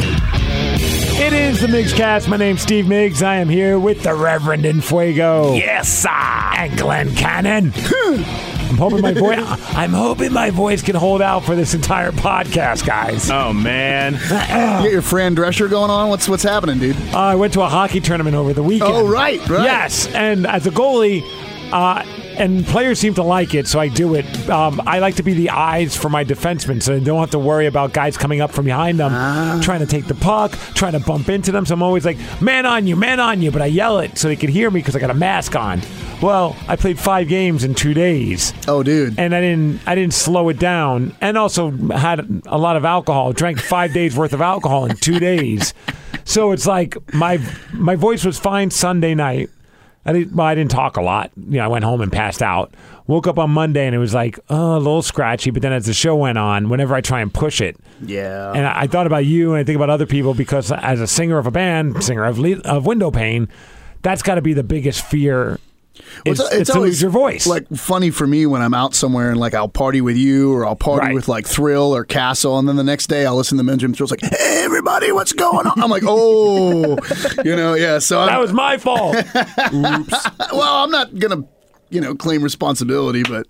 It is the Migs Cast. My name's Steve Miggs. I am here with the Reverend Infuego. Yes, sir. And Glenn Cannon. I'm hoping my voice. I'm hoping my voice can hold out for this entire podcast, guys. Oh man, You got your Fran Drescher going on? What's what's happening, dude? Uh, I went to a hockey tournament over the weekend. Oh, right, right. Yes, and as a goalie, uh, and players seem to like it, so I do it. Um, I like to be the eyes for my defensemen, so I don't have to worry about guys coming up from behind them, Ah. trying to take the puck, trying to bump into them. So I'm always like, "Man on you, man on you!" But I yell it so they can hear me because I got a mask on. Well, I played five games in two days Oh, dude. and I didn't I didn't slow it down, and also had a lot of alcohol. Drank five days worth of alcohol in two days, so it's like my my voice was fine Sunday night. I didn't well, I didn't talk a lot. You know, I went home and passed out. Woke up on Monday and it was like oh, a little scratchy, but then as the show went on, whenever I try and push it, Yeah. and I, I thought about you and I think about other people because as a singer of a band, singer of le- of window pane, that's got to be the biggest fear. Is, is to lose your voice. like funny for me when I'm out somewhere and like I'll party with you or I'll party Right. with like Thrill or Castle, and then the next day I'll listen to Benjamin Thrill's like, "Hey, everybody, what's going on?" I'm like, "Oh, you know, yeah." So that I'm, was my fault. well, I'm not gonna, you know, claim responsibility, but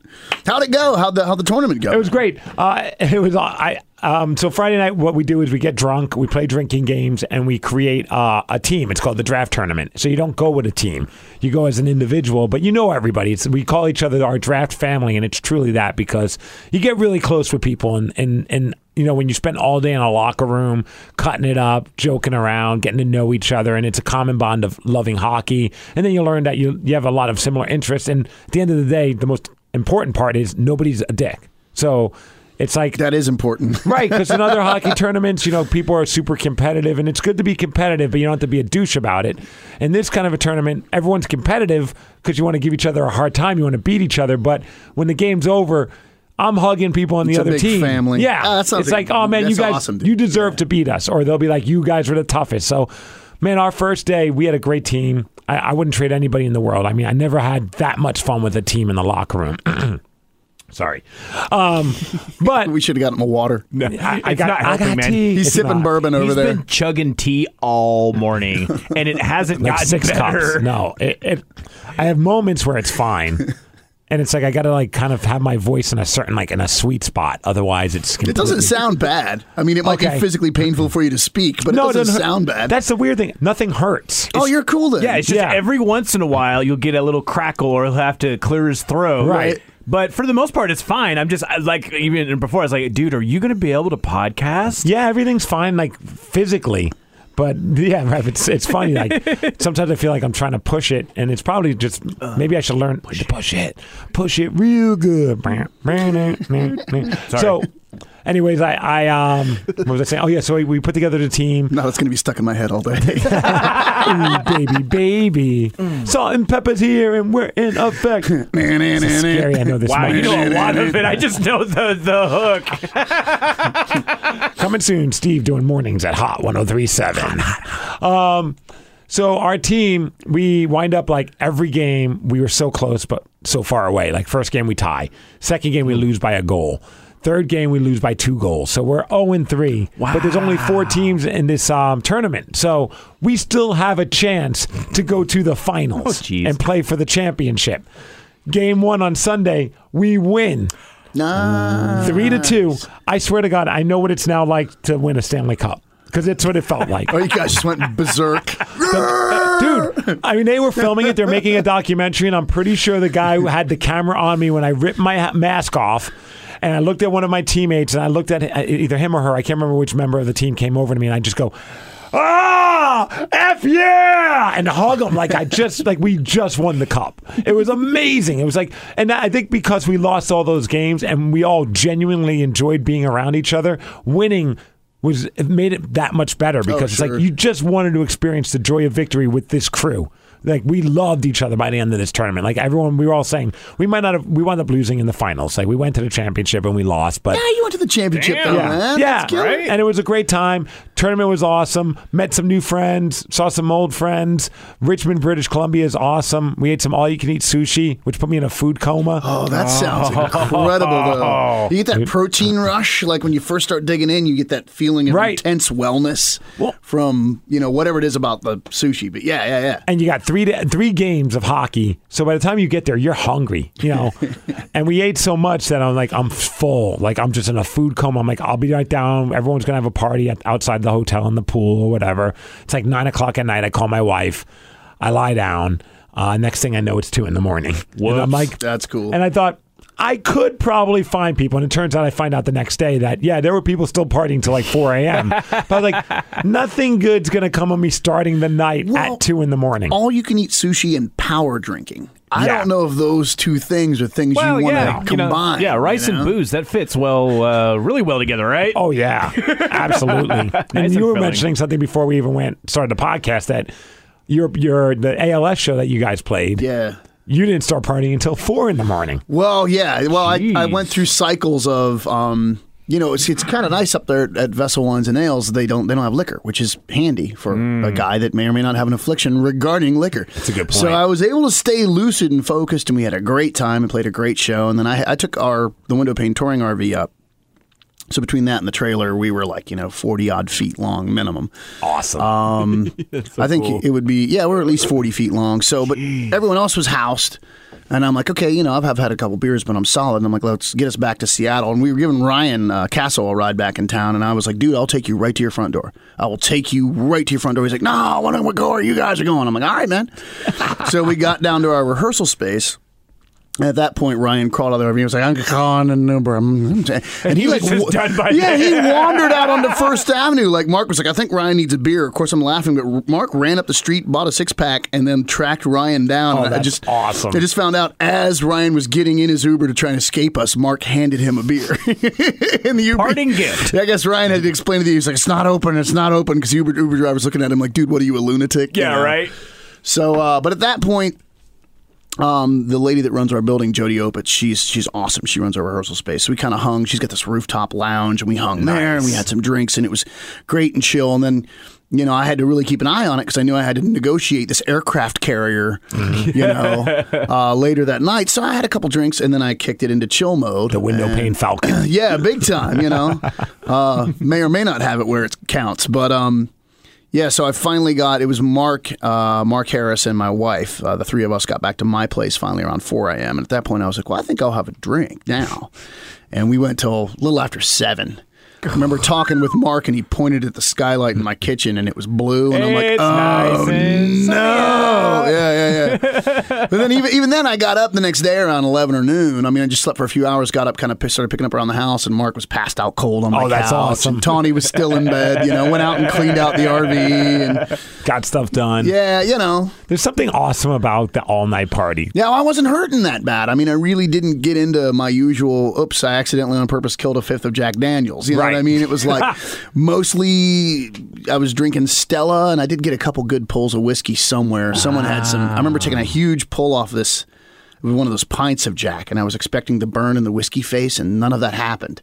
how'd it go? How'd the how the tournament go? It was great. Uh, it was I. Um, so Friday night, what we do is we get drunk, we play drinking games, and we create uh, a team. It's called the draft tournament. So you don't go with a team; you go as an individual. But you know everybody. It's, we call each other our draft family, and it's truly that because you get really close with people, and and and you know when you spend all day in a locker room, cutting it up, joking around, getting to know each other, and it's a common bond of loving hockey. And then you learn that you you have a lot of similar interests. And at the end of the day, the most important part is nobody's a dick. So it's like that is important. right because in other hockey tournaments, you know, people are super competitive, and it's good to be competitive, but you don't have to be a douche about it. In this kind of a tournament, everyone's competitive because you want to give each other a hard time, you want to beat each other. But when the game's over. I'm hugging people on the It's a other big team. family. Yeah, Oh, that sounds it's like, like- oh man, you that's guys, awesome, dude. you deserve to beat us, or they'll be like, you guys were the toughest. So, man, our first day, we had a great team. I, I wouldn't trade anybody in the world. I mean, I never had that much fun with a team in the locker room. Sorry, um, but We should have gotten him a water. I, I It's got, not I got helping, man. tea. He's It's sipping not. bourbon over he's there. been chugging tea all morning, and it hasn't Like gotten six better. cups. No, it, it. I have moments where it's fine, and it's like I gotta like kind of have my voice in a certain like in a sweet spot. Otherwise, it's It doesn't completely- sound bad. I I mean, it might Okay. be physically painful for you to speak, but No, it doesn't hurt. sound bad. That's the weird thing. Nothing hurts. oh, you're cool then. Yeah, it's just Yeah. every once in a while you'll get a little crackle, or he'll have to clear his throat. Right. But for the most part, it's fine. I'm just I- like even before I was like, dude, are you going to be able to podcast? Yeah, everything's fine, like physically. But yeah, right, it's it's funny. Like sometimes I feel like I'm trying to push it, and it's probably just maybe I should learn to push it, push it real good. So, anyways, I I um what was I saying? Oh yeah, so we, we put together the team. No, it's going to be stuck in my head all day. Ooh, baby, baby, salt and pepper's here, and we're in effect. It's scary. I know this. Wow, you much. know a lot of it. I just know the the hook. Coming soon, Steve doing mornings at Hot 1037. Um, so our team, we wind up like every game, we were so close but so far away. Like first game we tie. Second game we lose by a goal. Third game we lose by two goals. So we're 0 and 3. But there's only four teams in this um, tournament. So we still have a chance to go to the finals Oh, geez. and play for the championship. Game one on Sunday, we win Nah. three to two. I swear to God, I know what it's now like to win a Stanley Cup because it's what it felt like. Oh, you guys just went berserk. Dude, I mean, they were filming it. They're making a documentary, and I'm pretty sure the guy who had the camera on me when I ripped my ha- mask off. And I looked at one of my uh, teammates, and I looked at e- either him or her. I can't remember which member of the team came over to me, and I just go, "Ah!" yeah, F yeah, and hug him like I just, like we just won the cup. It was amazing. It was like, and I think because we lost all those games and we all genuinely enjoyed being around each other, winning was it made it that much better because it's sure. like you just wanted to experience the joy of victory with this crew. Like we loved each other by the end of this tournament. Like everyone, we were all saying we might not have. We wound up losing in the finals. Like we went to the championship and we lost, but Yeah, you went to the championship Damn. though, yeah, man. yeah, That's killer. and it was a great time. Tournament was awesome. Met some new friends, saw some old friends. Richmond, British Columbia is awesome. We ate some all-you-can-eat sushi, which put me in a food coma. Oh, that sounds incredible though. You get that protein rush, like when you first start digging in, you get that feeling of Right. intense wellness from you know whatever it is about the sushi. But yeah, yeah, yeah. and you got three da three games of hockey. So by the time you get there, you're hungry, you know. and we ate so much that I'm like, I'm full. Like I'm just in a food coma. I'm like, I'll be right down. Everyone's gonna have a party at, outside the hotel in the pool or whatever. It's like nine o'clock at night. I call my wife. I lie down. Uh, next thing I know, it's two in the morning. And I'm like, That's cool. and I thought. I could probably find people, and it turns out I find out the next day that yeah, there were people still partying till like 4 a.m. but I was like, nothing good's gonna come of me starting the night Well, at two in the morning. all you can eat sushi and power drinking. I Yeah. don't know if those two things are things Well, you want to yeah, you know, combine. yeah, rice you know? and booze that fits well, uh, really well together, right? Oh yeah, absolutely. and and you were filling. mentioning something before we even went started the podcast that your your the ALS show that you guys played. Yeah. You didn't start partying until four in the morning. Well, yeah. Well, I, I Jeez. went through cycles of, um, you know, it's, it's kind of nice up there at Vessel Wines and Ales. They don't they don't have liquor, which is handy for Mm. a guy that may or may not have an affliction regarding liquor. That's a good So point. I was able to stay lucid and focused, and we had a great time and played a great show. And then I, I took our the window pane touring RV up. So between that and the trailer, we were like you know forty odd feet long minimum. Awesome. I think it would be yeah, we're at least forty feet long. So, but everyone else was housed, and I'm like, okay, you know, I've, I've had a couple beers, but I'm solid. And I'm like, let's get us back to Seattle. And we were giving Ryan uh, Castle a ride back in town, and I was like, dude, I'll take you right to your front door. I will take you right to your front door. He's like, no, I want to go where you guys are going. I'm like, all right, man. so we got down to our rehearsal space. At that point, Ryan crawled out of the RV and was like, I'm calling an Uber. I'm- I'm- And he was just wa- done by Yeah, he wandered out onto First Avenue. Like, Mark was like, I think Ryan needs a beer. Of course, I'm laughing, but Mark ran up the street, bought a six pack, and then tracked Ryan down. Oh, And I that's just, awesome. I just found out as Ryan was getting in his Uber to try and escape us, Mark handed him a beer. and the Uber. Parting gift. I guess Ryan had to explain to the Uber. He's like, it's not open. It's not open because Uber, Uber driver's looking at him like, dude, what are you, a lunatic? You know? So, uh, but at that point, um, the lady that runs our building, Jody Opitz, she's she's awesome. She runs our rehearsal space. So we kind of hung. She's got this rooftop lounge, and we hung there, and we had some drinks, and it was great and chill. And then, you know, I had to really keep an eye on it because I knew I had to negotiate this aircraft carrier, you know, uh, later that night. So I had a couple drinks, and then I kicked it into chill mode. the window pane falcon. Yeah, big time. You know, uh, may or may not have it where it counts, but um, yeah. So I finally got it was Mark, uh, Mark Harris, and my wife. Uh, the three of us got back to my place finally around four a.m. And at that point, I was like, "Well, I think I'll have a drink now," and we went till a little after seven. I remember talking with Mark, and he pointed at the skylight in my kitchen, and it was blue. And I'm like, It's "Oh nice and no!" Yeah, yeah, yeah. but then even even then, I got up the next day around eleven or noon. I mean, I just slept for a few hours, got up, kind of started picking up around the house, and Mark was passed out cold on my Oh, that's couch, awesome. And Tawny was still in bed. You know, went out and cleaned out the RV, and Got stuff done. yeah, you know, There's something awesome about the all night party. yeah, I wasn't hurting that bad. I mean, I really didn't get into my usual. Oops, I accidentally on purpose killed a fifth of Jack Daniels. You Right. know what I mean? It was like mostly I was drinking Stella, and I did get a couple good pulls of whiskey somewhere. Someone had some. I remember Ah. taking a huge pull off this. It was one of those pints of Jack, and I was expecting the burn in the whiskey face, and none of that happened.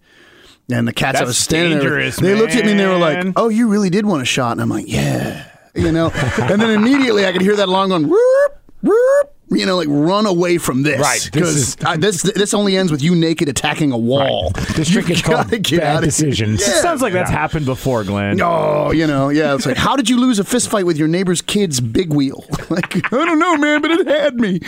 And the cats I That's was standing there, with, dangerous, they looked at me and they were like, man. "Oh, you really did want a shot," and I'm like, "Yeah," you know. and then immediately I could hear that alarm going, "Whoop, whoop," you know, like run away from this, Right, this is- Because this, this only ends with you naked attacking a wall. This drink is called Oh, gotta get bad out of decisions. Yeah. Sounds like that's happened before, Glenn. No, Oh, you know, yeah. It's like, how did you lose a fist fight with your neighbor's kid's big wheel? Like, I don't know, man, but it had me.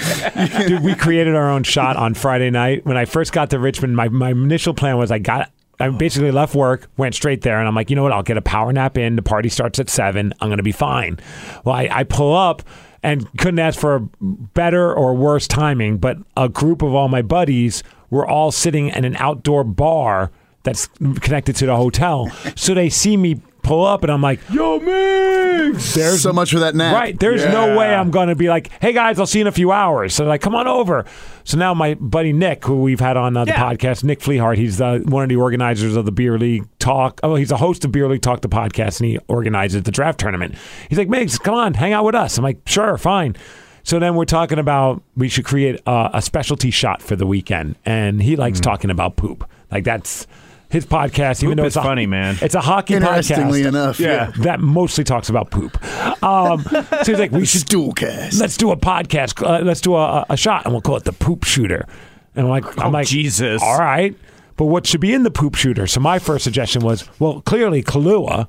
Dude, we created our own shot on Friday night. When I first got to Richmond, my, my initial plan was I got I basically left work, went straight there, and I'm like, you know what, I'll get a power nap in. The party starts at seven. I'm gonna be fine. Well, I, I pull up and couldn't ask for better or worse timing, but a group of all my buddies were all sitting in an outdoor bar that's connected to the hotel. So they see me pull up and I'm like, Yo, man. Thanks. There's so much for that nap. Right. There's no way I'm going to be like, hey guys, I'll see you in a few hours. So they're like, come on over. So now my buddy Nick, who we've had on uh, the Yeah. podcast, Nick Fleehart, he's uh, one of the organizers of the Beer League Talk. Oh, he's a host of Beer League Talk, the podcast, and he organizes the draft tournament. He's like, Migs, come on, hang out with us. I'm like, sure, fine. So then we're talking about we should create uh, a specialty shot for the weekend, and he likes talking about poop. Like that's his podcast. even Mm-hmm. Poop though is it's a- funny, man. It's a hockey Interestingly podcast enough, yeah. that mostly talks about poop. Um, so he's like, we should Stoolcast. let's do a podcast. Uh, let's do a, a shot, and we'll call it the poop shooter. And I'm like, I'm like, Oh, Jesus. all right. But what should be in the poop shooter? So my first suggestion was, well, clearly Kahlua.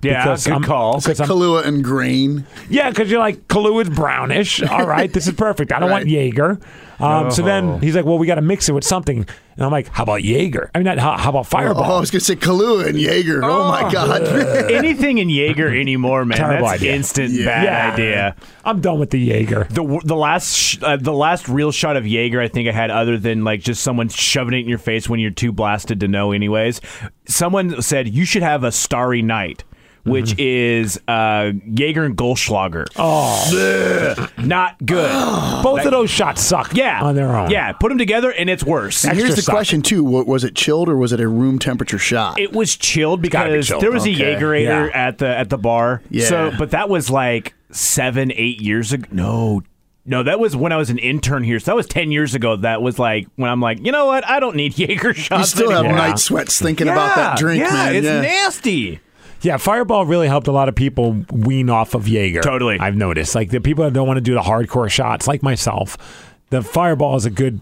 Yeah, because good I'm, call. Because I'm, Kahlua and grain. yeah, because you're like Kahlua's brownish. All right, this is perfect. I don't want Right. Jaeger. Um, So No. then he's like, well, we got to mix it with something. And I'm like, how about Jaeger? I mean, not, how, how about Oh, I Fireball? was going to say Kahlua and Jaeger. Oh, my God. Anything in Jaeger anymore, man. Terrible That's idea. instant bad Yeah. idea. I'm done with the Jaeger. The, w- the last sh- uh, the last real shot of Jaeger I think I had other than like just someone shoving it in your face when you're too blasted to know anyways. Someone said you should have a Starry Night, which is uh, Jaeger and Goldschlager. Oh, not good. Both of those shots suck. yeah, on their own. Yeah, put them together and it's worse. And here's the sock. question, too. Wa- Was it chilled or was it a room temperature shot? It was chilled gotta be because chilled. there was Okay. a Jaegerator Yeah. at the at the bar. Yeah. So, but that was like seven, eight years ago. No, no, that was when I was an intern here. So that was ten years ago. That was like when I'm like, you know what? I don't need Jaeger shots. you still have anymore. night sweats thinking about Yeah, that drink, yeah, man. It's yeah. nasty. Yeah, Fireball really helped a lot of people wean off of Jaeger. Totally. I've noticed. Like the people that don't want to do the hardcore shots, like myself, the Fireball is a good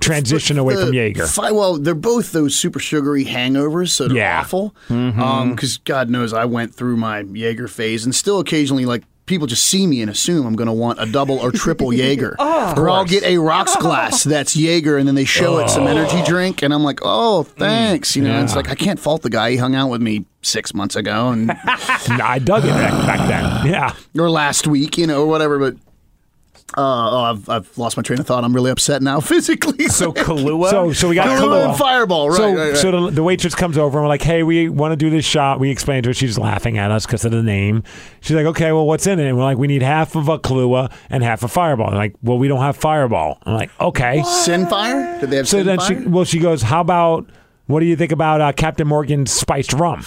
transition away the from Jaeger. fi- well, they're both those super sugary hangovers, so they're Yeah. Mm-hmm. awful. Because God knows I went through my Jaeger phase and still occasionally, like, people just see me and assume I'm going to want a double or triple Jaeger. or I'll get a rocks glass that's Jaeger and then they show it Oh. some energy drink and I'm like, oh, Mm. thanks. You know, it's like, I can't fault the guy. He hung out with me six months ago and Nah, I dug it back, back then. Yeah. or last week, you know, or whatever, but. Uh, oh, I've, I've lost my train of thought. I'm really upset now physically. So Kahlua. So so we got Kahlua Kahlua. and Fireball, right, So right, right. so the, the waitress comes over and we're like, hey, we want to do this shot. We explained to her. She's laughing at us because of the name. She's like, okay, well, what's in it? And we're like, we need half of a Kahlua and half a Fireball. And like, well, we don't have Fireball. I'm like, okay. Sinfire? Did they have So then Sinfire? she, well, she goes, "How about what do you think about uh, Captain Morgan's spiced rum?"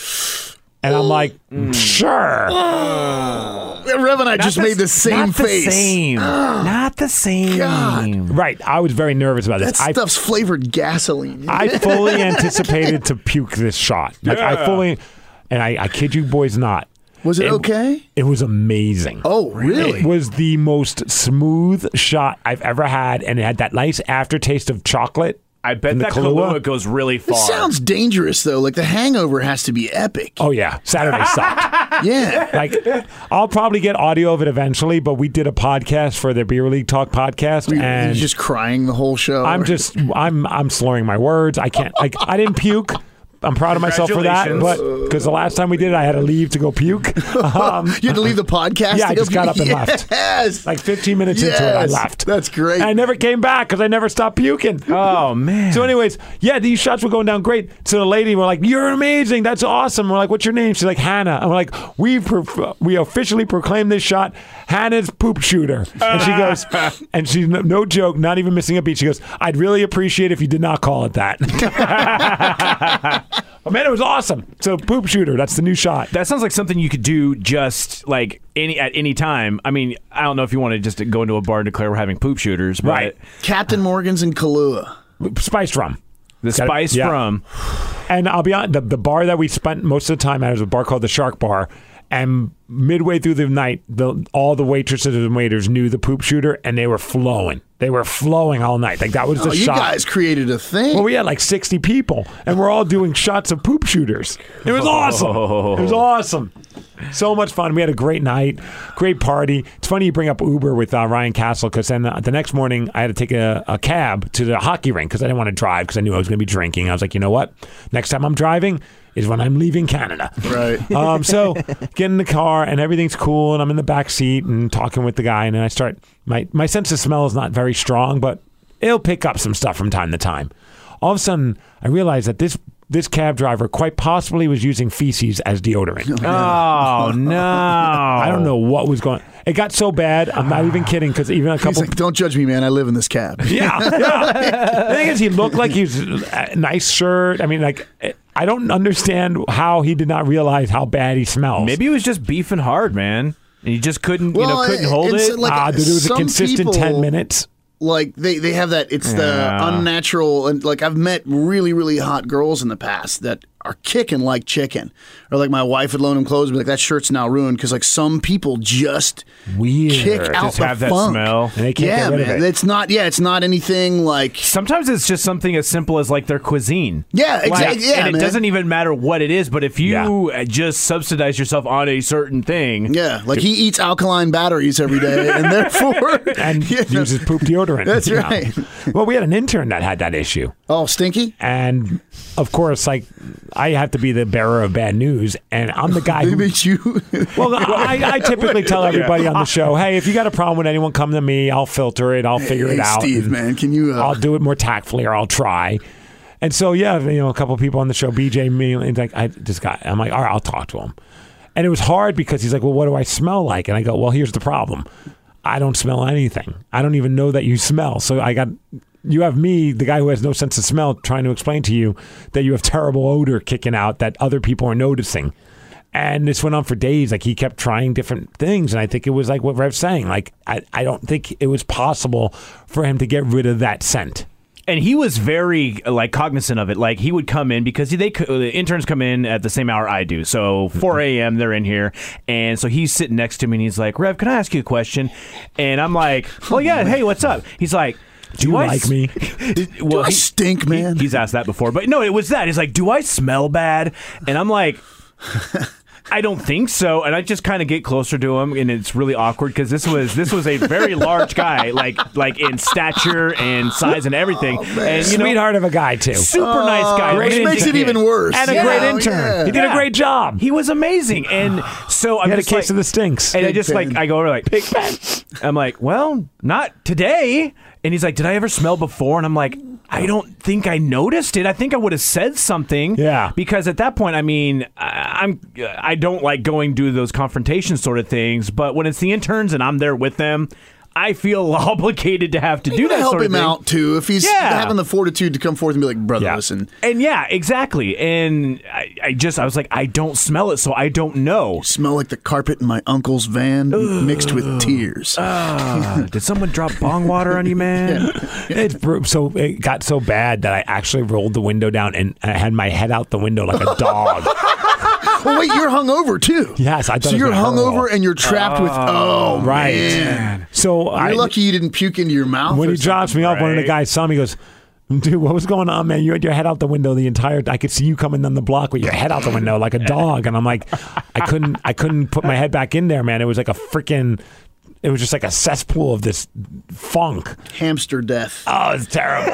And I'm like, Mm. "Sure." Rev and I just made the same not face. The same. not the same. God. Right. I was very nervous about That this. I stuff's flavored gasoline. I fully anticipated to puke this shot. Like I fully, and I, I kid you boys not. was it, okay? It was amazing. Oh, really? It was the most smooth shot I've ever had, and it had that nice aftertaste of chocolate. I bet from the that Kahlua? goes really It far. sounds dangerous though. Like the hangover has to be epic. Oh yeah, Saturday sucked. Yeah. like I'll probably get audio of it eventually, but we did a podcast for the Beer League Talk podcast, You're and just crying the whole show. I'm just I'm I'm slurring my words. I can't like I didn't puke. I'm proud of myself for that, but because the last time we did it, I had to leave to go puke. Um, You had to leave the podcast. Yeah, I to go just got up and left. Yes. like 15 minutes into it, I Yes, left. that's great. And I never came back because I never stopped puking. Oh man. So, anyways, yeah, these shots were going down great. So the lady, we're like, "You're amazing. That's awesome." We're like, "What's your name?" She's like, "Hannah." And we're like, "We prof- we officially proclaimed this shot Hannah's poop shooter." And she goes, and she's no, no joke, not even missing a beat. She goes, "I'd really appreciate if you did not call it that." oh man, it was awesome. So poop shooter, that's the new shot. That sounds like something you could do just like any at any time. I mean, I don't know if you want to just go into a bar and declare we're having poop shooters, but Right. Captain Morgan's and Kahlua. Spiced rum. the Got it. spice Yeah. from And I'll be honest, the, the bar that we spent most of the time at was a bar called the Shark Bar. And midway through the night, the, all the waitresses and waiters knew the poop shooter, and they were flowing. They were flowing all night. Like that was the Oh, you shot. guys created a thing. well, we had like sixty people, and we're all doing shots of poop shooters. It was awesome. It was awesome. So much fun. We had a great night, great party. It's funny you bring up Uber with uh, Ryan Castle because then uh, the next morning I had to take a, a cab to the hockey rink because I didn't want to drive because I knew I was going to be drinking. I was like, you know what? Next time I'm driving is when I'm leaving Canada. right. Um, so get in the car and everything's cool and I'm in the back seat and talking with the guy and then I start my my sense of smell is not very strong but it'll pick up some stuff from time to time. All of a sudden I realize that this this cab driver quite possibly was using feces as deodorant. Oh no! I don't know what was going. It got so bad. I'm not even kidding because even a He's couple. like, don't judge me, man. I live in this cab. yeah, yeah. The thing is, he looked like he was a nice shirt. I mean, like I don't understand how he did not realize how bad he smells. Maybe it was just beefing hard, man. And you just couldn't, you know, Well, couldn't it- hold it's it. like- ah, dude, it was a some consistent ten people- minutes. like they, they have that it's the Yeah. unnatural and like I've met really really hot girls in the past that are kicking like chicken or like my wife would loan them clothes and be like that shirt's now ruined because like some people just Weird. kick out just the have that funk. smell. And they can't yeah get rid of man it. it's not yeah it's not anything like Sometimes it's just something as simple as like their cuisine. Yeah, Like, exact- yeah, And it man. doesn't even matter what it is, but if you uh, just subsidize yourself on a certain thing, yeah like he eats alkaline batteries every day and therefore and Yeah. uses poop deodorant. That's Yeah. right. Well, we had an intern that had that issue. oh stinky And of course, like I have to be the bearer of bad news, and I'm the guy. it Who, makes you well, I, I typically tell everybody on the show, "Hey, if you got a problem with anyone, come to me. I'll filter it. I'll figure hey it out. Steve and man can you uh, I'll do it more tactfully, or I'll try." And so, yeah, you know, a couple people on the show, BJ, me, and he's like, I this guy. I'm like, all right, I'll talk to him. And it was hard because he's like, well, what do I smell like? And I go, well, here's the problem. I don't smell anything. I don't even know that you smell. So I got, you have me, the guy who has no sense of smell, trying to explain to you that you have terrible odor kicking out that other people are noticing. And this went on for days. Like he kept trying different things. And I think it was like what Rev's saying. Like, I, I don't think it was possible for him to get rid of that scent. and he was very uh, like cognizant of it. Like he would come in because they c- the interns come in at the same hour I do, so 4 a.m. They're in here, and so he's sitting next to me and he's like, "Rev, can I ask you a question?" And I'm like, "Well, yeah, hey, what's up?" He's like. Do, you I like s- me? well, I stink, man? He's asked that before, but no, it was that. He's like, "Do I smell bad?" And I'm like, I don't think so. And I just kind of get closer to him, and it's really awkward because this was this was a very large guy, like like in stature and size and everything. Oh, and you know, Sweetheart of a guy, too. super nice guy, Uh, which really makes it nice. even worse. And a Yeah, great oh, intern. yeah. He did a Yeah. great job. He was amazing, and so I'm He had a just case like, of the stinks. and I just Pig pen. like I go over like Pig pen. I'm like, well, not today. And he's like, did I ever smell before? And I'm like, I don't think I noticed it. I think I would have said something. Yeah. Because at that point, I mean, I, I'm I don't like going to those confrontation sort of things. But when it's the interns and I'm there with them, I feel obligated to have to do you that gotta help sort of him thing. out too if he's Yeah. having the fortitude to come forth and be like brother Yeah. listen And yeah, exactly. And I, I just I was like, I don't smell it, so I don't know. smell like the carpet in my uncle's van mixed with tears. Uh, did someone drop bong water on you, man? It's bru- so it got so bad that I actually rolled the window down and I had my head out the window like a dog. oh wait, you're hungover too. Yes, I thought so. it was You're gonna hurt a hungover little. and you're trapped with oh right. Man. So I You're lucky you didn't puke into your mouth. when or he drops me off, one of the right? guys saw me he goes, "Dude, what was going on, man? You had your head out the window the entire. I could see you coming down the block with your head out the window like a dog." And I'm like, I couldn't, I couldn't put my head back in there, man. It was like a freaking. It was just like a cesspool of this funk. something. hamster death. Oh, it's terrible.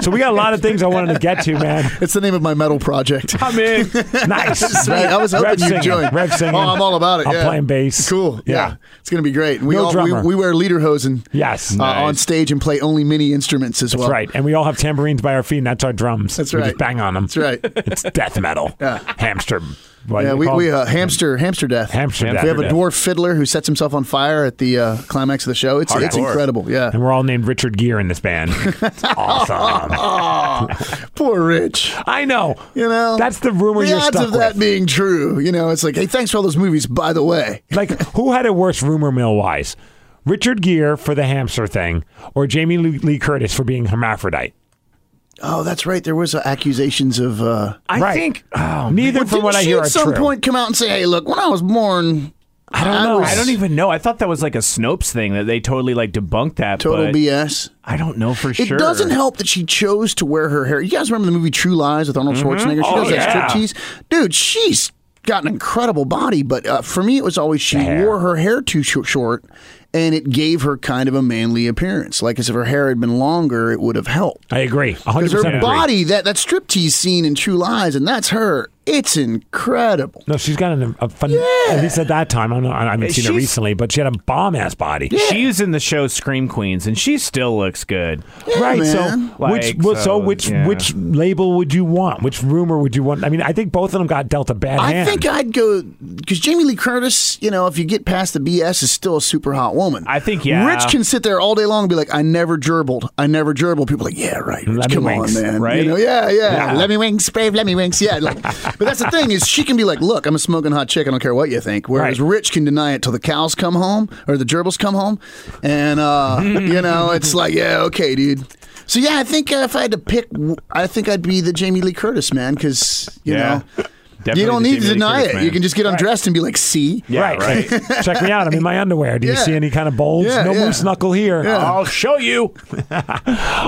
so we got a lot of things I wanted to get to, man. It's the name of my metal project. I'm in. Nice. Right, I was hoping Rev you'd singing, join. Rev singing. Oh, I'm all about it. I'm yeah. playing bass. Cool. Yeah. Yeah. It's going to be great. We, No all, we, drummer. we wear lederhosen Yes. uh, on stage and play only mini instruments as That's well. right. And we all have tambourines by our feet, and that's our drums. That's we right. just bang on them. That's right. It's death metal. Yeah. Hamster. what do Yeah, you we, call we it? uh, hamster hamster death. Hamster We death. have a dwarf fiddler who sets himself on fire at the uh, climax of the show. It's it's Hardcore. incredible. Yeah. And we're all named Richard Gere in this band. It's awesome. Ah, Poor Rich. I know. You know. That's the rumor the you're odds stuck of that with. being true. You know, it's like, hey, thanks for all those movies. By the way, Like, who had a worse rumor mill wise? Richard Gere for the hamster thing, or Jamie Lee Lee Curtis for being hermaphrodite? oh, that's right. There was uh, accusations of. Uh, I Right. think. Oh, Neither, Well, from what didn't I she hear, at are some true. point come out and say, hey, look, when I was born, I don't know. was I don't even know. I thought that was like a Snopes thing that they totally like debunked that. total but BS. I don't know for It sure. doesn't help that she chose to wear her hair. You guys remember the movie True Lies with Arnold Schwarzenegger? She Oh, does yeah. that striptease. Dude, she's got an incredible body, but uh, for me, it was always she hair. wore her hair too sh- short and it gave her kind of a manly appearance. Like as if her hair had been longer, it would have helped. I agree. 100% Because her agree. body, that that striptease scene in True Lies, and that's her. It's incredible. No, she's got an, a fun, at least at that time. I don't know. I haven't seen her She's- recently, but she had a bomb ass body. She's in the show Scream Queens, and she still looks good. right. man. So, which Like, well, so, so, which yeah. which label would you want? Which rumor would you want? I mean, I think both of them got dealt a bad I hand. think I'd go because Jamie Lee Curtis, you know, if you get past the BS, is still a super hot woman. I think, yeah. Rich can sit there all day long and be like, "I never gerbled, I never gerbled." People are like, "Yeah, right, Rich, Lemmy come winks, on, man, right? You know, yeah, yeah, Let me winks, brave Lemmy winks, yeah." Like, but that's the thing is, she can be like, "Look, I'm a smoking hot chick. I don't care what you think." Whereas Right. Rich can deny it till the cows come home or the gerbils come home, and uh, you know, it's like, "Yeah, okay, dude." So yeah, I think uh, if I had to pick, w- I think I'd be the Jamie Lee Curtis man because you Yeah. know. Definitely you don't the need to Jamie Lee deny Curtis it. man. You can just get undressed and be like, "See, Yeah, right. right. Check me out. I'm in my underwear. Do you Yeah. see any kind of bulge? Yeah, no yeah. moose knuckle here. I'll show you.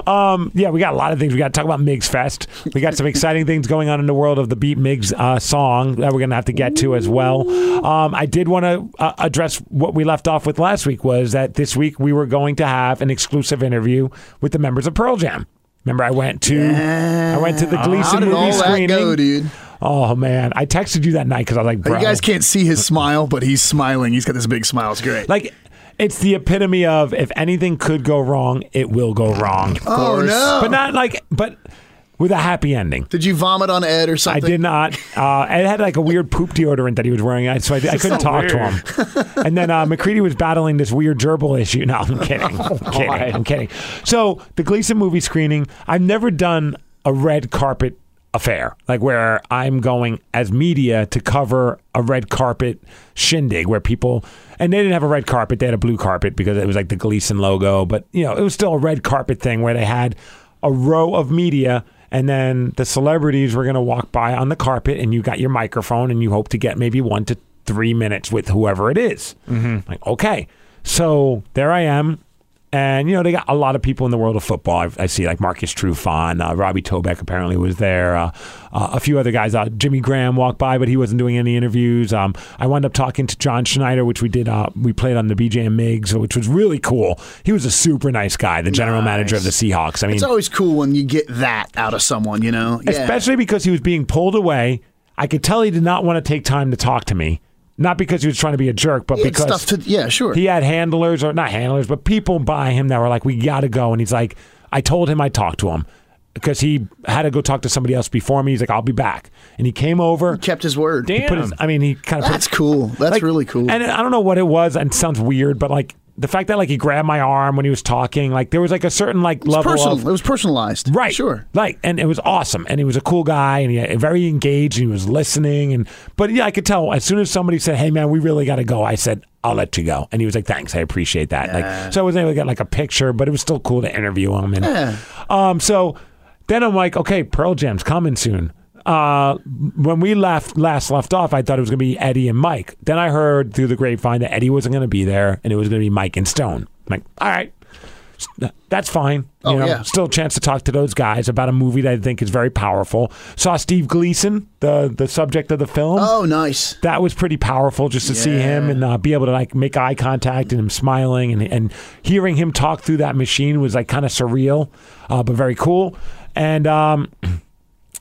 Um, yeah, we got a lot of things. We got to talk about Migs Fest. We got some exciting things going on in the world of the Beat Migs uh, song that we're going to have to get to as well. Um, I did want to uh, address what we left off with last week was that this week we were going to have an exclusive interview with the members of Pearl Jam. Remember, I went to I went to the how Gleason did movie all that screening. go, dude?" Oh man, I texted you that night because I was like, bro, You guys can't see his smile, but he's smiling. He's got this big smile. It's great. like. It's the epitome of if anything could go wrong, it will go wrong. oh no! But not like, but with a happy ending. did you vomit on Ed or I something? did not. Uh, it had like a weird poop deodorant that he was wearing, I- so I, I couldn't talk to him. And then uh, McCready was battling this weird gerbil issue. No, I'm kidding. I'm kidding. I'm kidding. So the Gleason movie screening. I've never done a red carpet affair like where I'm going as media to cover a red carpet shindig where people and they didn't have a red carpet. They had a blue carpet because it was like the Gleason logo, but you know it was still a red carpet thing where they had a row of media and then the celebrities were going to walk by on the carpet and you got your microphone and you hope to get maybe one to three minutes with whoever it is. Mm-hmm. like okay so there i am and you know they got a lot of people in the world of football i, I see like marcus trufant uh, robbie tobeck apparently was there uh, uh, a few other guys uh, jimmy graham walked by but he wasn't doing any interviews um, i wound up talking to john schneider which we did uh, we played on the bj and migs which was really cool he was a super nice guy the general manager of the seahawks i mean It's always cool when you get that out of someone, you know. Yeah. especially because he was being pulled away. I could tell he did not want to take time to talk to me, not because he was trying to be a jerk, but He had because stuff to. Yeah, sure. he had handlers or not handlers, but people by him that were like, "We got to go," and he's like, "I told him I talked to him." Because he had to go talk to somebody else before me. He's like, I'll be back. And he came over. kept his word. He put his, I mean, he kind of put That's cool. That's like- really cool. And I don't know what it was, and it sounds weird, but like the fact that like he grabbed my arm when he was talking, like there was like a certain like it was level personal. of it was personalized. Right. Sure. Like, and it was awesome. And he was a cool guy and he very engaged and he was listening. And, but yeah, I could tell as soon as somebody said, Hey man, we really got to go. I said, I'll let you go. And he was like, thanks. I appreciate that. Like, so I was able to get like a picture, but it was still cool to interview him. And, Yeah. um, so then I'm like, okay, Pearl Jam's coming soon. Uh, when we left last left off, I thought it was going to be Eddie and Mike. Then I heard through the grapevine that Eddie wasn't going to be there, and it was going to be Mike and Stone. I'm like, all right, S- that's fine. You Oh, know, yeah. still a chance to talk to those guys about a movie that I think is very powerful. Saw Steve Gleason, the the subject of the film Oh, nice. that was pretty powerful just to see him and uh, be able to like make eye contact and him smiling and, and hearing him talk through that machine was like kind of surreal uh, but very cool and um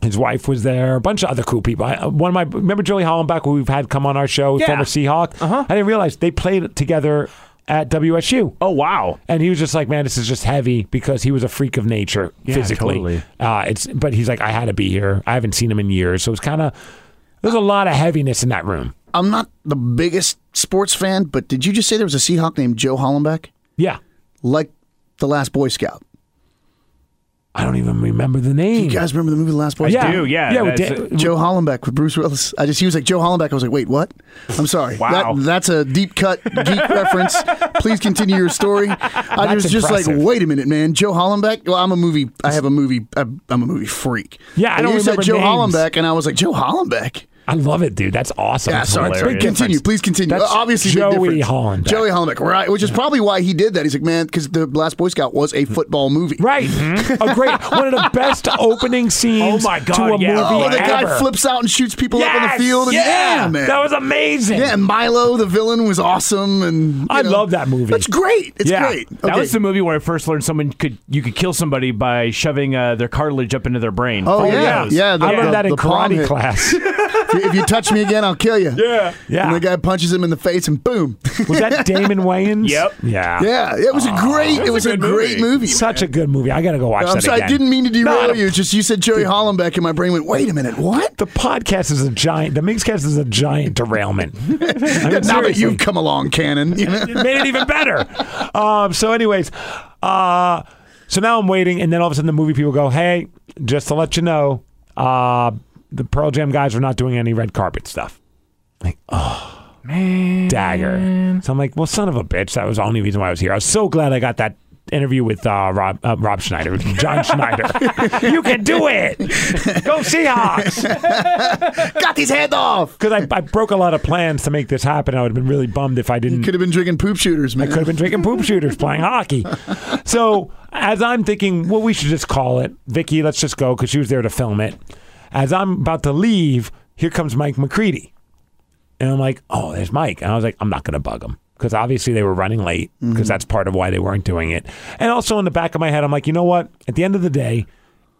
his wife was there. A bunch of other cool people. I, uh, one of my remember Julie Hollenbach, who we've had come on our show, Yeah. former Seahawk. Uh-huh. I didn't realize they played together at WSU. Oh, wow. And he was just like, man, this is just heavy because he was a freak of nature physically. totally. Uh, it's but he's like, I had to be here. I haven't seen him in years, so it's kind of there's a lot of heaviness in that room. I'm not the biggest sports fan, but did you just say there was a Seahawk named Joe Hollenbeck, Yeah, like the Last Boy Scout? I don't even remember the name. You guys remember the movie The Last Boy Scout? yeah, do, yeah, yeah. We that's- did. Joe Hollenbeck with Bruce Willis. I just he was like Joe Hollenbeck. I was like, wait, what? I'm sorry. Wow. That, that's a deep cut geek reference. Please continue your story. I That's was just impressive. like, wait a minute, man. Joe Hollenbeck. Well, I'm a movie. I have a movie. I'm I'm a movie freak. Yeah, I And don't you said remember Joe names. Hollenbeck, and I was like Joe Hollenbeck. I love it, dude. That's awesome. Yeah, That's sorry. hilarious. sorry. Big Continue. difference. Please continue. That's Uh, Obviously, big Joey difference. Hollenbeck. Joey Hollenbeck, right? Which is probably why he did that. He's like, man, because the Last Boy Scout was a football movie. Right. A great one of the best opening scenes Oh my God, to a yeah. movie Oh, ever. the guy flips out and shoots people yes! up on the field. And, yeah. man. That was amazing. yeah, and Milo, the villain, was awesome. And you I know. love that movie. That's great. It's Yeah. great. That That Okay. was the movie where I first learned someone could you could kill somebody by shoving uh, their cartilage up into their brain. Oh, yeah. yeah, yeah. the- I learned the- that in the palm karate hit. class. If you- if you touch me again, I'll kill you. yeah. Yeah. And the guy punches him in the face, and boom. Was that Damon Wayans? Yep. Yeah. yeah, it was a great. It was a, good great movie. movie. Such a good movie. I gotta go watch I'm that sorry, I again. didn't mean to No, derail no. you. It's just you said Joey Hollenbeck, and my brain went, "Wait a minute, what?" The podcast is a giant. The Minxcast is a giant derailment. I mean, now that seriously. you've come along, Cannon. You know? it made it even better. Um, so, anyways, uh, so now I'm waiting, and then all of a sudden the movie people go, "Hey, just to let you know, uh, the Pearl Jam guys are not doing any red carpet stuff." Like, oh, man, dagger. So I'm like, "Well, son of a bitch, that was the only reason why I was here. I was so glad I got that." Interview with uh, Rob uh, Rob Schneider, John Schneider. you can do it. Go Seahawks Got his head off. because I, I broke a lot of plans to make this happen. I would have been really bummed if I didn't. Could have been drinking poop shooters, man. Could have been drinking poop shooters, playing hockey. So as I'm thinking, well, we should just call it. Vicky, let's just go because she was there to film it. As I'm about to leave, here comes Mike McCready. And I'm like, oh, there's Mike. And I was like, I'm not going to bug him because obviously they were running late because Mm-hmm. that's part of why they weren't doing it. And also in the back of my head, I'm like, you know what? At the end of the day,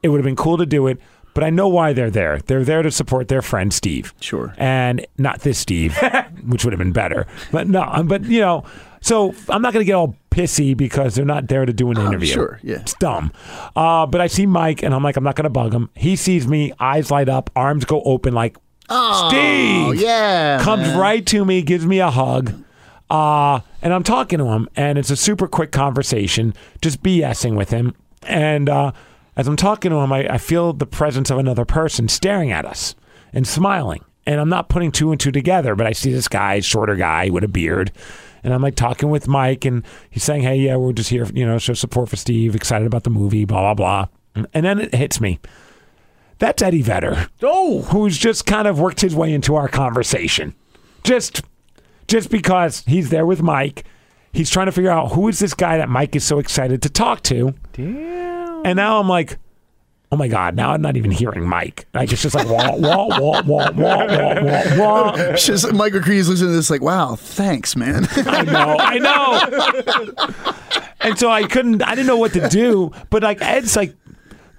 it would have been cool to do it, but I know why they're there. They're there to support their friend Steve. Sure. And not this Steve, which would have been better. But no, um, but you know, so I'm not going to get all pissy because they're not there to do an interview. Um, sure, yeah. It's dumb. Uh, but I see Mike and I'm like, I'm not going to bug him. He sees me, eyes light up, arms go open like, Oh, Steve! yeah. comes man. right to me, gives me a hug. Uh, and I'm talking to him, and it's a super quick conversation, just BSing with him. And uh, as I'm talking to him, I, I feel the presence of another person staring at us and smiling. And I'm not putting two and two together, but I see this guy, shorter guy with a beard. And I'm like talking with Mike, and he's saying, Hey, yeah, we're just here, you know, show support for Steve, excited about the movie, blah, blah, blah. And then it hits me. That's Eddie Vedder. Oh, who's just kind of worked his way into our conversation. Just just because he's there with Mike, he's trying to figure out who is this guy that Mike is so excited to talk to. And now I'm like, oh my god, now I'm not even hearing Mike. Like it's just like wah wah wah wah wah wah wah. wah. It's just Mike McCree is listening to this like, wow, thanks, man. I know, I know. and so I couldn't, I didn't know what to do. But like Ed's like,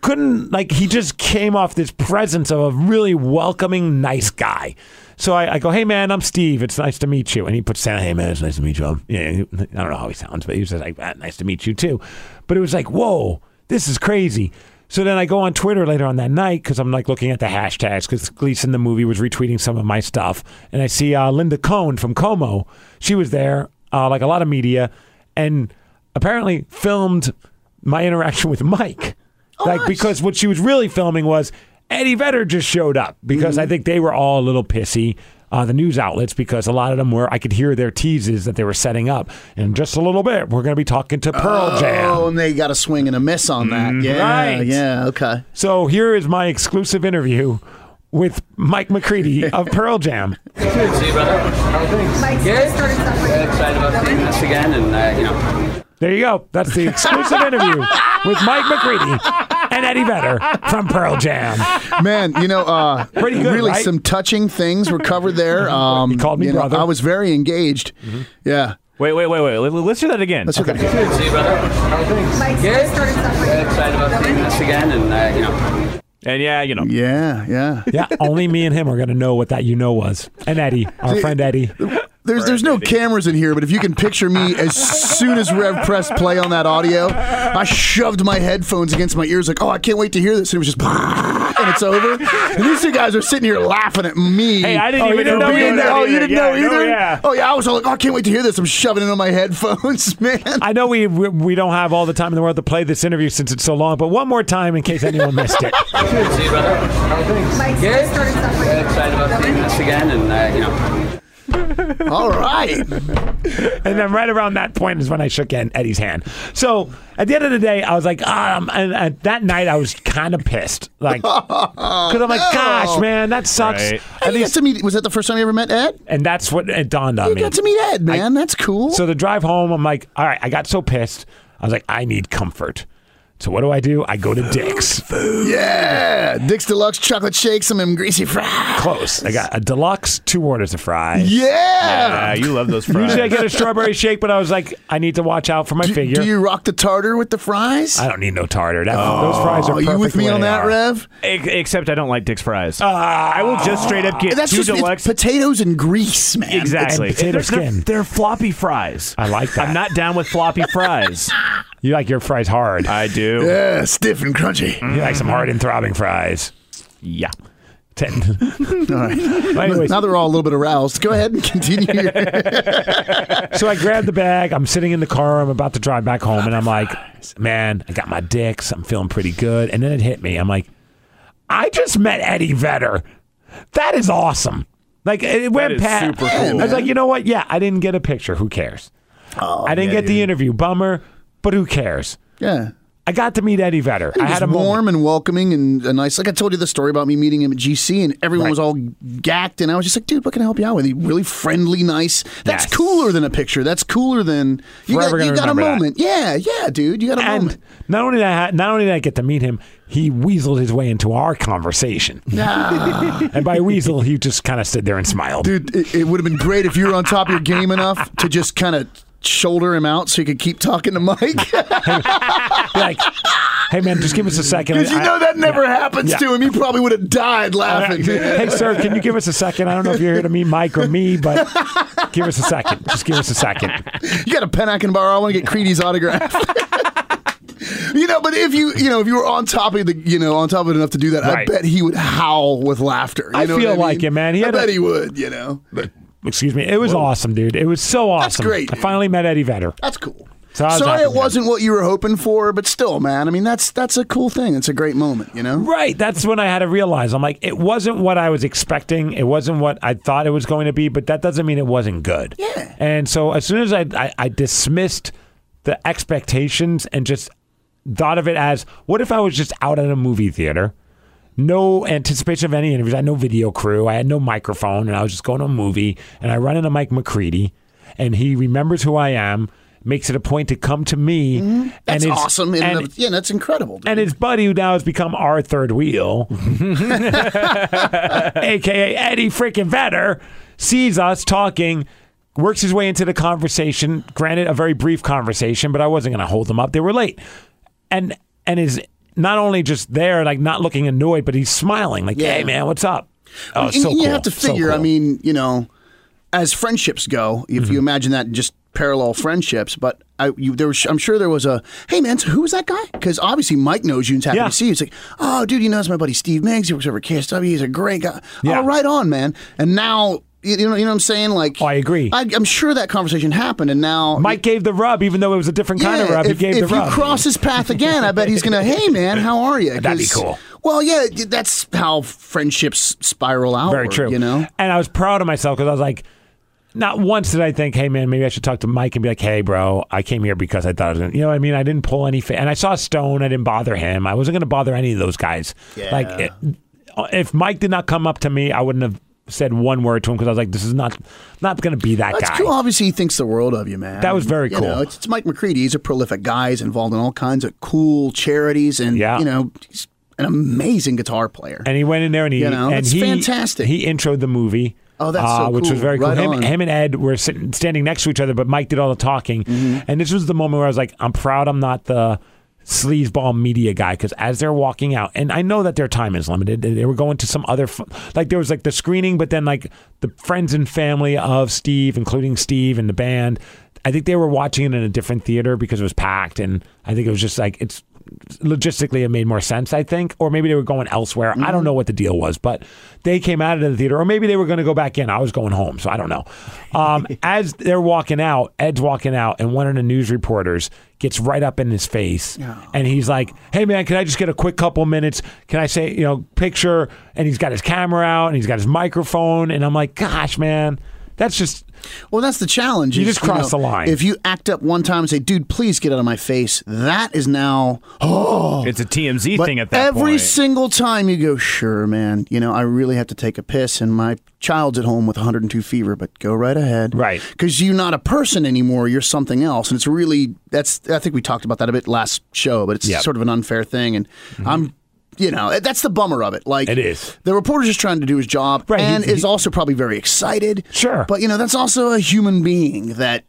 couldn't, like, he just came off this presence of a really welcoming, nice guy. So I, I go, hey man, I'm Steve. It's nice to meet you. And he puts down, hey man, it's nice to meet you. I'm, yeah, he- I don't know how he sounds, but he was just like, "Ah, nice to meet you too. But it was like, whoa, this is crazy. So then I go on Twitter later on that night because I'm like looking at the hashtags because Gleason the movie was retweeting some of my stuff, and I see uh, Linda Cohn from Como. She was there, uh, like a lot of media, and apparently filmed my interaction with Mike. like because what she was really filming was Eddie Vedder just showed up because I think they were all a little pissy. Uh, the news outlets because a lot of them were I could hear their teases that they were setting up and just a little bit we're going to be talking to Pearl Jam. oh, and they got a swing and a miss on that. Yeah, Mm-hmm. Right. yeah, okay. So here is my exclusive interview with Mike McCready of Pearl Jam. See, brother. How are things? Mike's Good. started something. Very excited about seeing this again, and uh, you know, There you go. That's the exclusive interview with Mike McCready and Eddie Vedder from Pearl Jam. Man, you know, uh, Pretty good, really right? some touching things were covered there. Um, You called me know, brother. I was very engaged. Yeah. Wait, wait, wait, wait. Let- Let's hear that again. That's okay. see, brother. How are things? Mike's Good. started something. Very excited about seeing this again, and uh, you know, And yeah, you know. Yeah, yeah. Yeah, only me and him are going to know what that you know was. And Eddie, our friend Eddie. There's there's no cameras in here, but if you can picture me as soon as Rev pressed play on that audio, I shoved my headphones against my ears like, oh, I can't wait to hear this. And it was just, and it's over. And these two guys are sitting here laughing at me. Hey, I didn't Oh, you even didn't know. know we either. were there oh, you didn't know Yeah, no, either? yeah. Oh, yeah. I was all like, oh, I can't wait to hear this. I'm shoving it on my headphones, man. I know we, we we don't have all the time in the world to play this interview since it's so long, but one more time in case anyone missed it. see, brother. How are things? Mike's Good. started something. Very excited about seeing this again, and uh, you know, All right. And then right around that point is when I shook Ed- Eddie's hand. So at the end of the day, I was like, um, and, and that night I was kind of pissed, like, because I'm like, gosh, man, that sucks. Oh. Right. And you got to meet, was that the first time you ever met Ed? And that's what it dawned on You me. got to meet Ed, man. That's cool. So the drive home, I'm like, all right, I got so pissed. I was like, I need comfort. So what do I do? I go to Dick's. yeah. Dick's Deluxe chocolate shake, some of them greasy fries. Close. I got a deluxe, two orders of fries. Yeah. Ah, you love those fries. Usually I get a strawberry shake, but I was like, I need to watch out for my Do, figure. do you rock the tartar with the fries? I don't need no tartar. That, those fries are. Oh, Are you perfect with me the way on they that, are. Rev? Ex- Except I don't like Dick's fries. Oh. I will just straight up get That's two just it's deluxe. potatoes and grease, man. exactly. and potato they're, they're- skin. they're floppy fries. I like that. I'm not down with floppy fries. You like your fries hard. I do. Yeah, stiff and crunchy. you like some hard and throbbing fries. Yeah. Ten. All right. But anyways, Now they're all a little bit aroused. Go ahead and continue. so I grabbed the bag. I'm sitting in the car. I'm about to drive back home, and I'm like, man, I got my dicks. I'm feeling pretty good. And then it hit me. I'm like, I just met Eddie Vedder. That is awesome. Like it went is past. super I cool. Oh, was like, you know what? Yeah, I didn't get a picture. Who cares? I didn't get the interview. Bummer, but who cares? yeah. I got to meet Eddie Vedder. I He had a was moment. warm and welcoming and a nice. Like I told you the story about me meeting him at GC, and everyone Right. was all gacked, and I was just like, "Dude, what can I help you out with?" He really friendly, nice. That's Yes. cooler than a picture. That's cooler than you Forever got. You gonna got a remember that. moment. Yeah, yeah, dude, you got a And moment. not only did I not only did I get to meet him, he weaseled his way into our conversation. Nah. and by weasel, he just kind of stood there and smiled. dude, it, it would have been great if you were on top of your game enough to just kind of shoulder him out so you could keep talking to Mike because Like, hey man, just give us a second. you I- know that never happens Yeah. to him. He probably would have died I- laughing. man. hey sir, can you give us a second? I don't know if you're here to meet Mike or me, but give us a second. Just give us a second. You got a pen I can borrow? I want to get Creedy's autograph. you know, but if you you know if you were on top of the you know on top of it enough to do that, I Right. bet he would howl with laughter. You I know what feel mean? like it, man. He I had a- bet he would. You know, but Excuse me. It was awesome, dude. It was so awesome. great, I dude. finally met Eddie Vedder. that's cool. So I was Sorry, happy it with that. wasn't what you were hoping for, but still, man. I mean, that's that's a cool thing. It's a great moment. You know, Right. That's when I had to realize I'm like, it wasn't what I was expecting. It wasn't what I thought it was going to be, but that doesn't mean it wasn't good. Yeah. And so as soon as I, I, I dismissed the expectations and just thought of it as what if I was just out at a movie theater? No anticipation of any interviews. I had no video crew. I had no microphone, and I was just going to a movie. And I run into Mike McCready, and he remembers who I am, makes it a point to come to me. Mm-hmm. that's and is- awesome. And, and- uh, yeah, that's incredible. dude. and his buddy, who now has become our third wheel, aka Eddie freaking Vedder, sees us talking, works his way into the conversation. Granted, a very brief conversation, but I wasn't going to hold them up. They were late, and and is not only just there, like not looking annoyed, but he's smiling, like, Yeah. "Hey, man, what's up?" Oh, and so you cool. have to So figure. I cool. Mm-hmm. mean, you know, as friendships go, if you imagine that just parallel friendships, but I, you, there was, I'm sure there was a, hey man, so who was that guy? Because obviously Mike knows you and's happy Yeah. to see you. It's like, oh dude, you know, it's my buddy Steve Miggs. He works over at KSW. He's a great guy. Yeah. Oh, right on, man. And now. You you know, you know what I'm saying? Like, Oh, I agree. I, am sure that conversation happened, and now Mike gave the rub, even though it was a different kind of rub. if, he gave if the you rub. cross his path again, I bet he's gonna. Hey, man, how are you? That'd be 'Cause- cool. Well, yeah, that's how friendships spiral out. Very true. You know, And I was proud of myself because I was like, not once did I think, hey man, maybe I should talk to Mike and be like, hey bro, I came here because I thought, it was gonna-" you know what I mean? I didn't pull any, fa- and I saw Stone, I didn't bother him. I wasn't going to bother any of those guys. Like, it, if Mike did not come up to me, I wouldn't have said one word to him because I was like, this is not not going to be that That's guy. cool. Obviously, he thinks the world of you, man. That was very You cool. know, it's, it's Mike McCready. He's a prolific guy. He's involved in all kinds of cool charities, and Yeah. you know, he's an amazing guitar player. And he went in there and he You know, and that's he, fantastic. He introed the movie. Oh, that's so uh, which was cool. very cool. Right him, on. him and Ed were sitting, standing next to each other, but Mike did all the talking. Mm-hmm. And this was the moment where I was like, I'm proud I'm not the sleazeball media guy because as they're walking out, and I know that their time is limited. They they were going to some other, f- like there was like the screening, but then like the friends and family of Steve, including Steve and the band. I think they were watching it in a different theater because it was packed, and I think it was just like it's logistically it made more sense, I think, or maybe they were going elsewhere. I don't know what the deal was, but they came out of the theater, or maybe they were going to go back in. I was going home, so I don't know. Um, as they're walking out, Ed's walking out, and one of the news reporters gets right up in his face, and he's like, "Hey man, can I just get a quick couple minutes? Can I say, you know, picture?" And he's got his camera out, and he's got his microphone, and I'm like, "Gosh, man." That's just Well, that's the challenge. You is, just crossed the line. If you act up one time and say, "Dude, please get out of my face," that is now oh. It's a TMZ But thing at that every point. single time you go, sure, man. You know, I really have to take a piss, and my child's at home with 102 fever. But go right ahead, Right. Because you're not a person anymore. You're something else, and it's really that's. I think we talked about that a bit last show, but it's Yep. sort of an unfair thing, and I'm. You know, eh, that's the bummer of it. Like Mm-hmm. It is. The reporter's just trying to do his job Right, he- and is he- also probably very excited. Sure. But you know, that's also a human being that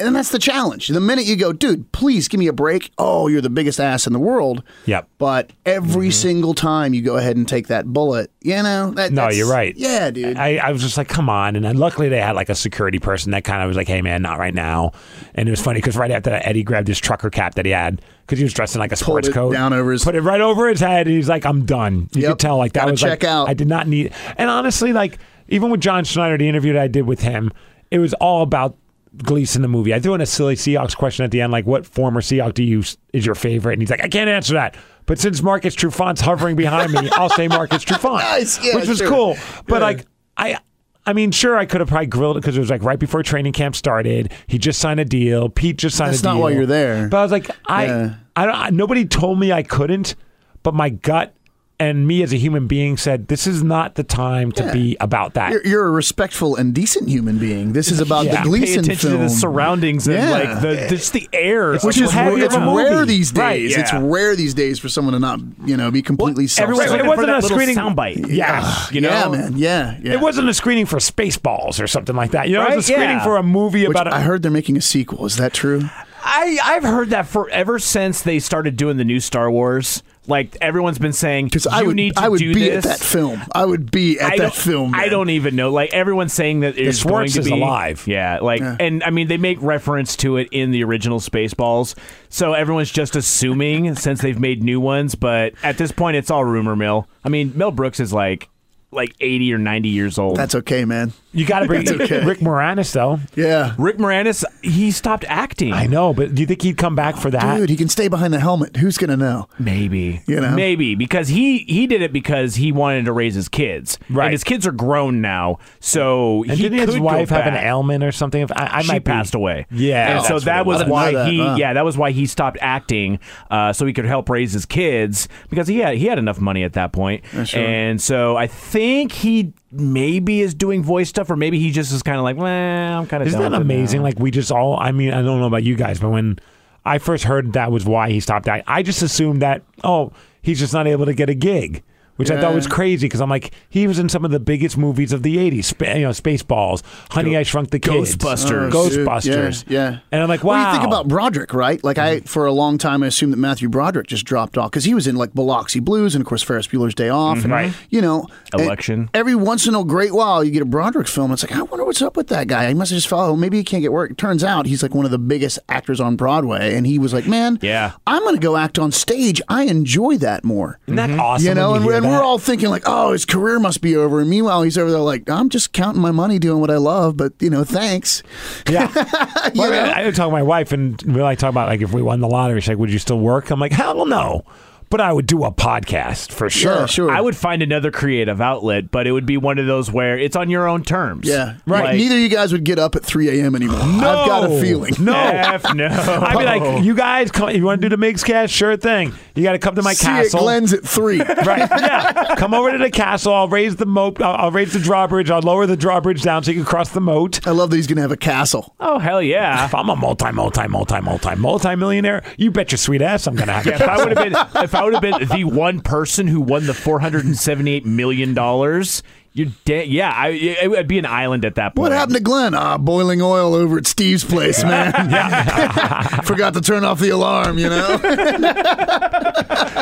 and that's the challenge. The minute you go, dude, please give me a break. Oh, you're the biggest ass in the world. Yep. But Mm-hmm. every single time you go ahead and take that bullet, you know. That, No, that's- you're right. Yeah, dude. I, I was just like, come on. And then luckily they had like a security person that kind of was like, hey, man, not right now. And it was funny because right after that, Eddie grabbed his trucker cap that he had because he was dressed in like a sports it coat. down over his- Put it right over his head. And he's like, I'm done. You Yep. could tell like that Gotta was like, check out. I did not need. And honestly, like even with John Schneider, the interview that I did with him, it was all about Gleason the movie. I threw in a silly Seahawks question at the end, like what former Seahawk do you is your favorite? And he's like, I can't answer that. But since Marcus Trufant's hovering behind me, I'll say Marcus Trufant, Nice. Yeah, which was sure. cool. But like I. I mean, sure, I could have probably grilled it because it was like right before training camp started. He just signed a deal. Pete just signed That's a deal. not why you're there. But I was like, I, Yeah. I don't. I, nobody told me I couldn't, but my gut and me as a human being said this is not the time to be about that. you're, you're a respectful and decent human being. This is about Yeah. the Pay Pay Gleason attention film. to the surroundings and Yeah. like the just the air, which of is what have ra- you it's of a rare movie. these days. Right, yeah. It's rare these days for someone to not, you know, be completely self. Everyone's Right, looking it wasn't for that a little screening- soundbite. Yeah. you know, yeah, man. Yeah, yeah. It wasn't a screening for Spaceballs or something like that. You know, it was a Right? screening Yeah. for a movie Which about. a- I heard they're making a sequel. Is that true? I I've heard that forever since they started doing the new Star Wars. Like everyone's been saying, Because you I would, need to I would do be this. at that film. I would be at I that don't, film. I man. don't even know. Like everyone's saying that it's going Schwartz to is be alive. Yeah, like and I mean they make reference to it in the original Spaceballs, so everyone's just assuming since they've made new ones. But at this point, it's all rumor mill. I mean, Mel Brooks is like like eighty or ninety years old. That's okay, man. you got to bring That's okay. Rick Moranis though. Yeah. Rick Moranis. He stopped acting. I know, but do you think he'd come back for that? Dude, he can stay behind the helmet. Who's gonna know? Maybe You know? maybe because he he did it because he wanted to raise his kids. Right. and his kids are grown now, so and he didn't could his wife go have an back. ailment or something? If I, I she might be- passed away. Yeah, Oh, and so that's that what it was. I was didn't why know that, he. huh? Yeah, that was why he stopped acting, uh, so he could help raise his kids because he had he had enough money at that point. sure. And so I think he maybe is doing voice stuff, or maybe he just is kind of like, well, I'm kind of. Isn't that amazing? Like we just all. I mean, I don't know about you guys, but when I first heard that was why he stopped acting, I just assumed that oh, he's just not able to get a gig. Which I thought was crazy because I'm like, he was in some of the biggest movies of the '80s, Sp- you know, Spaceballs, Honey, I Shrunk the Kids, Ghostbusters. Oh, dude, Ghostbusters, yeah, yeah. And I'm like, wow. Mm-hmm. Well, you think about Broderick, right? Like I, for a long time, I assumed that Matthew Broderick just dropped off because he was in like Biloxi Blues and of course Ferris Bueller's Day Off, and, Right. You know, and Election. Every once in a great while, you get a Broderick film. It's like I wonder what's up with that guy. He must have just fell. Well, maybe he can't get work. Turns out he's like one of the biggest actors on Broadway, and he was like, man, Yeah. I'm gonna go act on stage. I enjoy that more. Isn't that awesome? Mm-hmm. You know, when and, you we're- hear and we're that? all thinking like, oh, his career must be over. And meanwhile, he's over there like, I'm just counting my money, doing what I love. But you know, thanks. Yeah. You Well, I, know? mean, I would talk to my wife and we like talk about like if we won the lottery, she's like, would you still work? I'm like, hell no. But I would do a podcast for sure. Yeah, sure. I would find another creative outlet, but it would be one of those where it's on your own terms. Yeah, right. Like, Neither of you guys would get up at 3 a.m. anymore. I've got a feeling. No. F no. I'd be like, you guys, come, you want to do the Migs cast? Sure thing. You got to come to my See castle. at Glenn's at three. Right. Yeah. Come over to the castle. I'll raise the moat. I'll, I'll raise the drawbridge. I'll lower the drawbridge down so you can cross the moat. I love that he's gonna have a castle. oh hell yeah. If I'm a multi, multi, multi, multi, multi millionaire, you bet your sweet ass I'm gonna have. Yeah, if I would have been if I would have been the one person who won the four hundred and seventy eight million dollars, you're dead. Yeah, I, it would be an island at that point. What happened to Glenn? Ah, boiling oil over at Steve's place, man. Forgot to turn off the alarm. You know,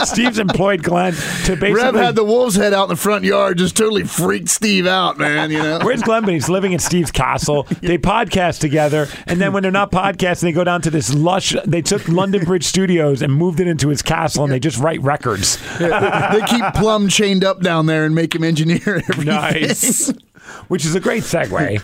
Steve's employed Glenn to basically. Rev had the wolf's head out in the front yard, just totally freaked Steve out, man. You know. Where's Glenn? But he's living in Steve's castle. They podcast together, and then when they're not podcasting, they go down to this lush. They took London Bridge Studios and moved it into his castle, and they just write records. they keep Plum chained up down there and make him engineer everything. Which is a great segue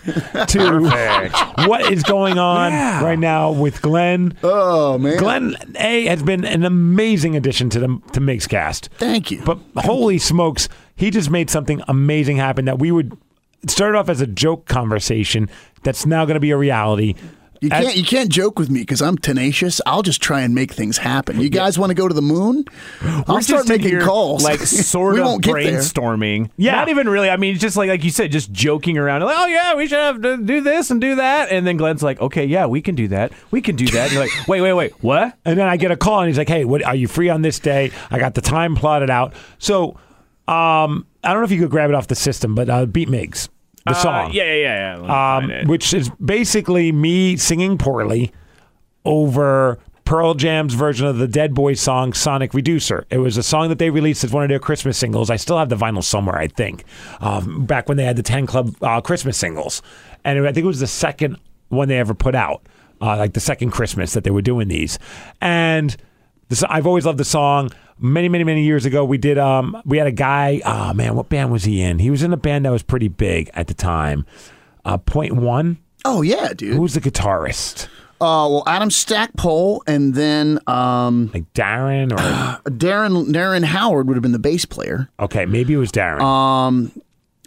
to what is going on Yeah. right now with Glenn. Oh man, Glenn A has been an amazing addition to the to Mixcast. Thank you. But holy smokes, he just made something amazing happen that we would it started off as a joke conversation that's now going to be a reality. You As- can't you can't joke with me because I'm tenacious. I'll just try and make things happen. You guys want to go to the moon? I'll We're start just in making here, calls. Like sort we of won't get there. brainstorming. Yeah. Not even really. I mean, it's just like like you said, just joking around. Like, oh yeah, we should have to do this and do that. And then Glenn's like, okay, yeah, we can do that. We can do that. And you're like, wait, wait, wait, what? And then I get a call, and he's like, "Hey, what are you free on this day? I got the time plotted out." So, um, I don't know if you could grab it off the system, but uh, Beat Migs, the Uh, song, yeah, yeah, yeah. yeah. Let um, me find it. which is basically me singing poorly over Pearl Jam's version of the Dead Boy song "Sonic Reducer." It was a song that they released as one of their Christmas singles. I still have the vinyl somewhere, I think, um, back when they had the Ten Club uh, Christmas singles, and I think it was the second one they ever put out, uh, like the second Christmas that they were doing these. And this, I've always loved the song. Many, many, many years ago, we did. Um, we had a guy. Oh man, what band was he in? He was in a band that was pretty big at the time. Uh, Point One. Oh yeah, dude. Who Uh, was the guitarist? well, Adam Stackpole and then um, Like Darren or Darren Darren Howard would have been the bass player. okay, maybe it was Darren. Um,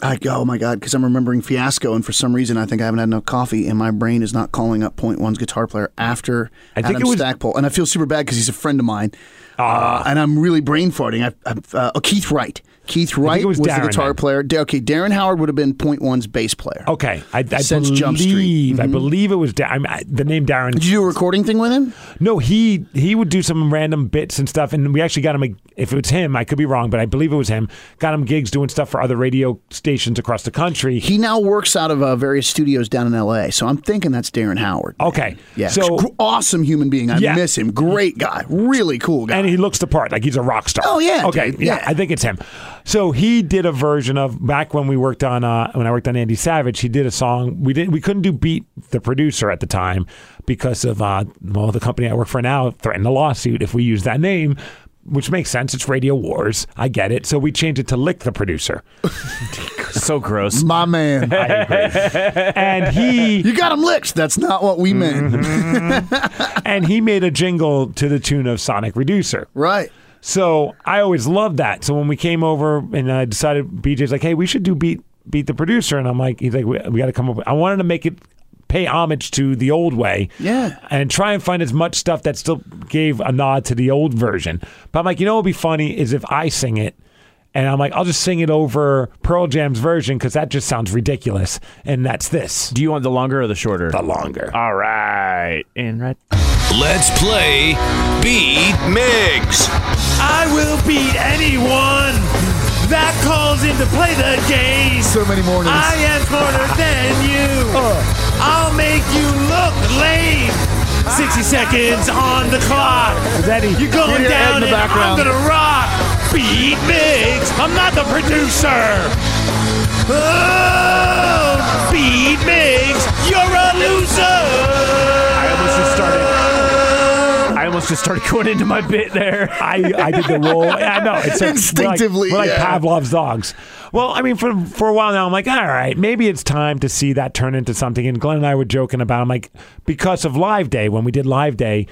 I go, oh my god, because I'm remembering Fiasco, and for some reason I think I haven't had enough coffee, and my brain is not calling up Point One's guitar player after I think Adam it was- Ah. Stackpole, and I feel super bad because he's a friend of mine, uh, and I'm really brain farting. I, I, uh, oh, Keith Wright, Keith Wright it was was the Darren guitar then. player. Da- okay, Darren Howard would have been Point One's bass player. okay, I, I Since believe Jump Street. Mm-hmm. I believe it was da- I'm, I, the name Darren. Did you do a recording thing with him? No, he he would do some random bits and stuff, and we actually got him. A, if it was him, I could be wrong, but I believe it was him. Got him gigs doing stuff for other radio stations across the country. He now works out of uh, various studios down in L.A., so I'm thinking that's Darren Howard. okay, Yeah, Oh, so Gr- awesome human being. I Yeah. miss him. Great guy, really cool guy. and he looks the part like he's a rock star. Oh, yeah, okay, dude, yeah, yeah. I think it's him. So he did a version of back when we worked on uh, when I worked on Andy Savage. He did a song we didn't we couldn't do beat the producer at the time because of uh, well the company I work for now threatened a lawsuit if we use that name. Which makes sense. It's Radio Wars. I get it. So we changed it to Lick the Producer. so gross. my man, And he you got him licked. That's not what we meant. and he made a jingle to the tune of Sonic Reducer. Right. So I always loved that. So when we came over and I decided, BJ's like, hey, we should do beat beat the producer, and I'm like, he's like, we, we got to come up. With, I wanted to make it pay homage to the old way, Yeah. and try and find as much stuff that still gave a nod to the old version. But I'm like, you know, what'd be funny is if I sing it. And I'm like, I'll just sing it over Pearl Jam's version because that just sounds ridiculous. And that's this. Do you want the longer or the shorter? The longer. All right, and right. Let's play Beat Migs. I will beat anyone that calls in to play the game. So many mornings. I am smarter than you. Oh. I'll make you look lame. 60 seconds on the clock. You're going Hear Ed in down the and I'm background. going to rock. Beat Migs. I'm not the producer. Oh, beat Migs. You're a loser. I almost just started. I almost just started going into my bit there. I, I did the roll. I know it's like, Instinctively, We're like, we're yeah. like Pavlov's dogs. Well, I mean, for for a while now, I'm like, all right, maybe it's time to see that turn into something. And Glenn and I were joking about. it. I'm like, because of Live Day, when we did Live Day,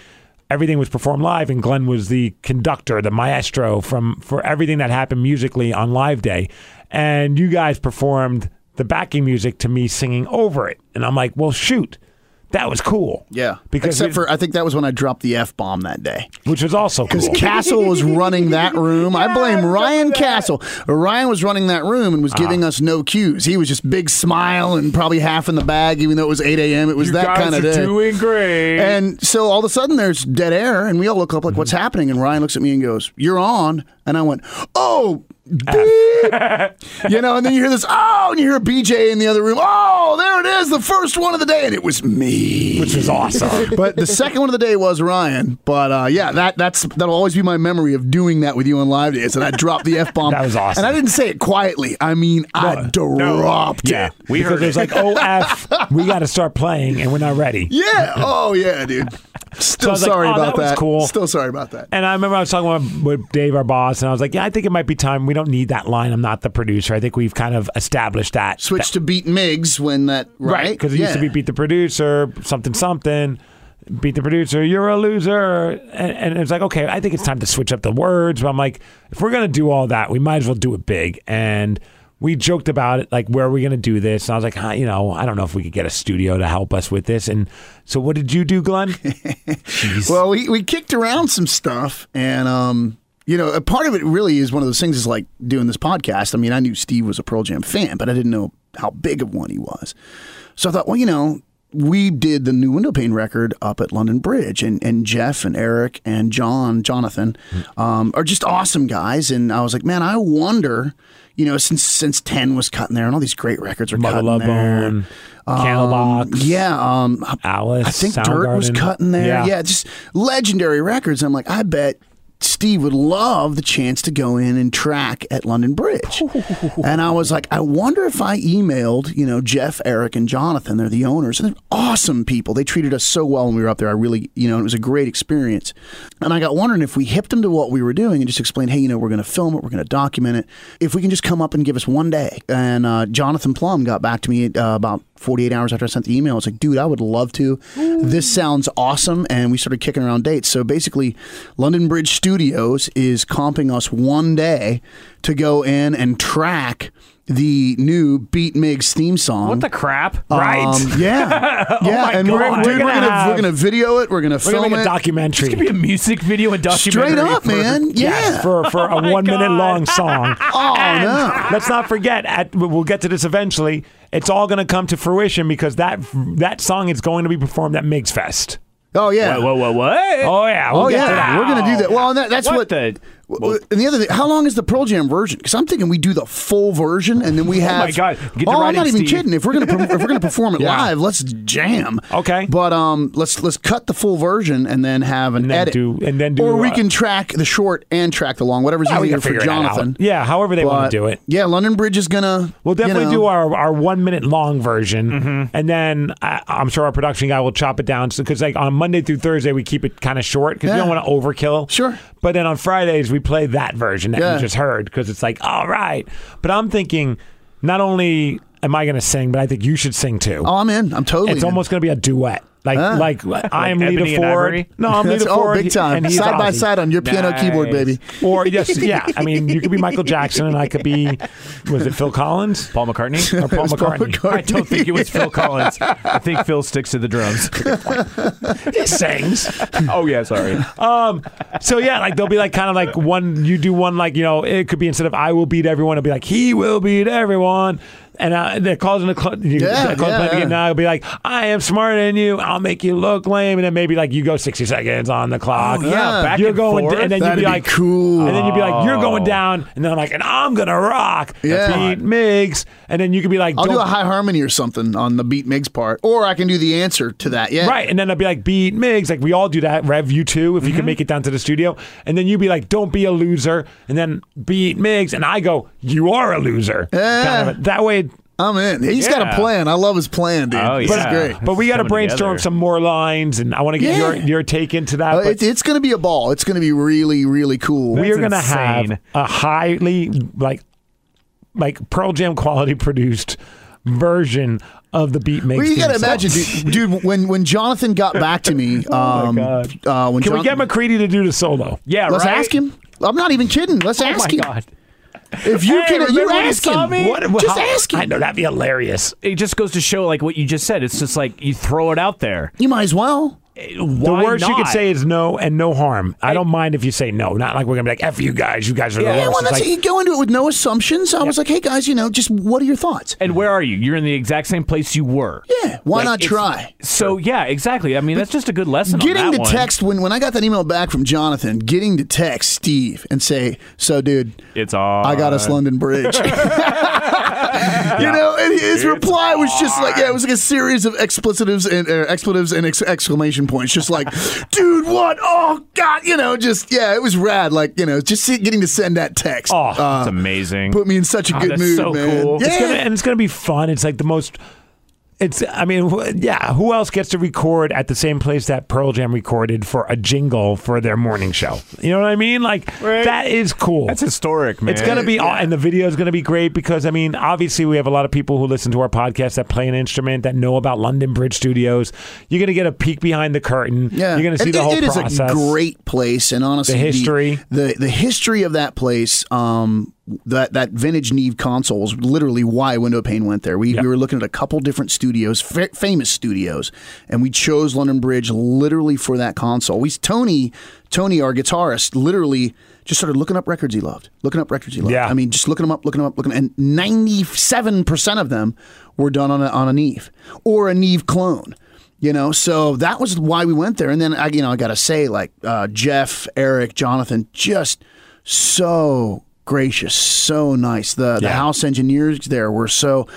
everything was performed live, and Glenn was the conductor, the maestro from for everything that happened musically on Live Day, and you guys performed the backing music to me singing over it, and I'm like, well, shoot. That was cool. Yeah. Because Except we- for I think that was when I dropped the F bomb that day. which was also cool. Castle was running that room. I blame Ryan Castle. Ryan was running that room and was giving us no cues. He was just big smile and probably half in the bag, even though it was 8 a.m. It was that kind of day. doing great. and so all of a sudden there's dead air, and we all look up like, what's happening? And Ryan looks at me and goes, You're on. And I went, Oh, beep." you know, and then you hear this, Oh, and you hear BJ in the other room, Oh, there it is, the first one of the day. And it was me. which was awesome. but the second one of the day was Ryan. But uh, yeah, that that's that'll always be my memory of doing that with you on live days. And I dropped the f bomb. That was awesome. And I didn't say it quietly. I mean, I dropped Yeah, it. we because heard it was like, oh f, we got to start playing, and we're not ready. Yeah. Oh yeah, dude. So I Still was like, sorry oh, about that was cool. Still sorry about that. And I remember I was talking with- with Dave, our boss, and I was like, yeah, I think it might be time. We don't need that line. I'm not the producer. I think we've kind of established that. Switched to beat Migs when that right Because it used to Yeah. be beat the producer, something, something, beat the producer, you're a loser. And, and it's like, okay, I think it's time to switch up the words. But I'm like, if we're going to do all that, we might as well do it big. And we joked about it, like, where are we going to do this? And I was like, huh, you know, I don't know if we could get a studio to help us with this. And so, what did you do, Glenn? Well, we, we kicked around some stuff, and um, you know, a part of it really is one of those things is like doing this podcast. I mean, I knew Steve was a Pearl Jam fan, but I didn't know how big of one he was. So I thought, well, you know, we did the new window pane record up at London Bridge, and, and Jeff and Eric and John, Jonathan, um, are just awesome guys. And I was like, man, I wonder, you know, since since Ten was cut in there, and all these great records are Mother cut Love in there. Um, Bone, Candlebox, Yeah, um, Alice. I think Dirt was Soundgarden. cutting there. Yeah. just legendary records. I'm like, I bet Steve would love the chance to go in and track at London Bridge. and I was like, I wonder if I emailed, you know, Jeff, Eric, and Jonathan. They're the owners, and they're awesome people. They treated us so well when we were up there. I really, you know, it was a great experience. And I got wondering if we hipped them to what we were doing and just explained, hey, you know, we're going to film it, we're going to document it. If we can just come up and give us one day. And uh, Jonathan Plum got back to me uh, about 48 hours after I sent the email. I was like, dude, I would love to. This sounds awesome. And we started kicking around dates. So basically, London Bridge Studios is comping us one day to go in and track the new Beat Migs theme song. What the crap? Um, yeah. yeah. my and we're, God. dude, we're We're gonna gonna, have- we're gonna video it. We're gonna We're film going to make a it. documentary. This could be a music video and documentary. Straight up, for- man. Yeah. Yes, for, for a one minute God. long song. Oh no. Let's not forget. At, we'll get to this eventually. It's all going to come to fruition because that that song is going to be performed at Migs Fest. Oh yeah. Whoa, whoa, what? Oh yeah. We'll oh get yeah. to that. We're gonna do that. Well, and that, that's What what. the- w- w- and the other thing, how long is the Pearl Jam version? Because I'm thinking we do the full version, and then we have. my God. Get the oh, right I'm not in, even Steve. kidding. If we're gonna per- if we're gonna perform it Yeah. live, let's jam. Okay. But um, let's let's cut the full version and then have an And then edit. do- and then do, or we uh, can track the short and track the long, whatever's Yeah, we can easier Oh, for figure that out. Jonathan. Yeah, however they want But, to do it. Yeah, London Bridge is gonna. We'll definitely you know, do our, our one minute long version, and then I, I'm sure our production guy will chop it down because like on Monday through Thursday we keep it kind of short because we Yeah. don't want to overkill. Sure. But then on Fridays we play that version that Yeah. you just heard because it's like all right. But I'm thinking, not only am I going to sing, but I think you should sing too. Oh, I'm in. I'm totally. it's in. almost going to be a duet. Like, like I am Ebony Lita and Ford. Ivory? No, I'm Ah. That's, Lita oh, Ford. big time. and he's Side by Ozzy. side on your piano keyboard, baby. Or yes, yeah. I mean, you could be Michael Jackson, and I could be, was it Phil Collins? Paul McCartney? Or Paul was Paul McCartney. McCartney. I don't think it was Phil Collins. I think Phil sticks to the drums. He sings. oh yeah, sorry. Um, so yeah, like they'll be like kind of like one. You do one like you know it could be instead of I will beat everyone, it'll be like he will beat everyone. And uh, they're causing the cl- you, Yeah, they're causing yeah, playing the yeah. game now. It'll be like I am smarter than you. I'll make you look lame. And then maybe like you go sixty seconds on the clock. Oh, yeah, back you're and going, forth? and then you'd That'd be be like cool. And then you'd be like you're going down, and then I'm like and I'm gonna rock. Yeah. beat Migs, and then you could be like I'll do don't- a high harmony or something on the beat mix part, or I can do the answer to that. Yeah, Right, and then I'd be like, beat Migs, like we all do that. Rev you too, if you Mm-hmm. can make it down to the studio, and then you'd be like, don't be a loser, and then beat Migs, and I go, you are a loser. Ah. Kind of a- that way, I'm in. He's got Yeah. a plan. I love his plan, dude. Oh, this yeah. is great. but we got to coming brainstorm together. some more lines, and I want to get Yeah. your your take into that. Uh, but it, it's going to be a ball. It's going to be really, really cool. we are going to insane. have a highly like like Pearl Jam quality produced version of the beat Migs. Well, you theme got to song. imagine, dude, dude. When when Jonathan got back to me, Oh um, uh, when Can we Jon- get McCready to do the solo? Yeah, Let's right? ask him. I'm not even kidding. Let's Oh my ask him. god. If you Hey, can, remember you when you ask saw him. me? What, Just how- ask him. I know that'd be hilarious. It just goes to show like what you just said. It's just like you throw it out there. You might as well. The Why worst you could not? say is no and no harm. I don't mind if you say no. Not like we're gonna be like f you guys. You guys are Yeah, the Yeah, worst. well, It's that's like, you go into it with no assumptions. I was like, hey guys, you know, just what are your thoughts? And where are you? You're in the exact same place you were. Yeah, why not try? So yeah, exactly. I mean, that's just a good lesson. Getting on that to one. text when when I got that email back from Jonathan, getting to text Steve and say, so dude, It's all. I got us London Bridge. you know, and his reply was just like, yeah, it was like a series of explicitives and er, expletives and ex- exclamation points, just like, dude, what? Oh God, you know, just yeah, it was rad. Like you know, just see- getting to send that text uh, Oh, It's amazing. put me in such a Oh, good that's mood, so man. cool. it's Yeah. gonna, and it's gonna be fun. It's like the most. It's. I mean, wh- yeah. Who else gets to record at the same place that Pearl Jam recorded for a jingle for their morning show? You know what I mean? Like Right. that is cool. That's historic, man. It's gonna be, aw- and the video is gonna be great because I mean, obviously, we have a lot of people who listen to our podcast that play an instrument that know about London Bridge Studios. You're gonna get a peek behind the curtain. Yeah, you're gonna see And the it- whole It is process. a great place, and honestly, The history. the the, history of that place um, that that vintage Neve console is literally why window pane went there. We, we were looking at a couple different studios, fa- famous studios, and we chose London Bridge literally for that console. We Tony Tony our guitarist literally just started looking up records he loved, looking up records he loved. Yeah. I mean, just looking them up, looking them up, looking, and ninety seven percent of them were done on a, on a Neve or a Neve clone. You know, so that was why we went there. And then I, you know, I gotta say, like uh, Jeff, Eric, Jonathan, just so gracious, so nice. The the Yeah. house engineers there were so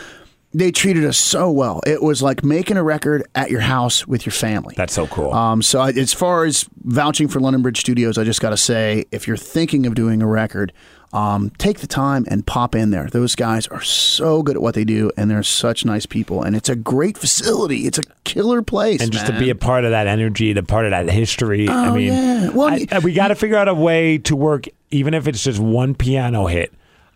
they treated us so well. It was like making a record at your house with your family. That's so cool. Um, so I, as far as vouching for London Bridge Studios, I just got to say, if you're thinking of doing a record, um, take the time and pop in there. Those guys are so good at what they do, and they're such nice people. And it's a great facility. It's a killer place. and just to man. Oh, be a part of that energy, to part of that history. I mean, yeah. Well, I- you- I- we got to figure out a way to work, even if it's just one piano hit.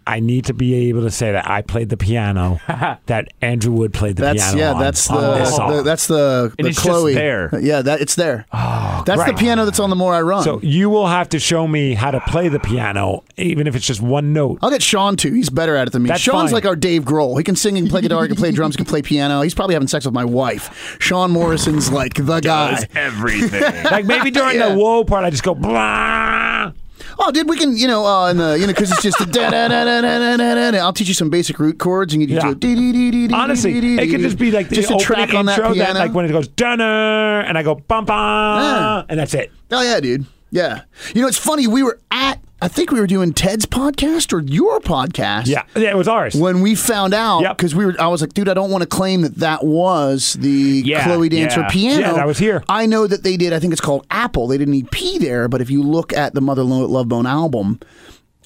I need to be able to say that I played the piano that Andrew Wood played the that's piano. yeah, on- that's on this the, song. the that's the, And the it's just Chloe there. Yeah, that it's there. that's Oh, great. the piano that's on the more I run. So you will have to show me how to play the piano, even if it's just one note. I'll get Sean too. He's better at it than me. That's Sean's fine. like our Dave Grohl. He can sing, he can play guitar, he can play drums, he can play piano. He's probably having sex with my wife. Sean Morrison's like the guy. everything. Like maybe during Yeah. the whoa part, I just go blah. Oh, dude, we can, you know, uh, in the, you know, because it's just a da da da da da da da da. I'll teach you some basic root chords, and you can Yeah. do dee dee dee dee dee. dee dee Honestly, it dee could just be like the just a opening track on that intro, piano. like when it goes dunner, and I go bum bum, Yeah. and that's it. oh yeah, dude, yeah. You know, it's funny. We were at, I think we were doing Ted's podcast or your podcast. Yeah, yeah, it was ours. When we found out, Yep. because we were, I was like, dude, I don't want to claim that that was the Yeah, Chloe Dancer yeah. piano. Yeah, that was here. I know that they did. I think it's called Apple. They didn't need P there, but if you look at the Mother Lo- Love Bone album,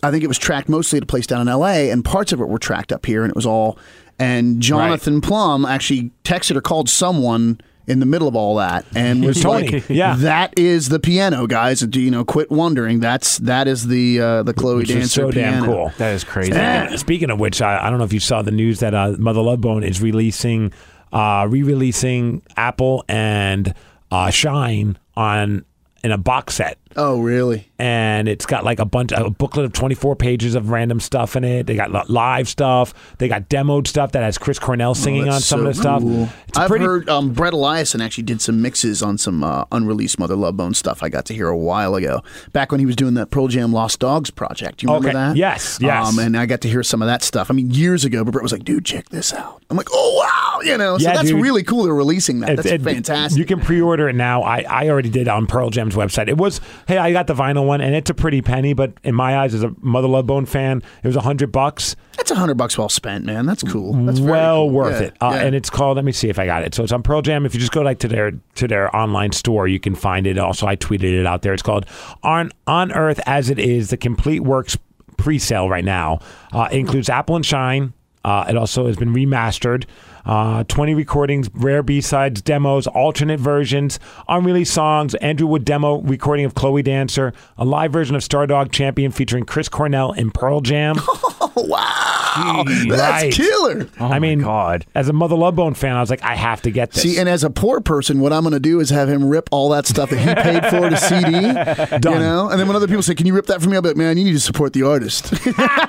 I think it was tracked mostly at a place down in L.A. and parts of it were tracked up here, and it was all. And Jonathan Plum actually texted or called someone in the middle of all that and was Tony, like, yeah. that is the piano, guys. Do you know? Quit wondering. That's that is the uh, the Chloe which Dancer is so piano. damn cool. that is crazy. Speaking, speaking of which, I, I don't know if you saw the news that uh, Mother Love Bone is releasing, uh, re-releasing Apple and uh, Shine on in a box set, Oh, really? and it's got like a bunch a booklet of 24 pages of random stuff in it. They got li- live stuff. They got demoed stuff that has Chris Cornell singing on Oh, That's some so of the stuff. cool. It's a I've pretty heard um, Brett Eliason actually did some mixes on some uh, unreleased Mother Love Bone stuff I got to hear a while ago, back when he was doing that Pearl Jam Lost Dogs project. You remember Okay. that? Yes, yes. Um, and I got to hear some of that stuff. I mean, years ago, but Brett was like, dude, check this out. I'm like, oh, wow. You know, so Yeah, that's dude. really cool. They're releasing that. It's- it- that's fantastic. You can pre-order it now. I, I already did on Pearl Jam's website. It was hey, I got the vinyl one, and it's a pretty penny, but in my eyes, as a Mother Love Bone fan, it was a hundred bucks. that's a hundred bucks well spent, man. That's cool. That's very well cool. worth Yeah, it. Uh, yeah. And it's called. Let me see if I got it. So it's on Pearl Jam. If you just go like to their to their online store, you can find it. Also, I tweeted it out there. It's called on on Earth as it is. The complete works pre-sale right now uh, includes Apple and Shine. Uh, it also has been remastered. Uh, 20 recordings, rare B-sides, demos, alternate versions, unreleased songs, Andrew Wood demo recording of Chloe Dancer, a live version of Stardog Champion featuring Chris Cornell and Pearl Jam. oh, wow. Jeez. that's Right. killer. I mean, God. as a Mother Love Bone fan, I was like, I have to get this. See, and as a poor person, what I'm going to do is have him rip all that stuff that he paid for to CD. You Done. know, and then when other people say, "Can you rip that for me?" I'll be like, "Man, you need to support the artist." well,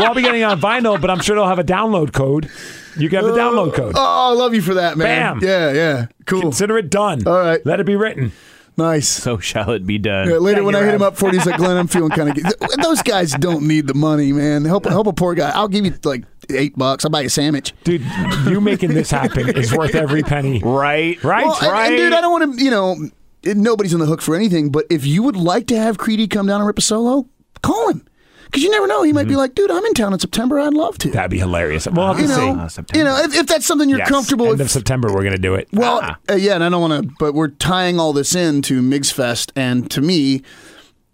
I'll be getting it on vinyl, but I'm sure they'll have a download code. You can have the download code. oh, I love you for that, man. Bam. Yeah, yeah, cool, Consider it done. All right. Let it be written. nice. So shall it be done. Yeah, later, when I you're hit him right. up for it, he's like, "Glenn, I'm feeling kind of." Th- those guys don't need the money, man. Help, help a poor guy. I'll give you like eight bucks. I'll buy you a sandwich. Dude, you making this happen is worth every penny. Right, Right? Well, and- right. and, dude, I don't want to, you know, it- nobody's on the hook for anything, but if you would like to have Creedy come down and rip a solo, call him. Because you never know. He might Mm-hmm. be like, dude, I'm in town in September. I'd love to. That'd be hilarious. Well, I'll have you to know, see. Uh, September. you know, if, if that's something you're Yes. comfortable End with. of September, we're going to do it. well, Ah. uh, yeah, and I don't want to, but we're tying all this in to MIGS Fest, and to me,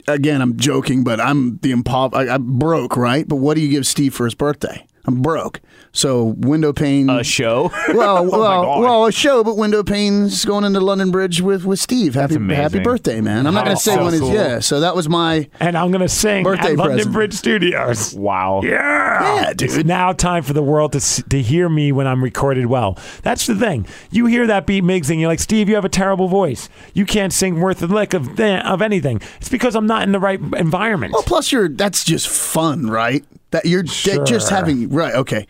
again, I'm joking, but I'm the impov. I, I'm broke, right? But what do you give Steve for his birthday? I'm broke, so window pane. a show. well, Oh my well, God. well, a show, but window panes going into London Bridge with with Steve. Happy, amazing. happy birthday, man! I'm not going Wow. to say So when it's cool. yeah. So that was my And I'm going to sing Birthday at London present. Bridge Studios. Wow. Yeah. Yeah, dude. It's now time for the world to, s- to hear me when I'm recorded well. That's the thing. You hear that beat Miggs and you're like, Steve, you have a terrible voice. You can't sing worth a lick of, th- of anything. It's because I'm not in the right environment. Well, plus you're that's just fun, right? That you're that just Sure. having right. Okay,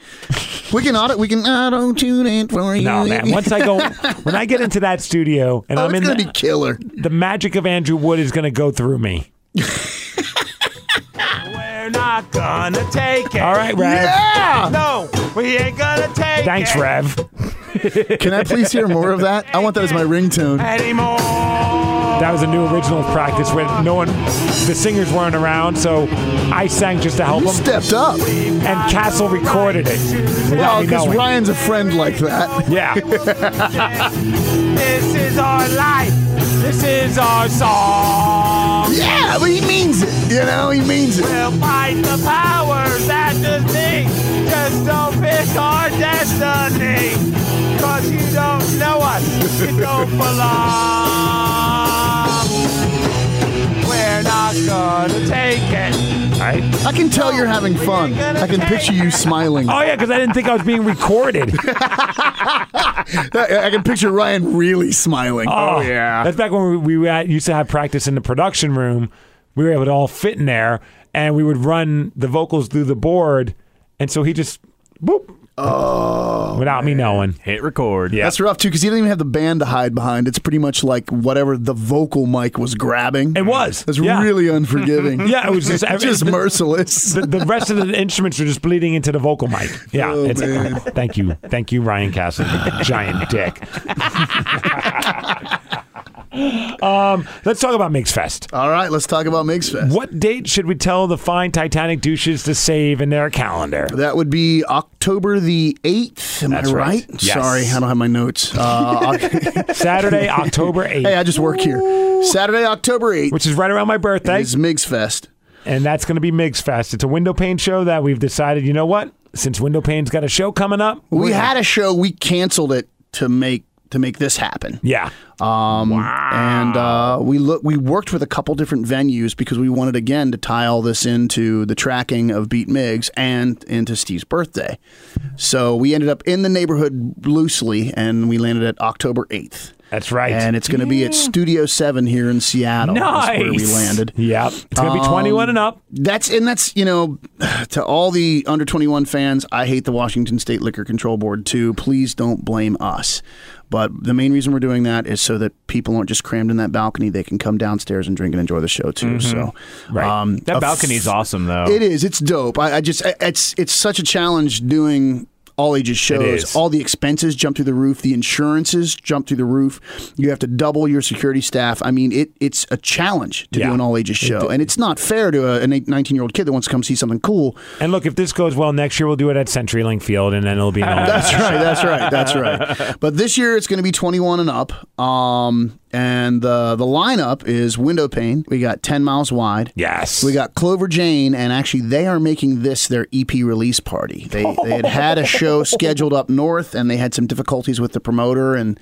we can audit. We can auto tune it for you. No, man. Once I go, when I get into that studio and oh, I'm it's in gonna the, be killer. the magic of Andrew Wood is going to go through me. We're not gonna take it. All right, Rev. Yeah. No, we ain't gonna take Thanks, it Rev. Can I please hear more of that? I want that as my ringtone. anymore. That was a new original practice where no one, the singers weren't around, so I sang just to help You them. stepped up. and Castle recorded it. without Well, me because knowing. Ryan's a friend like that. Yeah. This is our life. This is our song. Yeah, but he means it. You know, he means it. We'll fight the powers that just be. Just don't pick our destiny. Cause you don't know us. You don't belong. We're not gonna take it. I can tell you're having fun. I can picture you smiling. Oh, I, yeah, because I didn't think I was being recorded. I can picture Ryan really smiling. Oh, That's back when we, we were at- used to have practice in the production room. We were able to all fit in there, and we would run the vocals through the board. And so he just, boop. Oh. Without me knowing. Hit record. Yeah. That's rough too, because he didn't even have the band to hide behind. It's pretty much like whatever the vocal mic was grabbing. It was. That's yeah. really unforgiving. Yeah, it was just. just the- merciless. The, the rest of the instruments are just bleeding into the vocal mic. Yeah, Oh, it's, man. thank you, thank you, Ryan Castle, you giant dick. um, let's talk about Mix Fest. All right, let's talk about Migs Fest. What date should we tell the fine Titanic douches to save in their calendar? That would be October the 8th. Am That's I right. right? Yes. Sorry, I don't have my notes. Uh, Oc- Saturday, October hey, 8th, I just work here. Saturday, October 8th which is right around my birthday, is Migs Fest. and that's going to be Migs Fest. It's a window pane show that we've decided, you know what? Since window pane's got a show coming up, We had a show, we canceled it to make to make this happen. yeah, Um, And uh, we look, we worked with a couple different venues because we wanted again to tie all this into the tracking of Beat Migs and into Steve's birthday. So we ended up in the neighborhood loosely, and we landed at October eighth. that's right. And it's going to be at Studio Seven here in Seattle. is nice. where we landed. Um, Yep, it's going to be 21 and up. That's and that's you know, to all the under twenty one fans, I hate the Washington State Liquor Control Board too. Please don't blame us. But the main reason we're doing that is so that people aren't just crammed in that balcony. They can come downstairs and drink and enjoy the show too. So, um, Right. That a balcony's awesome, though. it is. It's dope. I, I just I- it's it's such a challenge doing all ages is. shows. All the expenses jump through the roof. The insurances jump through the roof. You have to double your security staff. I mean, it it's a challenge to Yeah. do an all ages show, and it's not fair to a, an eight, 19 year old kid that wants to come see something cool. And look, if this goes well next year, we'll do it at CenturyLink Field, and then it'll be. An all- That's right. That's right. That's right. But this year it's going to be 21 and up. Um, and the the lineup is Window Pane. We got 10 miles wide. yes, We got Clover Jane, and actually, they are making this their EP release party. They, they had had a show scheduled up north, and they had some difficulties with the promoter. And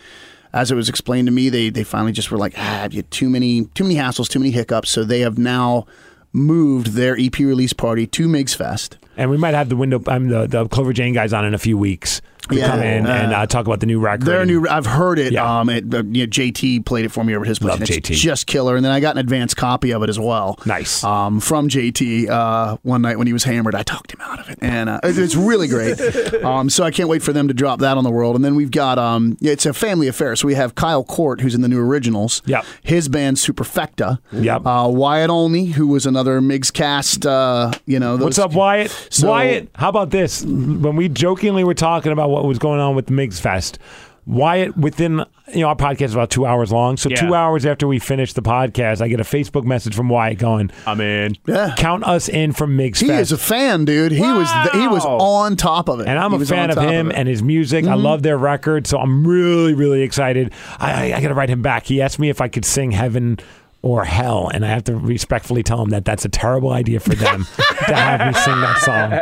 as it was explained to me, they they finally just were like, "Ah, you too many too many hassles, too many hiccups." So they have now moved their EP release party to Migs Fest. and we might have the window. I'm the, the Clover Jane guys on in a few weeks. to Yeah. come in and uh, talk about the new record. Their and- new, I've heard it. Yeah. Um, it, uh, you know, JT played it for me over at his place. Love and it's JT. just killer. And then I got an advanced copy of it as well. Nice. Um, from JT uh, one night when he was hammered, I talked him out of it, and uh, it- it's really great. um, so I can't wait for them to drop that on the world. And then we've got um, yeah, it's a family affair. So we have Kyle Court, who's in the new originals. Yep. His band Superfecta. Yep. Uh, Wyatt Olney, who was another Migs cast. Uh, you know. What's those- up, Wyatt? So- Wyatt, how about this? When we jokingly were talking about what was going on with the Migs Fest, Wyatt, within you know our podcast is about two hours long, so Yeah. two hours after we finish the podcast, I get a Facebook message from Wyatt going, I'm in. Yeah. "Count us in from Migs He Fest." is a fan, dude. He was th- he was Wow. on top of it, And I'm He a was fan on of top him it. Mm-hmm. and his music. I love their record, so I'm really, really excited. I, I, I got to write him back. He asked me if I could sing Heaven or Hell, and I have to respectfully tell him that that's a terrible idea for them to have me sing that song,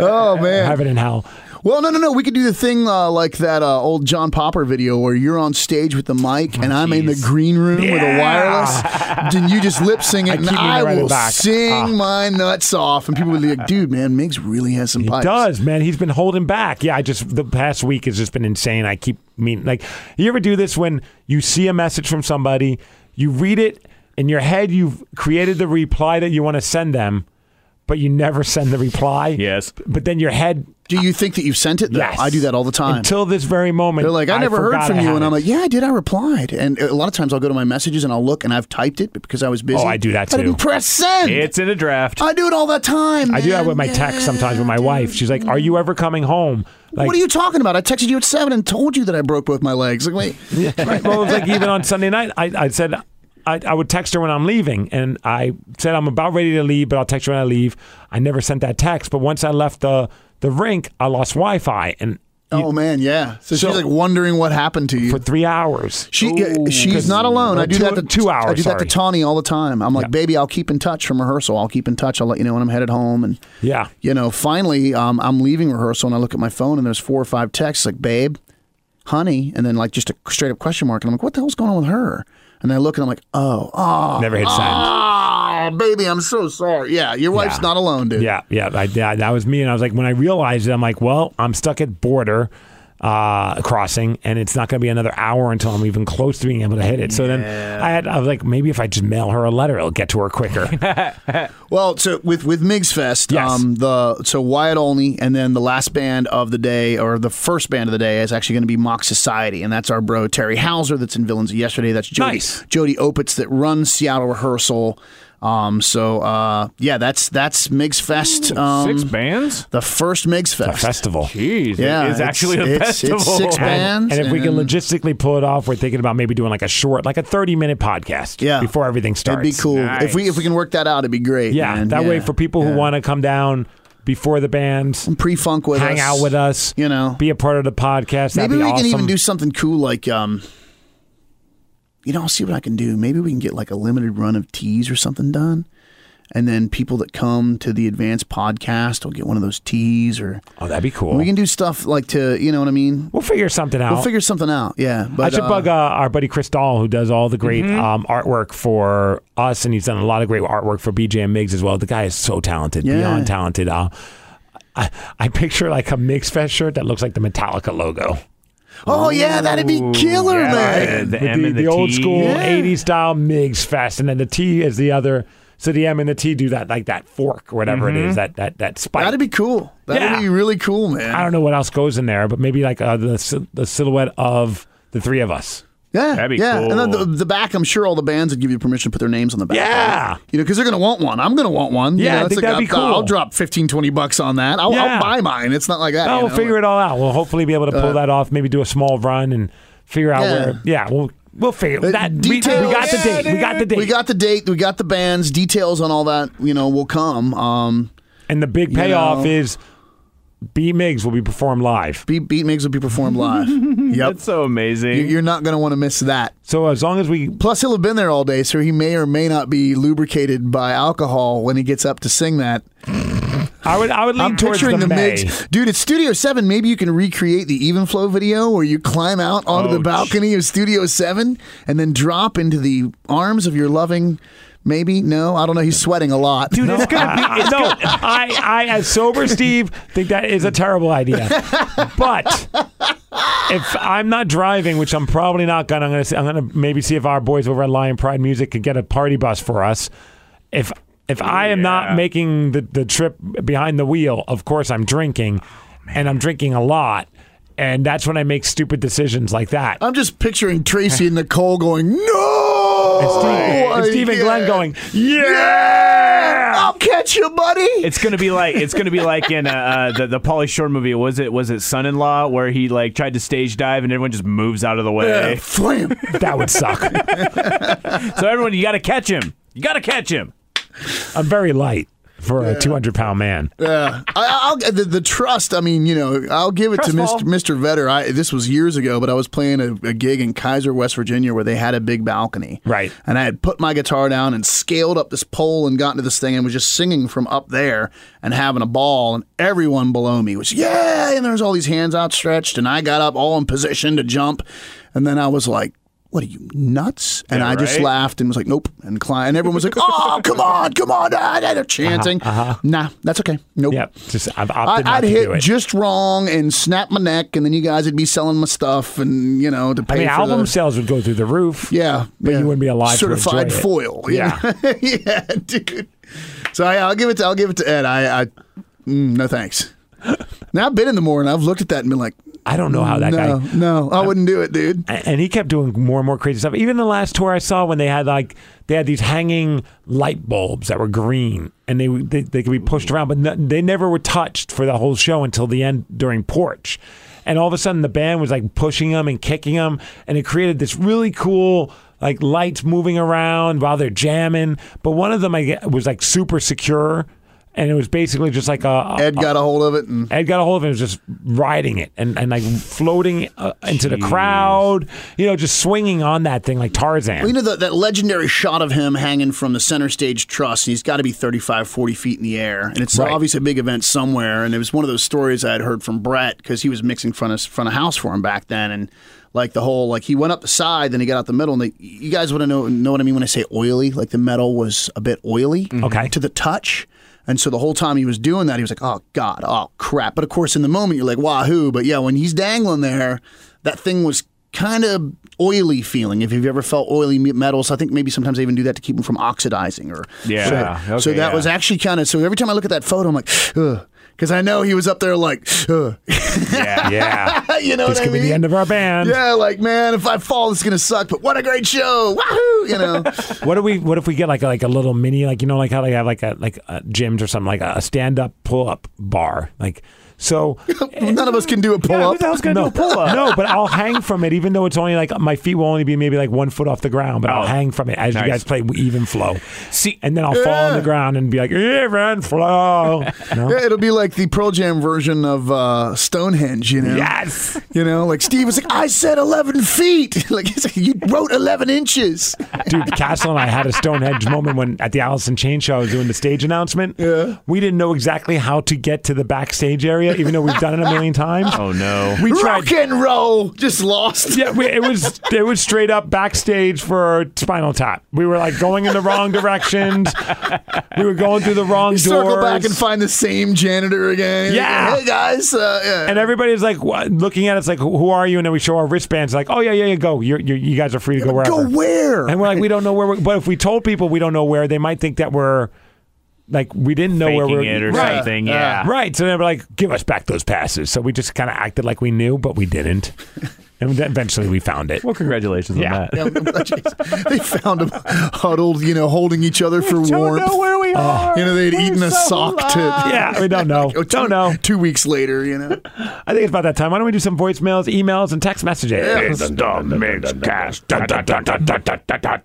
oh man, Heaven and Hell. Well, no, no, no. We could do the thing uh, like that uh, old John Popper video where you're on stage with the Oh, mic and I'm in the green room with a wireless. Then you just lip sing it, and keep meaning to I write it will back. Ah. sing my nuts off. And people would be like, dude, man, Migs really has some He pipes. does, man. He's been holding back. Yeah, I just the past week has just been insane. I keep mean like you ever do this when you see a message from somebody, you read it in your head, you've created the reply that you want to send them, but you never send the reply. Yes. But then your head, Do you think that you've sent it? Though? yes. I do that all the time. Until this very moment. They're like, I, never heard forgot from I you, had and I'm it. like, yeah, I did. I replied, and a lot of times I'll go to my messages and I'll look, and I've typed it because I was busy. Oh, I do that I didn't too. press send. It's in a draft. I do it all the time. I do that man. with my text sometimes with my wife. She's like, "Are you ever coming home?" Like, what are you talking about? I texted you at seven and told you that I broke both my legs. Like, wait, Right. Well, it was like even on Sunday night, I, I said I, I would text her when I'm leaving, and I said I'm about ready to leave, but I'll text her when I leave. I never sent that text, but once I left the the rink, I lost Wi-Fi, and oh man, yeah. So, So- she's like wondering what happened to you. for three hours. she yeah, she's Because- not alone. I do Two- that to two hours, I do that to sorry. Tawny all the time. I'm like, baby, I'll keep in touch from rehearsal. I'll keep in touch. I'll let you know when I'm headed home. And Yeah, you know, finally, um, I'm leaving rehearsal and I look at my phone and there's four or five texts like, babe, honey, and then like just a straight up question mark. And I'm like, what the hell's going on with her? And I look and I'm like, oh, oh, never hit send. oh baby, I'm so sorry. Yeah, your wife's Yeah. not alone, dude. Yeah, yeah, I, yeah, that was me, and I was like, when I realized it, I'm like, well, I'm stuck at border. Uh, crossing, and it's not going to be another hour until I'm even close to being able to hit it. So then I had, I was like, maybe if I just mail her a letter, it'll get to her quicker. Well, so with with Migs Fest, Yes. um, the so Wyatt Olney, and then the last band of the day, or the first band of the day, is actually going to be Mock Society, and that's our bro Terry Hauser, that's in Villains of Yesterday. That's Jody Nice. Jody Opitz that runs Seattle Rehearsal. Um, so uh, yeah, that's that's Migs Fest. Um, Six bands? the first Migs a Fest. festival. Jeez, Yeah, it it's- is actually a it's- it's festival. six bands. And, if we can and- logistically pull it off, we're thinking about maybe doing like a short, like a 30 minute podcast Yeah. before everything starts. It'd be cool if we Nice. if we can work that out. It'd be great. Yeah. man. That way, Yeah. for people who want to come down before the band, pre-funk with hang us, out with us, you know. be a part of the podcast. that'd Maybe be we can even awesome. do something cool like um you know, I'll see what I can do. Maybe we can get like a limited run of teas or something done. And then people that come to the advanced podcast will get one of those teas or Oh, that'd be cool. we We can do stuff like to you know what I mean? will figure something out. We'll figure something out. Yeah. But I should uh, bug uh, our buddy Chris Dahl, who does all the great um, artwork for us, and he's done a lot of great artwork for BJ and Miggs as well. The guy is so talented, Yeah. beyond talented. Uh, I, I picture like a Miggs Fest shirt that looks like the Metallica logo. Oh yeah, that'd be killer, Yeah, man. The, the With M and the, old T. school Yeah. 80s style MIGS fest, and then the T is the other. So the M and the T do that like that fork or whatever it is that that that spike. That'd be cool. That'd Yeah. be really cool, man. I don't know what else goes in there, but maybe like uh, the sil- the silhouette of the three of us. Yeah, That'd be yeah. And then the, cool. the back, I'm sure all the bands would give you permission to put their names on the back. Yeah. right? you know, because they're gonna want one. I'm gonna want one. you Yeah, know, I it's think like, that'd be I'll- I'll cool. drop 15, 20 bucks on that. I'll, Yeah. I'll buy mine. It's not like that. Oh, you we'll know? Uh, figure it all out. We'll hopefully be able to pull that off. Maybe do a small run and figure out Yeah. where. Yeah, we'll we'll figure Uh, that. We, we details. got the Yeah, date. We got the date. We got the date. We got the bands. Details on all that. You know, will come. Um, and the big payoff know. is B Migs will be performed live. beat beat mix will be performed live. yep. That's so amazing. You- You're not gonna want to miss that. So as long as we Plus, he'll have been there all day, so he may or may not be lubricated by alcohol when he gets up to sing that. I would I would lean I'm towards picturing the, May. mix. Dude, it's Studio 7. Maybe you can recreate the Even Flow video where you climb out onto Oh, the balcony of Studio 7 and then drop into the arms of your loving, maybe? No, I don't know. He's sweating a lot. Dude, it's gonna be. It's no, gonna, I, I, as sober Steve, think that is a terrible idea. But if I'm not driving, which I'm probably not gonna, I'm gonna, see, I'm gonna maybe see if our boys over at Lion Pride Music could get a party bus for us. If if I am Yeah. not making the the trip behind the wheel, of course I'm drinking, and I'm drinking a lot, and that's when I make stupid decisions like that. I'm just picturing Tracy and Nicole going, No! Oh, and Steve, and I Steve and Glenn can't. going, yeah! I'll catch you, buddy. it's gonna be like it's gonna be like in uh, uh, the the Polly Shore movie. Was it was it Son in Law where he like tried to stage dive and everyone just moves out of the way? Flam. That would suck. so everyone, you gotta catch him. You gotta catch him. I'm very light for a 200 pound man. Yeah, I, I'll the, the trust. I mean, you know, I'll give it to Trustful. Mr. Mr. Vetter. I, this was years ago, but I was playing a, a gig in Kaiser, West Virginia, where they had a big balcony. Right. And I had put my guitar down and scaled up this pole and gotten to this thing and was just singing from up there and having a ball. And everyone below me was yeah, and there was all these hands outstretched, and I got up all in position to jump, and then I was like. What are you nuts? And Yeah, I just right? laughed and was like, "Nope." And climbed, and everyone was like, "Oh, come on, come on!" Ah, they're chanting. Uh-huh, Nah, that's okay. Nope. Yep. Just I've I, opted not I'd to hit do it. just wrong and snap my neck, and then you guys would be selling my stuff, and you know to I pay mean, for album the, sales would go through the roof. Yeah, but yeah. you wouldn't be alive to enjoy Certified it. foil. you Yeah. know? yeah, dude. So I, I'll give it. To, I'll give it to Ed. I, I mm, no thanks. Now I've been in the morning. I've looked at that and been like, I don't know how that no, guy. no, I wouldn't do it, dude. A- And he kept doing more and more crazy stuff. Even the last tour I saw, when they had like they had these hanging light bulbs that were green, and they they, they could be pushed around, but no, they never were touched for the whole show until the end during porch. And all of a sudden, the band was like pushing them and kicking them, and it created this really cool like lights moving around while they're jamming. But one of them I get, was like super secure, and it was basically just like a, a Ed got a hold of it and Ed got a hold of it and was just riding it and, and like floating uh, into the crowd, you know, just swinging on that thing like Tarzan. Well, you know the, that legendary shot of him hanging from the center stage truss, and he's got to be 35, 40 feet in the air. And it's Right. obviously a big event somewhere. And it was one of those stories I had heard from Brett because he was mixing front of front of house for him back then. And like the whole like he went up the side, then he got out the middle. And they, you guys want to know know what I mean when I say oily? Like the metal was a bit oily, Okay. Mhm. to the touch. And so the whole time he was doing that, he was like, "Oh God, oh crap!" But of course, in the moment, you're like, "Wahoo!" But yeah, when he's dangling there, that thing was kind of oily feeling. If you've ever felt oily me- metals, I think maybe sometimes they even do that to keep them from oxidizing. Or Yeah, so, so okay, that yeah. was actually kind of. So every time I look at that photo, I'm like, ugh. Because I know he was up there like, ugh. Yeah. yeah. you know This what I could be mean? the end of our band. yeah, like man, if I fall, it's gonna suck. But what a great show! Wahoo! You know. What do we? What if we get like a, like a little mini, like you know, like how they have like a like a gyms or something, like a stand up pull up bar, like so. None of us can do a pull Yeah, up. who the hell's gonna no, do a pull up? no, but I'll hang from it, even though it's only like my feet will only be maybe like one foot off the ground, but I'll Oh. hang from it as you Nice. guys play even flow. See, And then I'll fall on Yeah. the ground and be like even flow. No? Yeah, it'll be like the Pearl Jam version of uh, Stonehenge, you know? Yes. You know, like Steve was like, I said 11 feet. like, he's like, you wrote 11 inches. Dude, Castle and I had a Stonehenge moment when at the Allison Chain show I was doing the stage announcement. Yeah. We didn't know exactly how to get to the backstage area, even though we've done it a million times. oh no. We tried. Rock and roll. Just lost. Yeah, we, it was it was straight up backstage for Spinal Tap. We were like going in the wrong directions. We were going through the wrong doors. Circle back and find the same janitor again. Yeah. Hey, guys. Uh, yeah. And everybody's like what, looking at us like, "Who who are you?" And then we show our wristbands, like, "Oh yeah, yeah, yeah, go. You're, you're, you guys are free to go wherever." Go where? And we're like, we don't know where. We're, but if we told people we don't know where, they might think that we're like we didn't know where Faking we're it or right, Uh, something. Yeah. right. So they were like, give us back those passes. So we just kind of acted like we knew, but we didn't. And then eventually we found it. Well, congratulations Yeah. on that. Yeah, jeez. they found them huddled, you know, holding each other for warmth. where we are. Oh. You know, they'd eaten a sock to. Yeah, we don't know. Oh, two- don't know. Two weeks later, you know. I think it's about that time. Why don't we do some voicemails, emails, and text messages? Yeah. It's the mix cast. Dun, dun, dun, dun, dun, dun, dun, dun.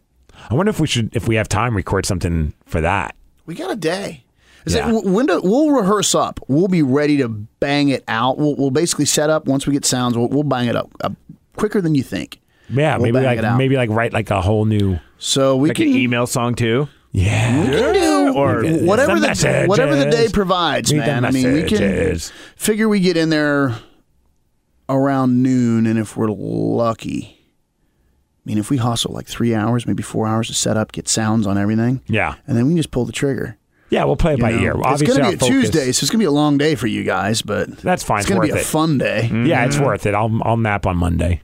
I wonder if we should, if we have time, record something for that. We got a day. Is Yeah. it, w- when do, we'll rehearse up. We'll be ready to bang it out. We'll, we'll basically set up once we get sounds. We'll, we'll bang it up uh, quicker than you think. Yeah, We'll maybe bang it like out. maybe like write like a whole new. So we Like can an email song too. Yeah. we can do or- wh- whatever The the, whatever the day messages. provides, Read the man. I mean, we can messages. figure we get in there around noon, and if we're lucky. I mean, if we hustle like three hours, maybe four hours to set up, get sounds on everything, Yeah. and then we can just pull the trigger. Yeah, we'll play it by you know? ear. It's Obviously, going to our be a focus- Tuesday, so it's going to be a long day for you guys, but That's fine. It's It's going to be worth a it. Mm. fun day. Yeah, it's worth it. I'll I'll nap on Monday.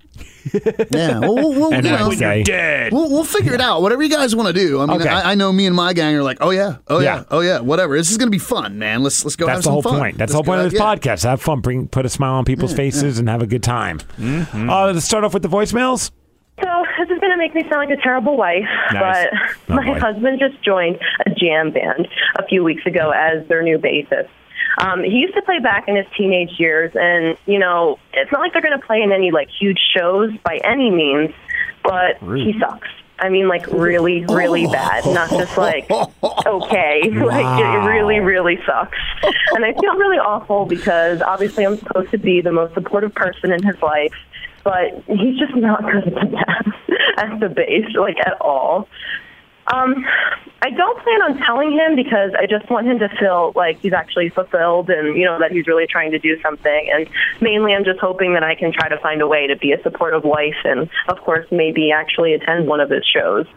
Yeah, well, we'll, we'll, you And know, Wednesday. Dead. we'll, we'll figure it out. Whatever you guys want to do. I mean, Okay. I, I know me and my gang are like, oh yeah, oh yeah, Yeah. oh yeah, whatever. This is gonna be fun, man. Let's let's go. have That's the some whole fun. point. That's Let's the whole point go of this out- podcast. Have fun. Bring put a smile on people's faces and have a good time. Mm-hmm. Uh, let's start off with the voicemails. So this is going to make me sound like a terrible wife, Nice. but Oh, my boy. husband just joined a jam band a few weeks ago as their new bassist. Um, he used to play back in his teenage years, and you know it's not like they're going to play in any like huge shows by any means, but he sucks. I mean, like really, really bad. Not just like okay, like Wow. it really, really sucks. And I feel really awful because obviously I'm supposed to be the most supportive person in his life, but he's just not good at that at the base, like at all. Um, I don't plan on telling him because I just want him to feel like he's actually fulfilled and, you know, that he's really trying to do something. And mainly I'm just hoping that I can try to find a way to be a supportive wife and, of course, maybe actually attend one of his shows.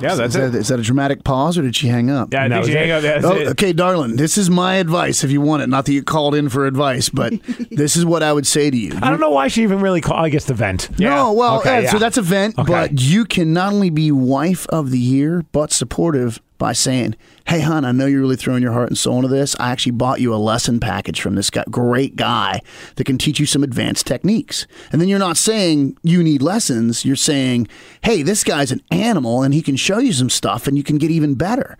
Yeah, that's is it. That, is that a dramatic pause or did she hang up? Yeah, I No, think is she it- hang up. That's Oh, it. okay, darling, this is my advice if you want it. Not that you called in for advice, but this is what I would say to you. I don't know why she even really called. I guess the vent. No, well, Okay, Ed, yeah. so that's a vent, Okay. but you can not only be wife of the year, but supportive by saying, hey, hon, I know you're really throwing your heart and soul into this. I actually bought you a lesson package from this guy, great guy that can teach you some advanced techniques. And then you're not saying you need lessons. You're saying, hey, this guy's an animal and he can show you some stuff and you can get even better.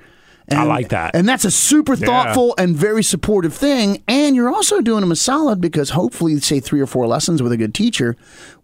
And, like that. And that's a super thoughtful and very supportive thing. And you're also doing him a solid because hopefully, say, three or four lessons with a good teacher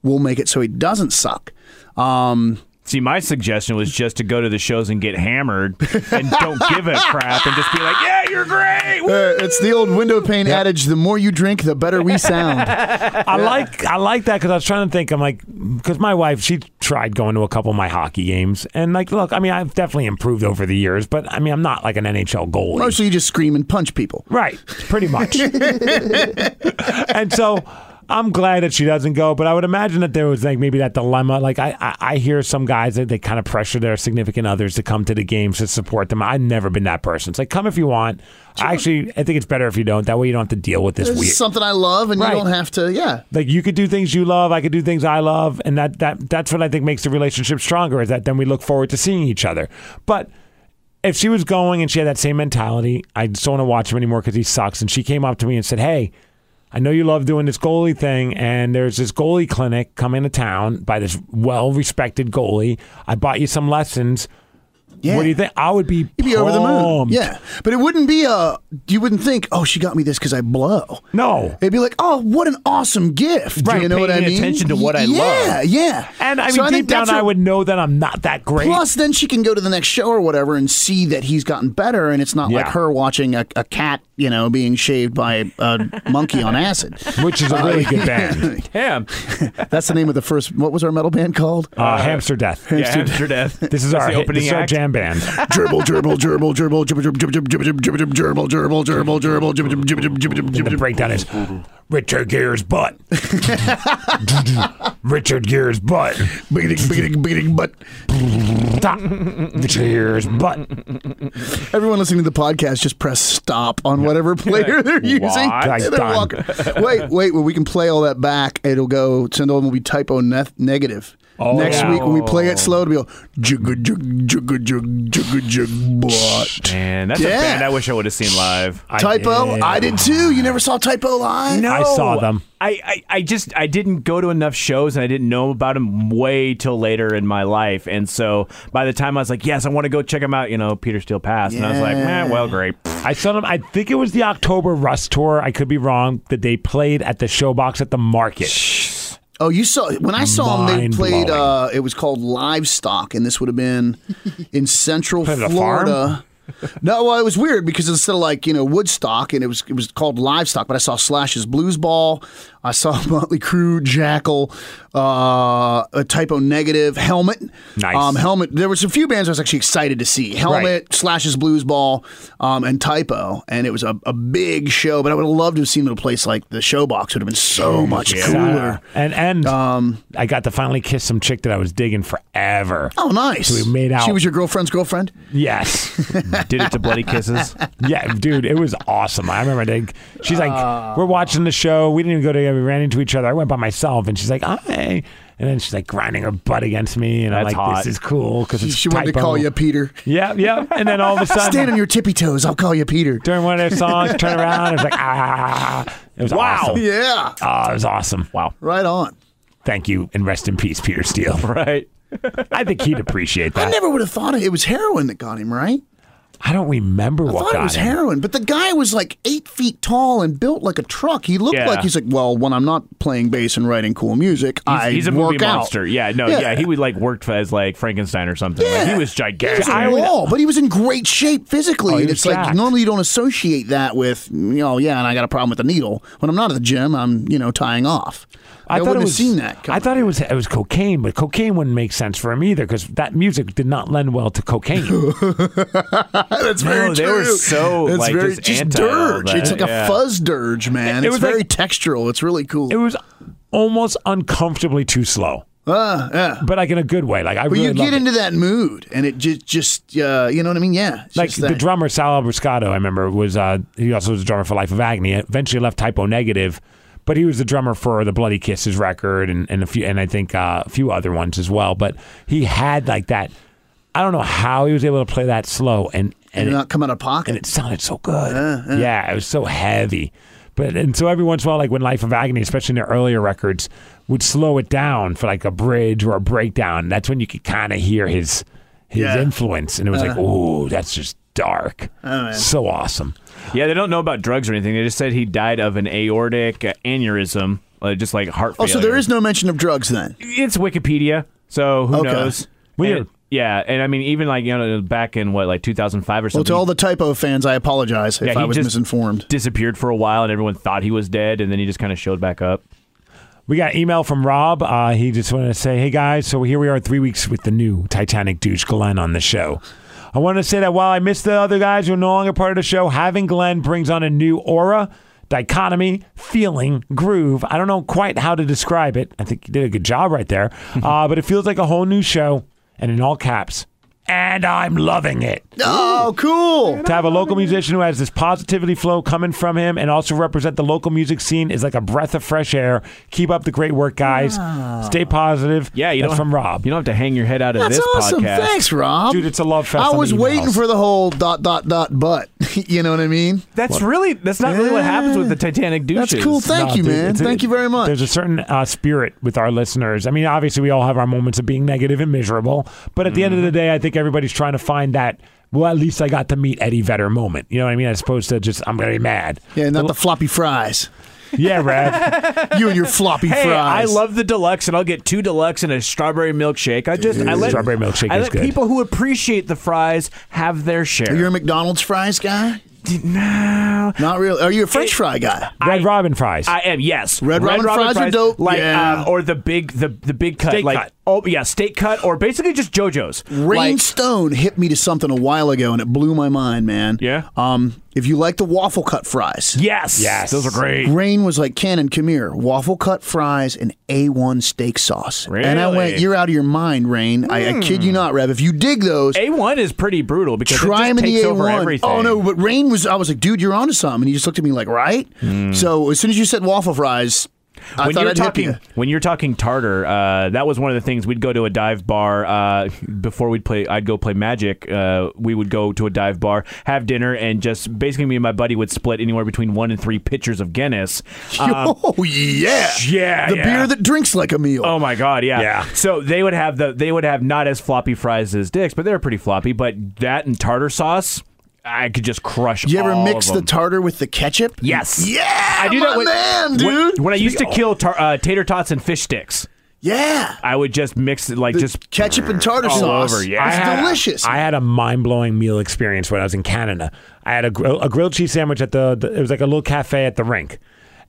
will make it so he doesn't suck. Um, See, my suggestion was just to go to the shows and get hammered and don't give a crap and just be like, yeah, you're great. Woo!" uh, it's the old window pane adage the more you drink, the better we sound. I like I like that because I was trying to think. I'm like, because my wife she tried going to a couple of my hockey games, and like, look, I mean, I've definitely improved over the years, but I mean, I'm not like an NHL goalie. Mostly you just scream and punch people. Right, pretty much. and so I'm glad that she doesn't go, but I would imagine that there was like maybe that dilemma. Like I, I, I hear some guys that they kind of pressure their significant others to come to the games to support them. I've never been that person. It's like come if you want. I actually I think it's better if you don't. That way you don't have to deal with this This weird. is something I love, and Right. you don't have to, yeah. like you could do things you love, I could do things I love, and that that that's what I think makes the relationship stronger. Is that then we look forward to seeing each other. But if she was going and she had that same mentality, I just don't want to watch him anymore because he sucks. And she came up to me and said, "Hey, I know you love doing this goalie thing, and there's this goalie clinic coming to town by this well-respected goalie. I bought you some lessons. yeah. What do you think? I would be You'd be over the moon. pumped. Yeah. But it wouldn't be a, you wouldn't think, oh, she got me this because I blow. No, It'd be like, oh, what an awesome gift. Right, Do you know what I paying mean? attention to what I yeah, love. Yeah, and I mean So deep think down, that's I a- would know that I'm not that great. Plus, then she can go to the next show or whatever and see that he's gotten better, and it's not like Yeah. her watching a, a cat, you know, being shaved by a monkey on acid. which is a really good band. Yeah. That's the name of the first. What was our metal band called? Uh, hamster death. Yeah, hamster death. This is That's our the hit- opening this is our act. jam band. Gerbil, gerbil, gerbil, gerbil, gerbil, gerbil, gerbil, gerbil, gerbil, gerbil, gerbil, gerbil, gerbil, gerbil, gerbil, gerbil, And the gerbil. breakdown is Richard Gere's butt. Richard Gere's butt. Biggity, biggity, biggity, But Ta. Richard Gere's butt. everyone listening to the podcast, just press stop on whatever player they're using. Like, They're done. walking- Wait, wait. When we can play all that back, it'll go. Sendolin will be typo ne- negative. Oh. Next Yeah. week when we play it slow, it'll be all, jugga jug jugga jug jugga jug but. Man, that's Yeah. a band I wish I would have seen live. I Typo, did. I did too. You never saw typo live? I saw them. I, I, I just I didn't go to enough shows and I didn't know about them way till later in my life. And so by the time I was like, yes, I want to go check them out, you know, Peter Steele passed. And I was like, Yeah. man, well, great. I saw them. I think it was the October Rust tour. I could be wrong. That they played at the Showbox at the Market. Oh, you saw when I saw them. They Mind played. blowing. Uh, it was called Livestock, and this would have been in Central Played at a Florida. No, well, it was weird because instead of like you know Woodstock, and it was it was called Livestock. But I saw Slash's Blues Ball. I saw Motley Crue, Jackal, uh, a typo negative, Helmet. Nice. Um, Helmet. There was a few bands I was actually excited to see. Helmet, Slash's Blues Ball, um, and Typo, and it was a, a big show. But I would have loved to have seen it at a place like the Showbox. Would have been so much cooler. And and um, I got to finally kiss some chick that I was digging forever. Oh, nice. So we made out. She was your girlfriend's girlfriend? Yes. Did it to Bloody Kisses. Yeah, dude, it was awesome. I remember. They, she's like, Uh. "We're watching the show. We didn't even go together. We ran into each other. I went by myself." And she's like, "Hi," and then she's like grinding her butt against me, and I'm like, That's hot. "This is cool because it's She wanted to typo. call you Peter. Yeah, yeah. And then all of a sudden, Stand on your tippy toes. I'll call you Peter. during one of their songs, turn around. and It was like, ah, it was wow. Awesome. Yeah. Oh, it was awesome. Wow. Right on. Thank you, and rest in peace, Peter Steele. right. I think he'd appreciate I that. never would have thought it was heroin that got him, right? I don't remember I what thought got it was him. heroin, but the guy was like eight feet tall and built like a truck. He looked Yeah. like he's like, well, when I'm not playing bass and writing cool music, He's, I he's a work movie out. monster. Yeah, no, yeah. He would like worked for- as like Frankenstein or something. Like, Yeah. he was gigantic. I wall, but he was in great shape physically. Oh, he and was it's like jacked. normally you don't associate that with, you know, yeah, and I got a problem with the needle. When I'm not at the gym, I'm, you know, tying off. I, thought wouldn't it have was, seen that. I thought it was it was cocaine, but cocaine wouldn't make sense for him either because that music did not lend well to cocaine. That's No, very they true. were so, That's like, very just anti all dirge. that, It's like a yeah. fuzz dirge, man. It it's was very like- textural. It's really cool. it was almost uncomfortably too slow. Uh, yeah. but like in a good way. Like I But really you loved get it. into that mood, and it just, just uh, you know what I mean? Yeah. it's like just the that. drummer Sal Bruscato, I remember was uh, he also was a drummer for Life of Agony. Eventually left Typo Negative, but he was the drummer for the Bloody Kisses record and, and a few and I think uh, a few other ones as well. But he had like that. I don't know how he was able to play that slow and and and you're it, not coming out of and pocket. it sounded so good. Yeah, it was so heavy. But and so every once in a while, like when Life of Agony, especially in their earlier records, would slow it down for like a bridge or a breakdown. That's when you could kind of hear his his Yeah. influence, and it was like, ooh, that's just dark. so awesome. Yeah, they don't know about drugs or anything. They just said he died of an aortic uh, aneurysm, uh, just like heart oh, failure. so there is no mention of drugs then. It's Wikipedia, so who Okay. knows? Weird. And- yeah, and I mean, even like you know, back in what like 2005 or Well, something. to all the typo fans, I apologize if Yeah, he I was just- misinformed. disappeared for a while, and everyone thought he was dead, and then he just kind of showed back up. We got email from Rob. Uh, he just wanted to say, hey guys, so here we are three weeks with the new Titanic douche Glenn on the show. I want to say that while I miss the other guys who are no longer part of the show, having Glenn brings on a new aura, dichotomy, feeling, groove. I don't know quite how to describe it. I think you did a good job right there. uh, but it feels like a whole new show, and in all caps, and I'm loving it Oh, cool. to have a local musician who has this positivity flow coming from him and also represent the local music scene is like a breath of fresh air. Keep up the great work, guys. Ah. Stay positive. Yeah, you That's don't from Rob. You don't have to hang your head out of That's this awesome. podcast. Thanks, Rob. Dude, it's a love fest I on was the waiting emails. for the whole dot, dot, dot, but. you know what I mean? That's really that's not really what happens with the Titanic douches. That's cool. Thank Nah, you, dude, man. it's a- Thank you very much. There's a certain uh, spirit with our listeners. I mean, obviously, we all have our moments of being negative and miserable, but at the end of Mm-hmm. the day, I think everybody's trying to find that. Well, at least I got to meet Eddie Vedder moment. You know what I mean? As opposed to just I'm gonna be mad. yeah, not the floppy fries. Yeah, Rev. You and your floppy Hey, I fries. love the deluxe, and I'll get two deluxe and a strawberry milkshake. I just I let Strawberry milkshake I is let good. people who appreciate the fries have their share. Are you a McDonald's fries guy? no, Not really. Are you a French fry guy? Red Robin fries. I am. Yes, Red Robin fries are dope. Like Yeah. um, or the big the the big cut Steak like cut. oh yeah steak cut or basically just JoJo's. Rain Like, Stone hit me to something a while ago, and it blew my mind, man. Yeah? Um, if you like the waffle cut fries, yes, uh, Yes. those are great. Rain was like, Cannon, come here. Waffle cut fries and A1 steak sauce. And I went, Really? Hmm. You're out of your mind, Rain. I, I kid you not, Rev. If you dig those, A one is pretty brutal because try it them just in the takes over A1. everything. Oh, no, but Rain was, I was like, Dude, you're onto something. And he just looked at me like, Right? So as soon as you said waffle fries, I Hmm. when thought you're I'd talking hip you. when you're talking tartar, uh, that was one of the things we'd go to a dive bar uh, before we'd play. I'd go play Magic. Uh, we would go to a dive bar, have dinner, and just basically me and my buddy would split anywhere between one and three pitchers of Guinness. Um, oh, yeah. yeah, The yeah. beer that drinks like a meal. Oh my god, yeah. Yeah. So they would have the they would have not as floppy fries as dicks, but they were pretty floppy. But that and tartar sauce, I could just crush. You ever all mix of the them. tartar with the ketchup? Yes. Yeah, I do my that with man, When, dude. when I used to kill tar- uh, tater tots and fish sticks, yeah, I would just mix it like just ketchup and tartar all sauce. over, yeah. Ah. it's I had- delicious. I had a mind blowing meal experience when I was in Canada. I had a, grill, a grilled cheese sandwich at the, the- it was like a little cafe at the rink,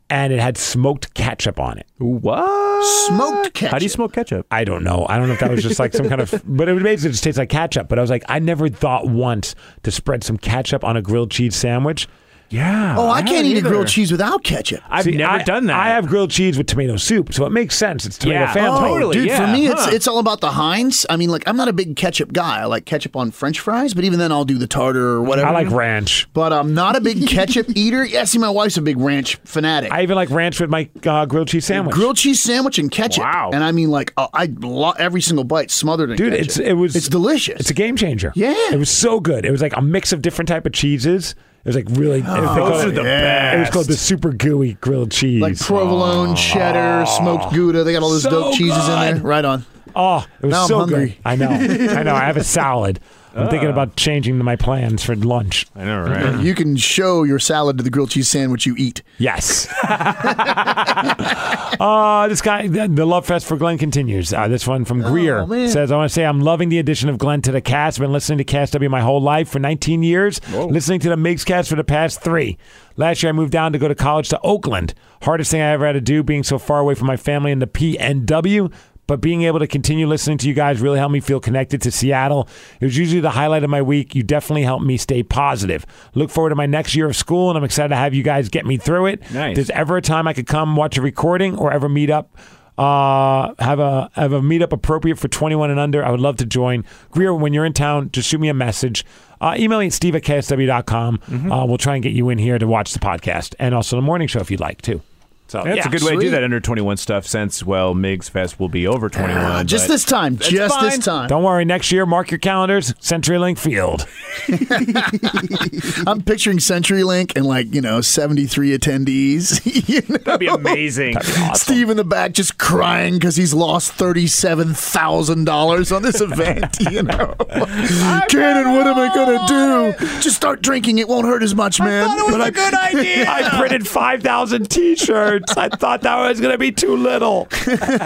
and it had smoked ketchup on it. what? Smoked ketchup. How do you smoke ketchup? I don't know. I don't know if that was just like some kind of, but it basically just tastes like ketchup. But I was like, I never thought once to spread some ketchup on a grilled cheese sandwich. Yeah. Oh, I, can't eat a grilled cheese. cheese without ketchup. I've See, never I- done that. I have grilled cheese with tomato soup, so it makes sense. It's tomato Yeah. family. Oh, totally, dude. yeah, For me, huh. it's it's all about the Heinz. I mean, like I'm not a big ketchup guy. I like ketchup on French fries, but even then, I'll do the tartar or whatever. I like Mm-hmm. ranch. but I'm not a big ketchup eater. Yeah, see, my wife's a big ranch fanatic. I even like ranch with my uh, grilled cheese sandwich. grilled cheese sandwich and ketchup. Wow. And I mean, like uh, I lo- every single bite smothered in Dude, ketchup. it's it was It's delicious. It's a game changer. Yeah. it was so good. It was like a mix of different type of cheeses. It was like really. Oh, Those are the It was best. called the super gooey grilled cheese. Oh. like provolone, cheddar, smoked gouda. They got all those So dope cheeses in good. there. Right on. oh, it was Now I'm so good. hungry. I know. I know. I have a salad. I'm thinking Uh. about changing my plans for lunch. I know, right? You can show your salad to the grilled cheese sandwich you eat. Yes. uh, this guy, the, the love fest for Glenn continues. Uh, this one from Greer man. says, I want to say I'm loving the addition of Glenn to the cast. I've been listening to Cast W my whole life for 19 years, listening to the Migs cast for the past three. Last year, I moved down to go to college to Oakland. Hardest thing I ever had to do being so far away from my family in the PNW. But being able to continue listening to you guys really helped me feel connected to Seattle. It was usually the highlight of my week. You definitely helped me stay positive. Look forward to my next year of school, and I'm excited to have you guys get me through it. Nice. There's ever a time I could come watch a recording or ever meet up. Uh, have a have a meetup appropriate for 21 and under. I would love to join. Greer, when you're in town, just shoot me a message. Uh, email me at steve at ksw.com. Mm-hmm. Uh, we'll try and get you in here to watch the podcast and also the morning show if you'd like too. So That's yeah. a good way to do sweet. that under 21 stuff since, well, Migs Fest will be over 21. Uh, just but- this time. It's Just this fine. time. Don't worry, next year, mark your calendars, CenturyLink Field. I'm picturing CenturyLink and like, you know, 73 attendees. you know? That'd be amazing. Steve in the back just crying because he's lost thirty-seven thousand dollars on this event. You know, Cannon, what am I gonna do? Just start drinking; it won't hurt as much, man. But I- idea. I printed 5,000 t shirts. I thought that was going to be too little.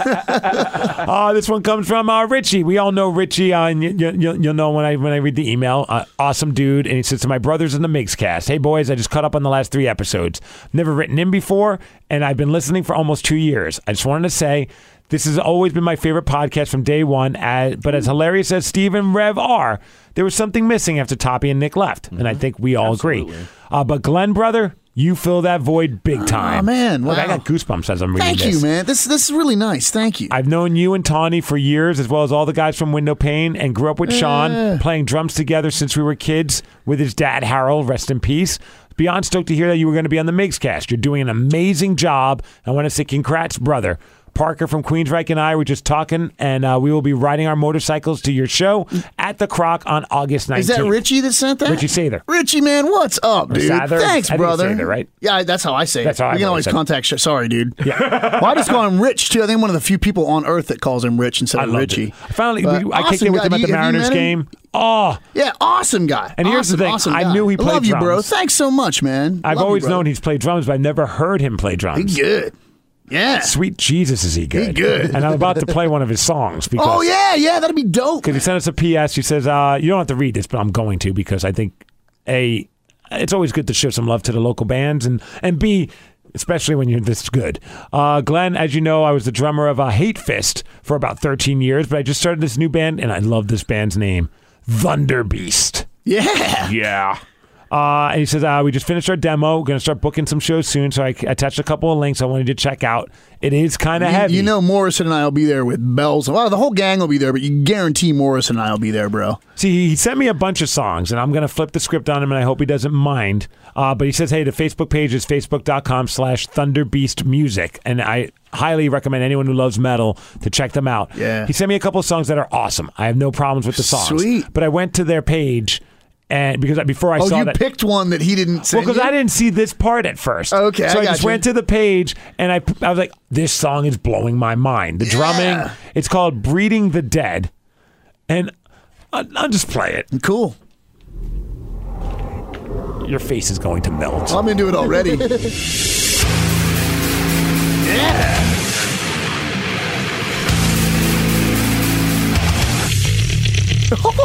uh, this one comes from uh, Richie. We all know Richie. Uh, and you, you, you'll know when I when I read the email. Uh, awesome dude. And he says to my brothers in the Migs cast Hey, boys, I just caught up on the last three episodes. Never written in before, and I've been listening for almost two years. I just wanted to say. This has always been my favorite podcast from day one, as, but as hilarious as Steve and Rev are, there was something missing after Toppy and Nick left, and I Mm-hmm. think we all agree. Uh, but Glenn, brother, you fill that void big time. Ah, man, Look, I wow. got goosebumps as I'm reading Thank this. you, man. This this is really nice. Thank you. I've known you and Tawny for years, as well as all the guys from Window Pane, and grew up with Eh. Sean, playing drums together since we were kids with his dad, Harold. Rest in peace. Beyond stoked to hear that you were going to be on the Migs cast. You're doing an amazing job. I want to say congrats, brother. Parker from Queensryche and I were just talking, and uh, we will be riding our motorcycles to your show at the Croc on August 19th. Is that Richie that sent that? Richie Sather. Richie, man, what's up, dude? Sather? Thanks, I think it's brother. Sather, right? Yeah, that's how I say That's it. how we I've can always always said it. contact. Sh- Sorry, dude. Yeah. well, I just call him Rich too. I think I'm one of the few people on Earth that calls him Rich instead I of loved it. Richie. I Finally, But we, I kicked Uh, awesome it with guy. him at Do the you- have you Mariners met him? game. Oh, Yeah, awesome guy. And here's the Awesome, thing, awesome I guy. knew he played Love you, bro. drums. Thanks so much, man. I've Love you, always brother. known he's played drums, but I've never heard him play drums. He good. Yeah. Sweet Jesus, is he good? good. And I'm about to play one of his songs because Oh yeah, yeah. That'd be dope. because he sent us a PS. He says, uh, "You don't have to read this, but I'm going to because I think a it's always good to show some love to the local bands and and b especially when you're this good." Uh, Glenn, as you know, I was the drummer of uh, Hate Fist for about 13 years, but I just started this new band and I love this band's name, Thunder Beast. Yeah. yeah. Uh, and he says, uh, we just finished our demo. We're going to start booking some shows soon. So I c- attached a couple of links I wanted to check out. It is kind of heavy. You, you know, Morrison and I will be there with bells. Well, the whole gang will be there, but you guarantee Morrison and I will be there, bro. See, he sent me a bunch of songs, and I'm going to flip the script on him, and I hope he doesn't mind. Uh, but he says, hey, the Facebook page is facebook.com slash thunderbeastmusic, and I highly recommend anyone who loves metal to check them out. Yeah. He sent me a couple of songs that are awesome. I have no problems with the songs. Sweet. But I went to their page, and because I, before I Oh, saw you that... picked one that he didn't say. Well, because I didn't see this part at first. Okay, so I, I got just you. went to the page and I, I was like, this song is blowing my mind. The drumming, it's called Breeding the Dead. And I, I'll just play it. Cool. Your face is going to melt. I'm into it already. yeah.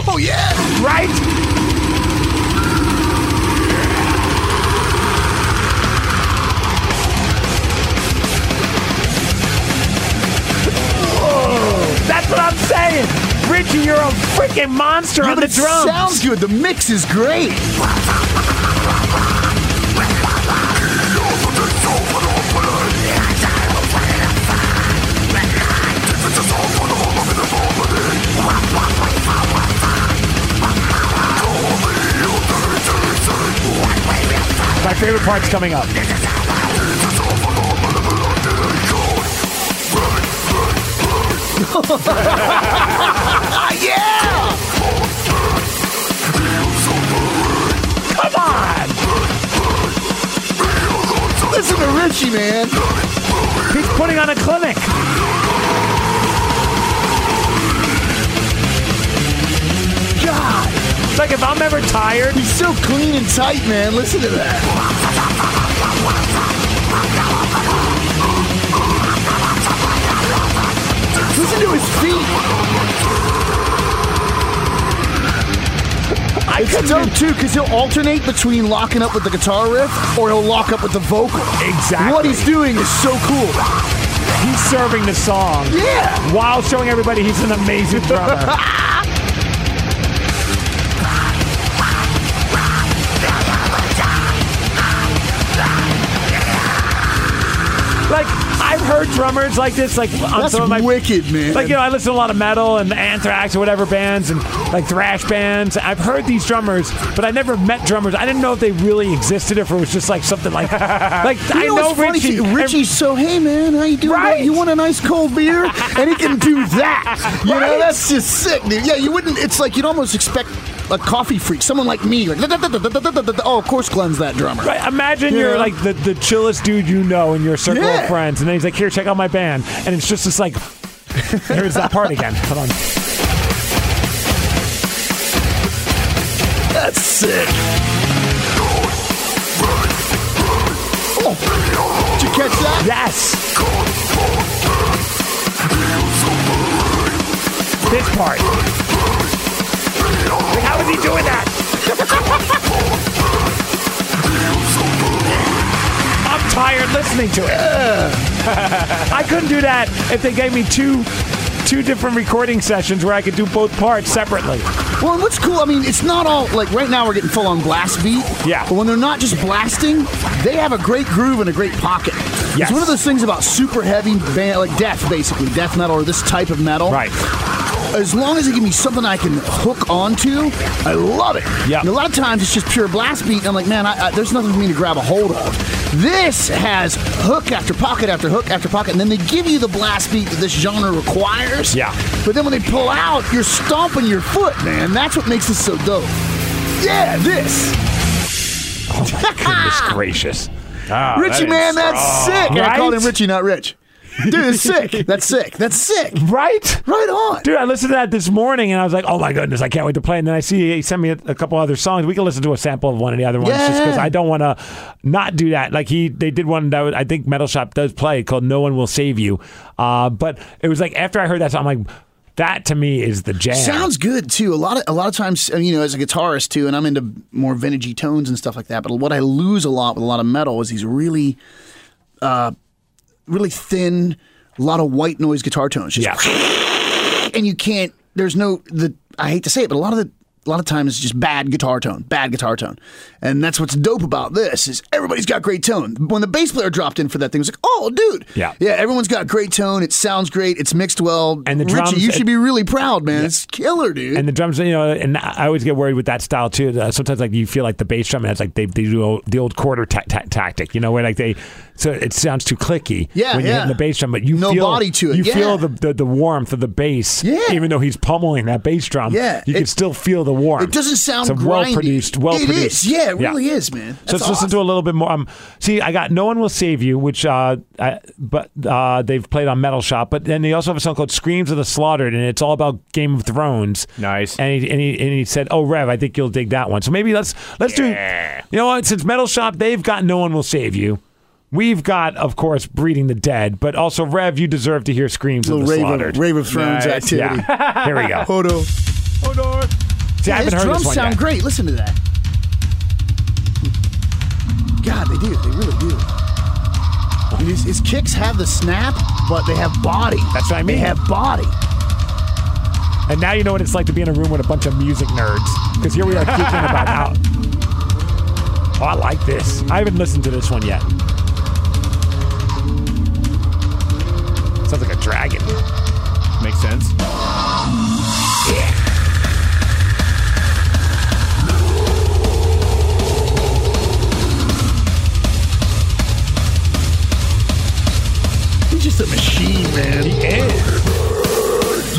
Oh yeah. right? That's what I'm saying. Richie, you're a freaking monster Yeah, on but the it drums. sounds good. The mix is great. My favorite part's coming up. Ah yeah. Come on! Listen to Richie, man. He's putting on a clinic. God. It's like if I'm ever tired, He's so clean and tight, man. Listen to that. Listen to his feet. I It's could dope too, because he'll alternate between locking up with the guitar riff or he'll lock up with the vocal. Exactly. What he's doing is so cool. He's serving the song Yeah. while showing everybody he's an amazing drummer. like, I I've heard drummers like this, like on That's some of my wicked, man. Like you know, I listen to a lot of metal and Anthrax or whatever bands and like thrash bands. I've heard these drummers, but I never met drummers. I didn't know if they really existed, if it was just like something like like I You know, know what's funny? Richie. and- Richie's so hey man, how you doing? Right. You want a nice cold beer? and he can do that. You know, that's just sick, dude. Yeah, you wouldn't. It's like you'd almost expect a coffee freak, someone like me, like "Da-da-da-da-da-da-da-da-da." oh, of course, Glenn's that drummer. Right, imagine You you're know? like the, the chillest dude you know in your circle Yeah. of friends, and then he's like, "Here, check out my band," and it's just this like, here's that part again. Hold on. That's sick. Oh. Did you catch that? Yes. This part. Like, how is he doing that? I'm tired listening to it. I couldn't do that if they gave me two two different recording sessions where I could do both parts separately. Well, and what's cool, I mean, it's not all like right now we're getting full on blast beat. Yeah. But when they're not just blasting, they have a great groove and a great pocket. Yes. It's one of those things about super heavy band, like death, basically, death metal or this type of metal. As long as it give me something I can hook onto, I love it. Yeah. And a lot of times it's just pure blast beat, and I'm like, man, I, I, there's nothing for me to grab a hold of. This has hook after pocket after hook after pocket, and then they give you the blast beat that this genre requires. Yeah. But then when they pull out, you're stomping your foot, man. That's what makes this so dope. Yeah, this. Oh Goodness gracious. Richie, man, that's sick. And I called him Right? Richie, not Rich. Dude, it's sick. That's sick. That's sick. Right? Right on. Dude, I listened to that this morning and I was like, oh my goodness, I can't wait to play. And then I see he sent me a, a couple other songs. We can listen to a sample of one of the other ones just because Yeah. I don't want to not do that. Like he, they did one that was- I think Metal Shop does play called "No One Will Save You," uh, but it was like after I heard that song, I'm like, that to me is the jam. Sounds good too. A lot of a lot of times, uh, you know, as a guitarist too, and I'm into more vintagey tones and stuff like that. But what I lose a lot with a lot of metal is these really, uh, really thin, a lot of white noise guitar tones. Just yeah, and you can't. There's no the. I hate to say it, but a lot of the a lot of times it's just bad guitar tone, bad guitar tone, and that's what's dope about this is everybody's got great tone. When the bass player dropped in for that thing, it was like, oh, dude, Yeah. yeah, everyone's got great tone. It sounds great. It's mixed well. And the Richie, drums- you should be really proud, man. It's killer, dude. and the drums, you know, and I always get worried with that style too. Uh, sometimes like you feel like the bass drum, and it's like they, they do the old quarter ta- ta- tactic, you know, where like they, so it sounds too clicky. Yeah, when you're yeah. hitting the bass drum, but you No feel, body to it, You yeah. feel the, the the warmth of the bass. Yeah. even though he's pummeling that bass drum. Yeah, you can it- still feel the warmth. It doesn't sound It's a grindy. well-produced, well-produced. It is, yeah, it really is, man. So let's listen to a little bit more. Um, see, I got "No One Will Save You," which, uh, I, but uh, they've played on Metal Shop. But then they also have a song called "Screams of the Slaughtered," and it's all about Game of Thrones. Nice. And he and he, and he said, "Oh, Rev, I think you'll dig that one." So maybe let's let's do. You know what? Since Metal Shop, they've got "No One Will Save You." We've got, of course, "Breeding the Dead," but also Rev, you deserve to hear "Screams of the rave Slaughtered." of, rave of Thrones Nice. activity. yeah. Here we go. Hodo. See, I His haven't heard drums this one sound yet. great. Listen to that. God, they do. They really do. And his, his kicks have the snap, but they have body. That's what I mean. They have body. And now you know what it's like to be in a room with a bunch of music nerds. Because here we are geeking about out. Oh, I like this. I haven't listened to this one yet. Sounds like a dragon. Makes sense. He's just a machine, man. He is.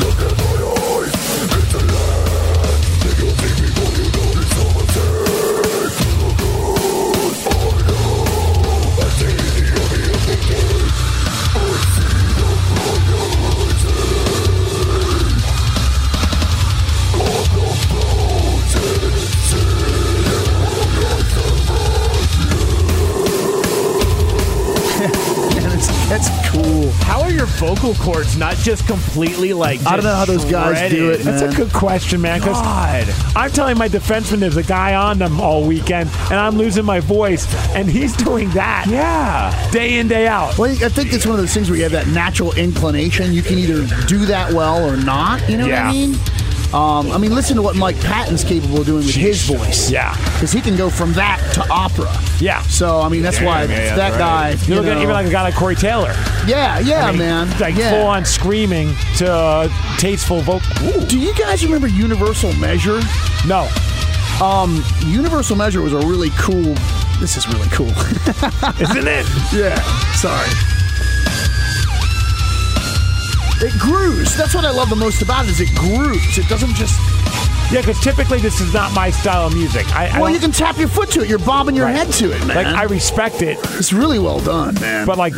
Man, it's, that's cool. How are your vocal cords not just completely like? I don't know how those guys do it, That's man. a good question, man. 'cause God. I'm telling my defenseman there's a guy on them all weekend, and I'm losing my voice, and he's doing that Yeah. day in, day out. Well, I think that's one of those things where you have that natural inclination. You can either do that well or not. You know Yeah. what I mean? Um, I mean, listen to what Mike Patton's capable of doing with his Jeez. voice. Yeah. because he can go from that to opera. Yeah. So I mean, that's why yeah, it's yeah, that right. guy. You You look at know, even like a guy like Corey Taylor. yeah, yeah, I mean, man. Like yeah. full on screaming to uh, tasteful vocal. Do you guys remember Universal Measure? No. Universal Measure was a really cool. This is really cool. Isn't it? yeah. Sorry. It grooves. That's what I love the most about it. Is it grooves? It doesn't just. Yeah, because typically this is not my style of music. I, I Well, don't- you can tap your foot to it. You're bobbing your Right. head to it, man. like I respect it, it's really well done, man. but like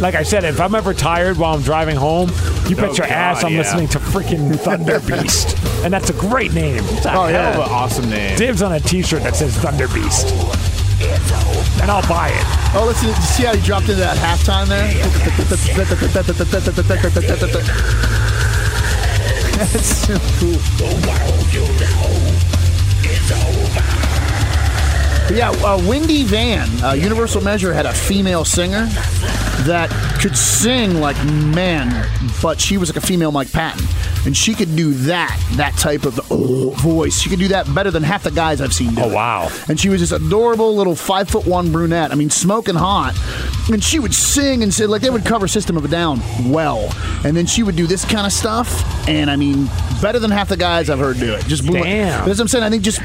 like I said, if I'm ever tired while I'm driving home, you bet your God, ass I'm yeah. listening to freaking Thunder Beast, and that's a great name. It's a Oh, hell yeah. of a- awesome name. Dibs on a T-shirt that says Thunder Beast, and I'll buy it. Oh, listen, did you see how he dropped into that halftime there? That's so cool. But yeah, uh, Wendy Van, uh, Universal Measure, had a female singer that could sing like man, but she was like a female Mike Patton. And she could do that, that type of oh, voice. She could do that better than half the guys I've seen do. Oh, it. wow. And she was this adorable little five foot one brunette. I mean, smoking hot. And she would sing and say, like, they would cover System of a Down well. And then she would do this kind of stuff. And I mean, better than half the guys I've heard do it. Just blew my- Damn. That's what I'm saying. I think just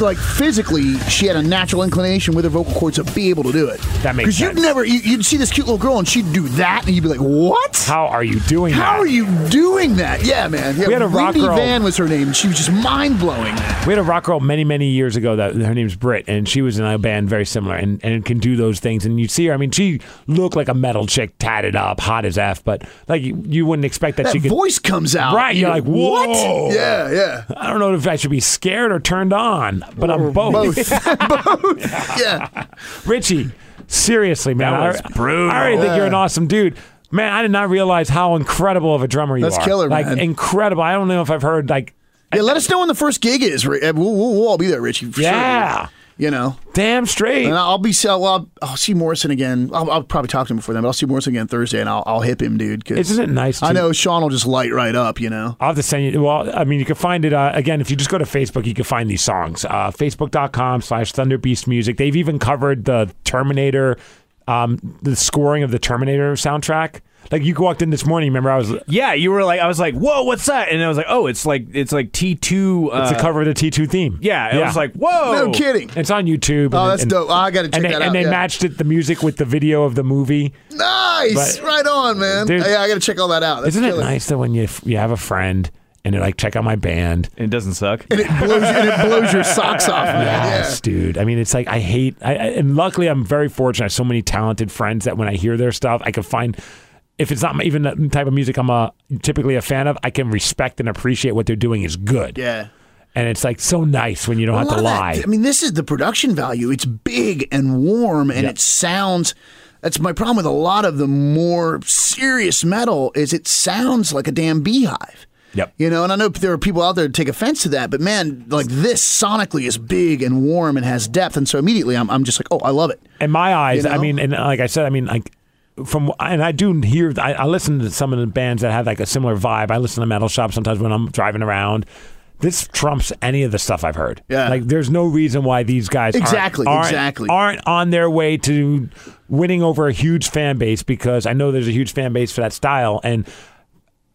like physically, she had a natural inclination with her vocal cords to be able to do it. That makes Because you'd sense. never, you- you'd see this cute little girl and she'd do that. And you'd be like, what? How are you doing How that? are you doing that? Yeah, man. Yeah, We had a rock Wendy girl- Van was her name. She was just mind blowing. We had a rock girl many, many years ago that her name's Britt, and she was in a band very similar and, and can do those things. And you see her, I mean, she looked like a metal chick, tatted up, hot as F, but like you, you wouldn't expect that, That she could. voice comes out. Right, you're like, whoa. What? Yeah, yeah. I don't know if I should be scared or turned on, but I'm both. both. Yeah. Richie, seriously, man. That I- was brutal. I already think you're an awesome dude. Man, I did not realize how incredible of a drummer you That's are. killer, like, man. incredible. I don't know if I've heard, like, Yeah, let us know when the first gig is. Ri- uh, We'll, we'll, we'll all be there, Richie. For Yeah. Sure. You know, damn straight. and I'll be, so I'll, I'll see Morrison again. I'll, I'll probably talk to him before then, but I'll see Morrison again Thursday and I'll, I'll hip him, dude. 'cause Isn't it nice? I to- know Sean will just light right up, you know. I'll have to send you. Well, I mean, you can find it uh, again if you just go to Facebook. You can find these songs. Uh, Facebook.com slash Thunderbeast Music. They've even covered the Terminator, um, the scoring of the Terminator soundtrack. Like you walked in this morning. Remember, I was. It's Yeah, you were like, I was like, whoa, what's that? And I was like, oh, it's like it's like T two. Uh, a cover of the T two theme. yeah, and I was like, Oh. whoa, No kidding. It's on YouTube. Oh, and- that's and- dope. I got to check And they, that out. and they yeah. matched it the music with the video of the movie. Nice. But- right on, man. Dude- yeah, I got to check all that out. That's Isn't it killer. nice that when you you have a friend and they're like, check out my band. It doesn't suck. And it blows, and it blows your socks off, man. Yeah. Yes, dude. I mean, it's like I hate. I, I- and luckily, I'm very fortunate. I have so many talented friends that when I hear their stuff, I can find. If it's not my- even the type of music I'm a, typically a fan of, I can respect and appreciate what they're doing is good. Yeah. And it's like so nice when you don't A have lot to of that- lie. I mean, this is the production value. It's big and warm, and it sounds. That's my problem with a lot of the more serious metal is it sounds like a damn beehive. Yep. You know, and I know there are people out there that take offense to that, but man, like this sonically is big and warm and has depth, and so immediately I'm, I'm just like, oh, I love it. in my eyes, You I know? mean, and like I said, I mean, like from and I do hear, I, I listen to some of the bands that have like a similar vibe. I listen to metal shop sometimes when I'm driving around. This trumps any of the stuff I've heard. Yeah. like there's no reason why these guys aren't- Exactly, aren't, exactly. aren't on their way to winning over a huge fan base because I know there's a huge fan base for that style and.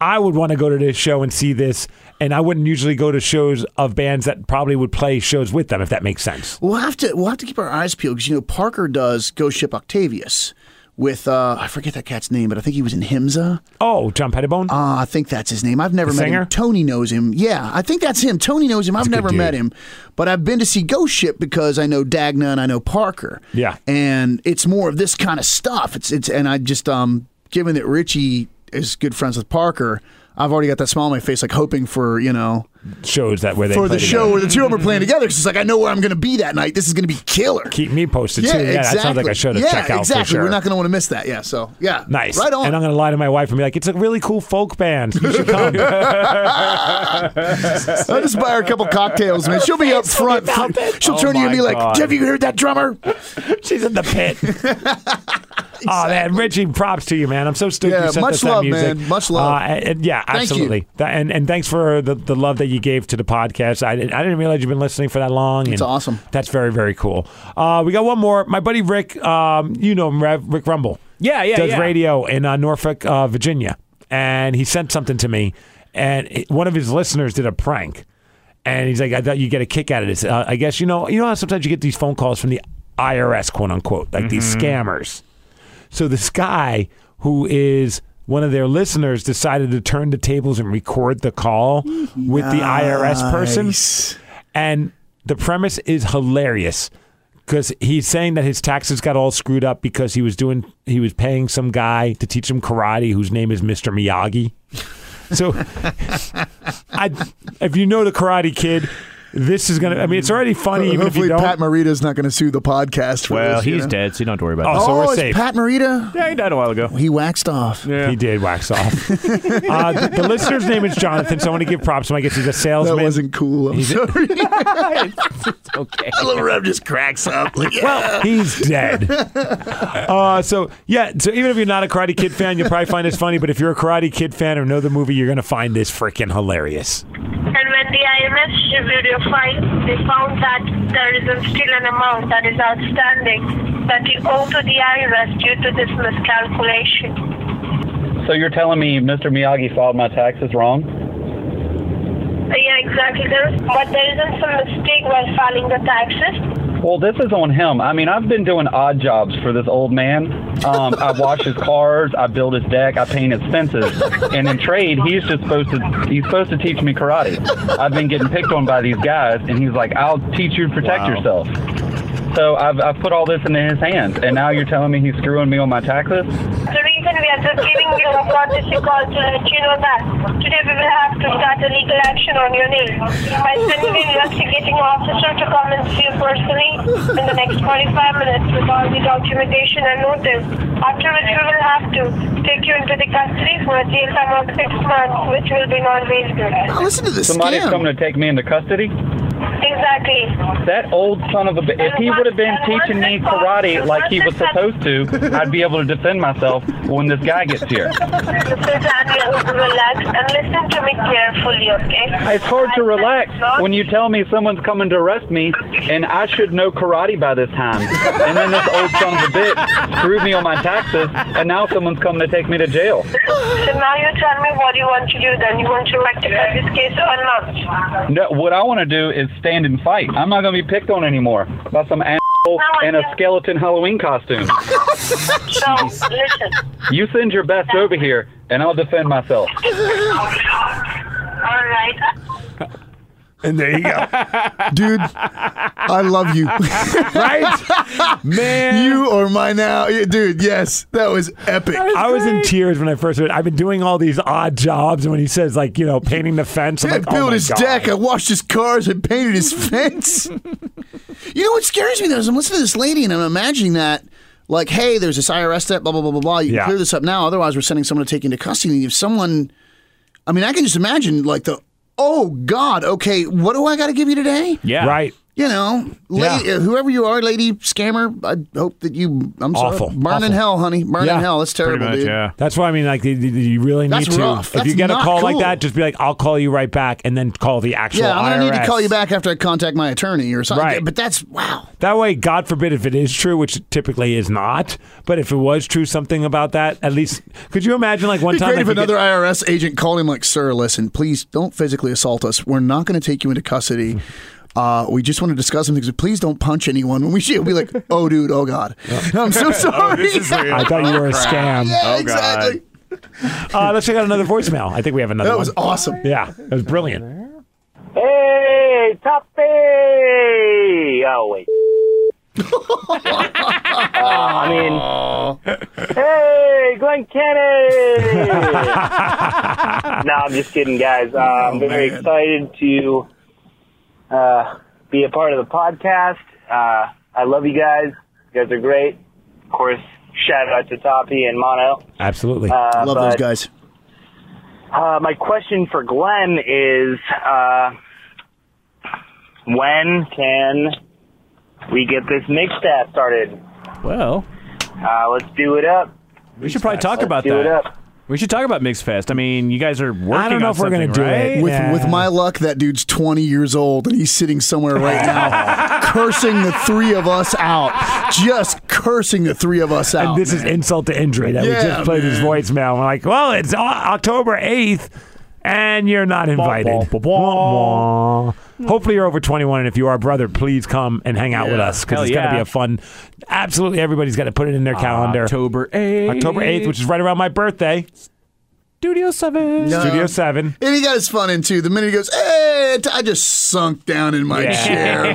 I would want to go to this show and see this, and I wouldn't usually go to shows of bands that probably would play shows with them, if that makes sense. We'll have to we'll have to keep our eyes peeled because you know Parker does Ghost Ship Octavius with uh, I forget that cat's name, but I think he was in Himza. Oh, John Pettibone? Uh, I think that's his name. I've never The met singer? him. Tony knows him. Yeah, I think that's him. Tony knows him. I've a good never dude. met him, but I've been to see Ghost Ship because I know Dagna and I know Parker. Yeah. and it's more of this kind of stuff. It's it's and I just um given that Richie is good friends with Parker, I've already got that smile on my face, like hoping for you know shows that where they for play the show together. where the two of them are playing together. 'cause it's like I know where I'm going to be that night. This is going to be killer. keep me posted too. Yeah, that sounds like I show to yeah, check out exactly. for sure. We're not going to want to miss that. Yeah. So yeah, nice. Right on. And I'm gonna lie to my wife and be like, "It's a really cool folk band. You should come." I'll just buy her a couple cocktails, man. She'll be up front. about it. She'll Oh turn to you and my be like, God. "Have you heard that drummer?" She's in the pit. Oh man, Richie, props to you, man. I'm so stoked. Yeah, you sent much us that love, music. man. Much love. Uh, and, and yeah, you. absolutely. That- and and thanks for the, the love that you gave to the podcast. I, didn't- I didn't realize you've been listening for that long. It's and awesome. That's very very cool. Uh, we got one more. My buddy Rick, um, you know him, Rev, Rick Rumble. Yeah, yeah, does yeah. radio in uh, Norfolk, uh, Virginia, and he sent something to me, and it- one of his listeners did a prank. And he's like, I thought you get a kick out of this. Uh, I guess you know, you know how sometimes you get these phone calls from the IRS, quote unquote, like these Mm-hmm. scammers. So this guy who is one of their listeners decided to turn the tables and record the call with the IRS person. And the premise is hilarious because he's saying that his taxes got all screwed up because he was doing he was paying some guy to teach him karate whose name is Mr. Miyagi. So I if you know the karate kid, this is gonna I mean it's already funny even if you Hopefully, don't. Pat Morita's not going to sue the podcast for Well, this. you he's know? dead, so you don't have to worry about Oh, that. so oh, we're it's safe. Pat Morita. Yeah, he died a while ago. He waxed off. He did wax off. uh, the, the listener's name is Jonathan, so I want to give props to him. I guess he's a That salesman. wasn't cool. I'm sorry. Little Rev just cracks up. Like, yeah. well, he's dead. Uh, so yeah, so even if you're not a Karate Kid fan, you'll probably find this funny. But if you're a Karate Kid fan or know the movie, you're gonna find this freaking hilarious. And when the IMS reviewed your fine, they found that there is still an amount that is outstanding that you owe to the IRS due to this miscalculation. So you're telling me Mr. Miyagi filed my taxes wrong? Uh, Yeah, exactly. There is, but there isn't some mistake while filing the taxes. Well, this is on him. I mean, I've been doing odd jobs for this old man. Um, I wash his cars, I build his deck, I paint his fences, and in trade, he's just supposed to he's supposed to teach me karate. I've been getting picked on by these guys, and he's like, "I'll teach you to protect yourself." So I've, I've put all this into his hands, and now you're telling me he's screwing me on my taxes? The reason we are just giving you a courtesy call to let you know that today we will have to start a legal action on your name by sending an investigating officer to come and see you personally in the next 45 minutes with all the documentation and notice. After which we will have to take you into the custody for a jail time of six months, which will be non-waived. Oh, listen to this Somebody's scam. coming to take me into custody. Exactly. That old son of a. bi- If he would have been teaching me karate like he was supposed to, I'd be able to defend myself when this guy gets here. This is Daniel. Relax and listen to me carefully, okay? It's hard to I said relax not when you tell me someone's coming to arrest me, and I should know karate by this time. And then this old son of a bitch screwed me on my taxes, and now someone's coming to take me to jail. So now you tell me what you want to do then. You want to rectify this case or not? No, what I want to do is stand and fight. I'm not going to be picked on anymore by some asshole in a skeleton Halloween costume. So, listen. You send your best over here, and I'll defend myself. All right. And there you go. Dude, I love you. right, man. you are my now. yeah, Dude, yes. That was epic. I was in tears when I first heard. it. I've been doing all these odd jobs, and when he says like you know painting the fence, I'm I like, oh built my his God. deck. I washed his cars. I painted his fence. you know what scares me though is I'm listening to this lady and I'm imagining that, like, hey, there's this IRS step, blah blah blah blah blah. You can Yeah. clear this up now, otherwise we're sending someone to take you into custody. If someone, I mean, I can just imagine like the, oh God, okay, what do I got to give you today? Yeah, Right. You know, lady, Yeah. uh, whoever you are, lady scammer. I hope that you. I'm Awful. sorry, burn in Awful. hell, honey, burn Yeah. in hell. That's Pretty terrible, much, dude. yeah. That's why I mean, like, you- you you really need That's to. rough. If you That's get a not call like cool. that, just be like, "I'll call you right back," and then call the actual. Yeah, I'm gonna need to IRS. call you back after I contact my attorney or something. Right. But that's wow. That way, God forbid if it is true, which typically is not. But if it was true, something about that, at least could you imagine like one It'd be time great if like, you another get- IRS agent called him like, "Sir, listen, please don't physically assault us. We're not going to take you into custody. Mm-hmm. Uh, we just want to discuss some things. but Please don't punch anyone." When we should be like, "Oh, dude, oh god, I'm so sorry." I thought you were a scam. yeah, exactly. Uh, let's check out another voicemail. I think we have another. That was one. awesome. Yeah, that was brilliant. Hey, Tuffy! Oh, wait. Uh, I mean, hey, Glenn Kennedy! no, I'm just kidding, guys. Uh, I'm very man. excited to uh, be a part of the podcast. Uh, I love you guys. You guys are great. Of course, shout out to Toppy and Mono. Absolutely. Uh, Love but- those guys. uh, my question for Glenn is, uh, when can we get this mix staff started? Oh. Well, Uh, let's do it up. We should probably talk Let's about do it that. up. We should talk about Mix Fest. I mean, you guys are working. know on if we're going gonna to do right? it. With, Yeah. with my luck, that dude's 20 years old and he's sitting somewhere right now cursing the three of us out. Just cursing the three of us out. And this is man. insult to injury that we Yeah, just played his man. voicemail. We're like, well, it's O- October 8th, and you're not invited. bah, bah, bah. Wah, wah. Hopefully, you're over 21, and if you are, brother, please come and hang out with Yeah. us because Hell it's going to yeah. be a fun. Absolutely, everybody's got to put it in their calendar. October eighth. October 8th, which is right around my birthday. Studio Seven. No. Studio 7. And he got his fun in too. The minute he goes, hey, t- I just sunk down in my chair,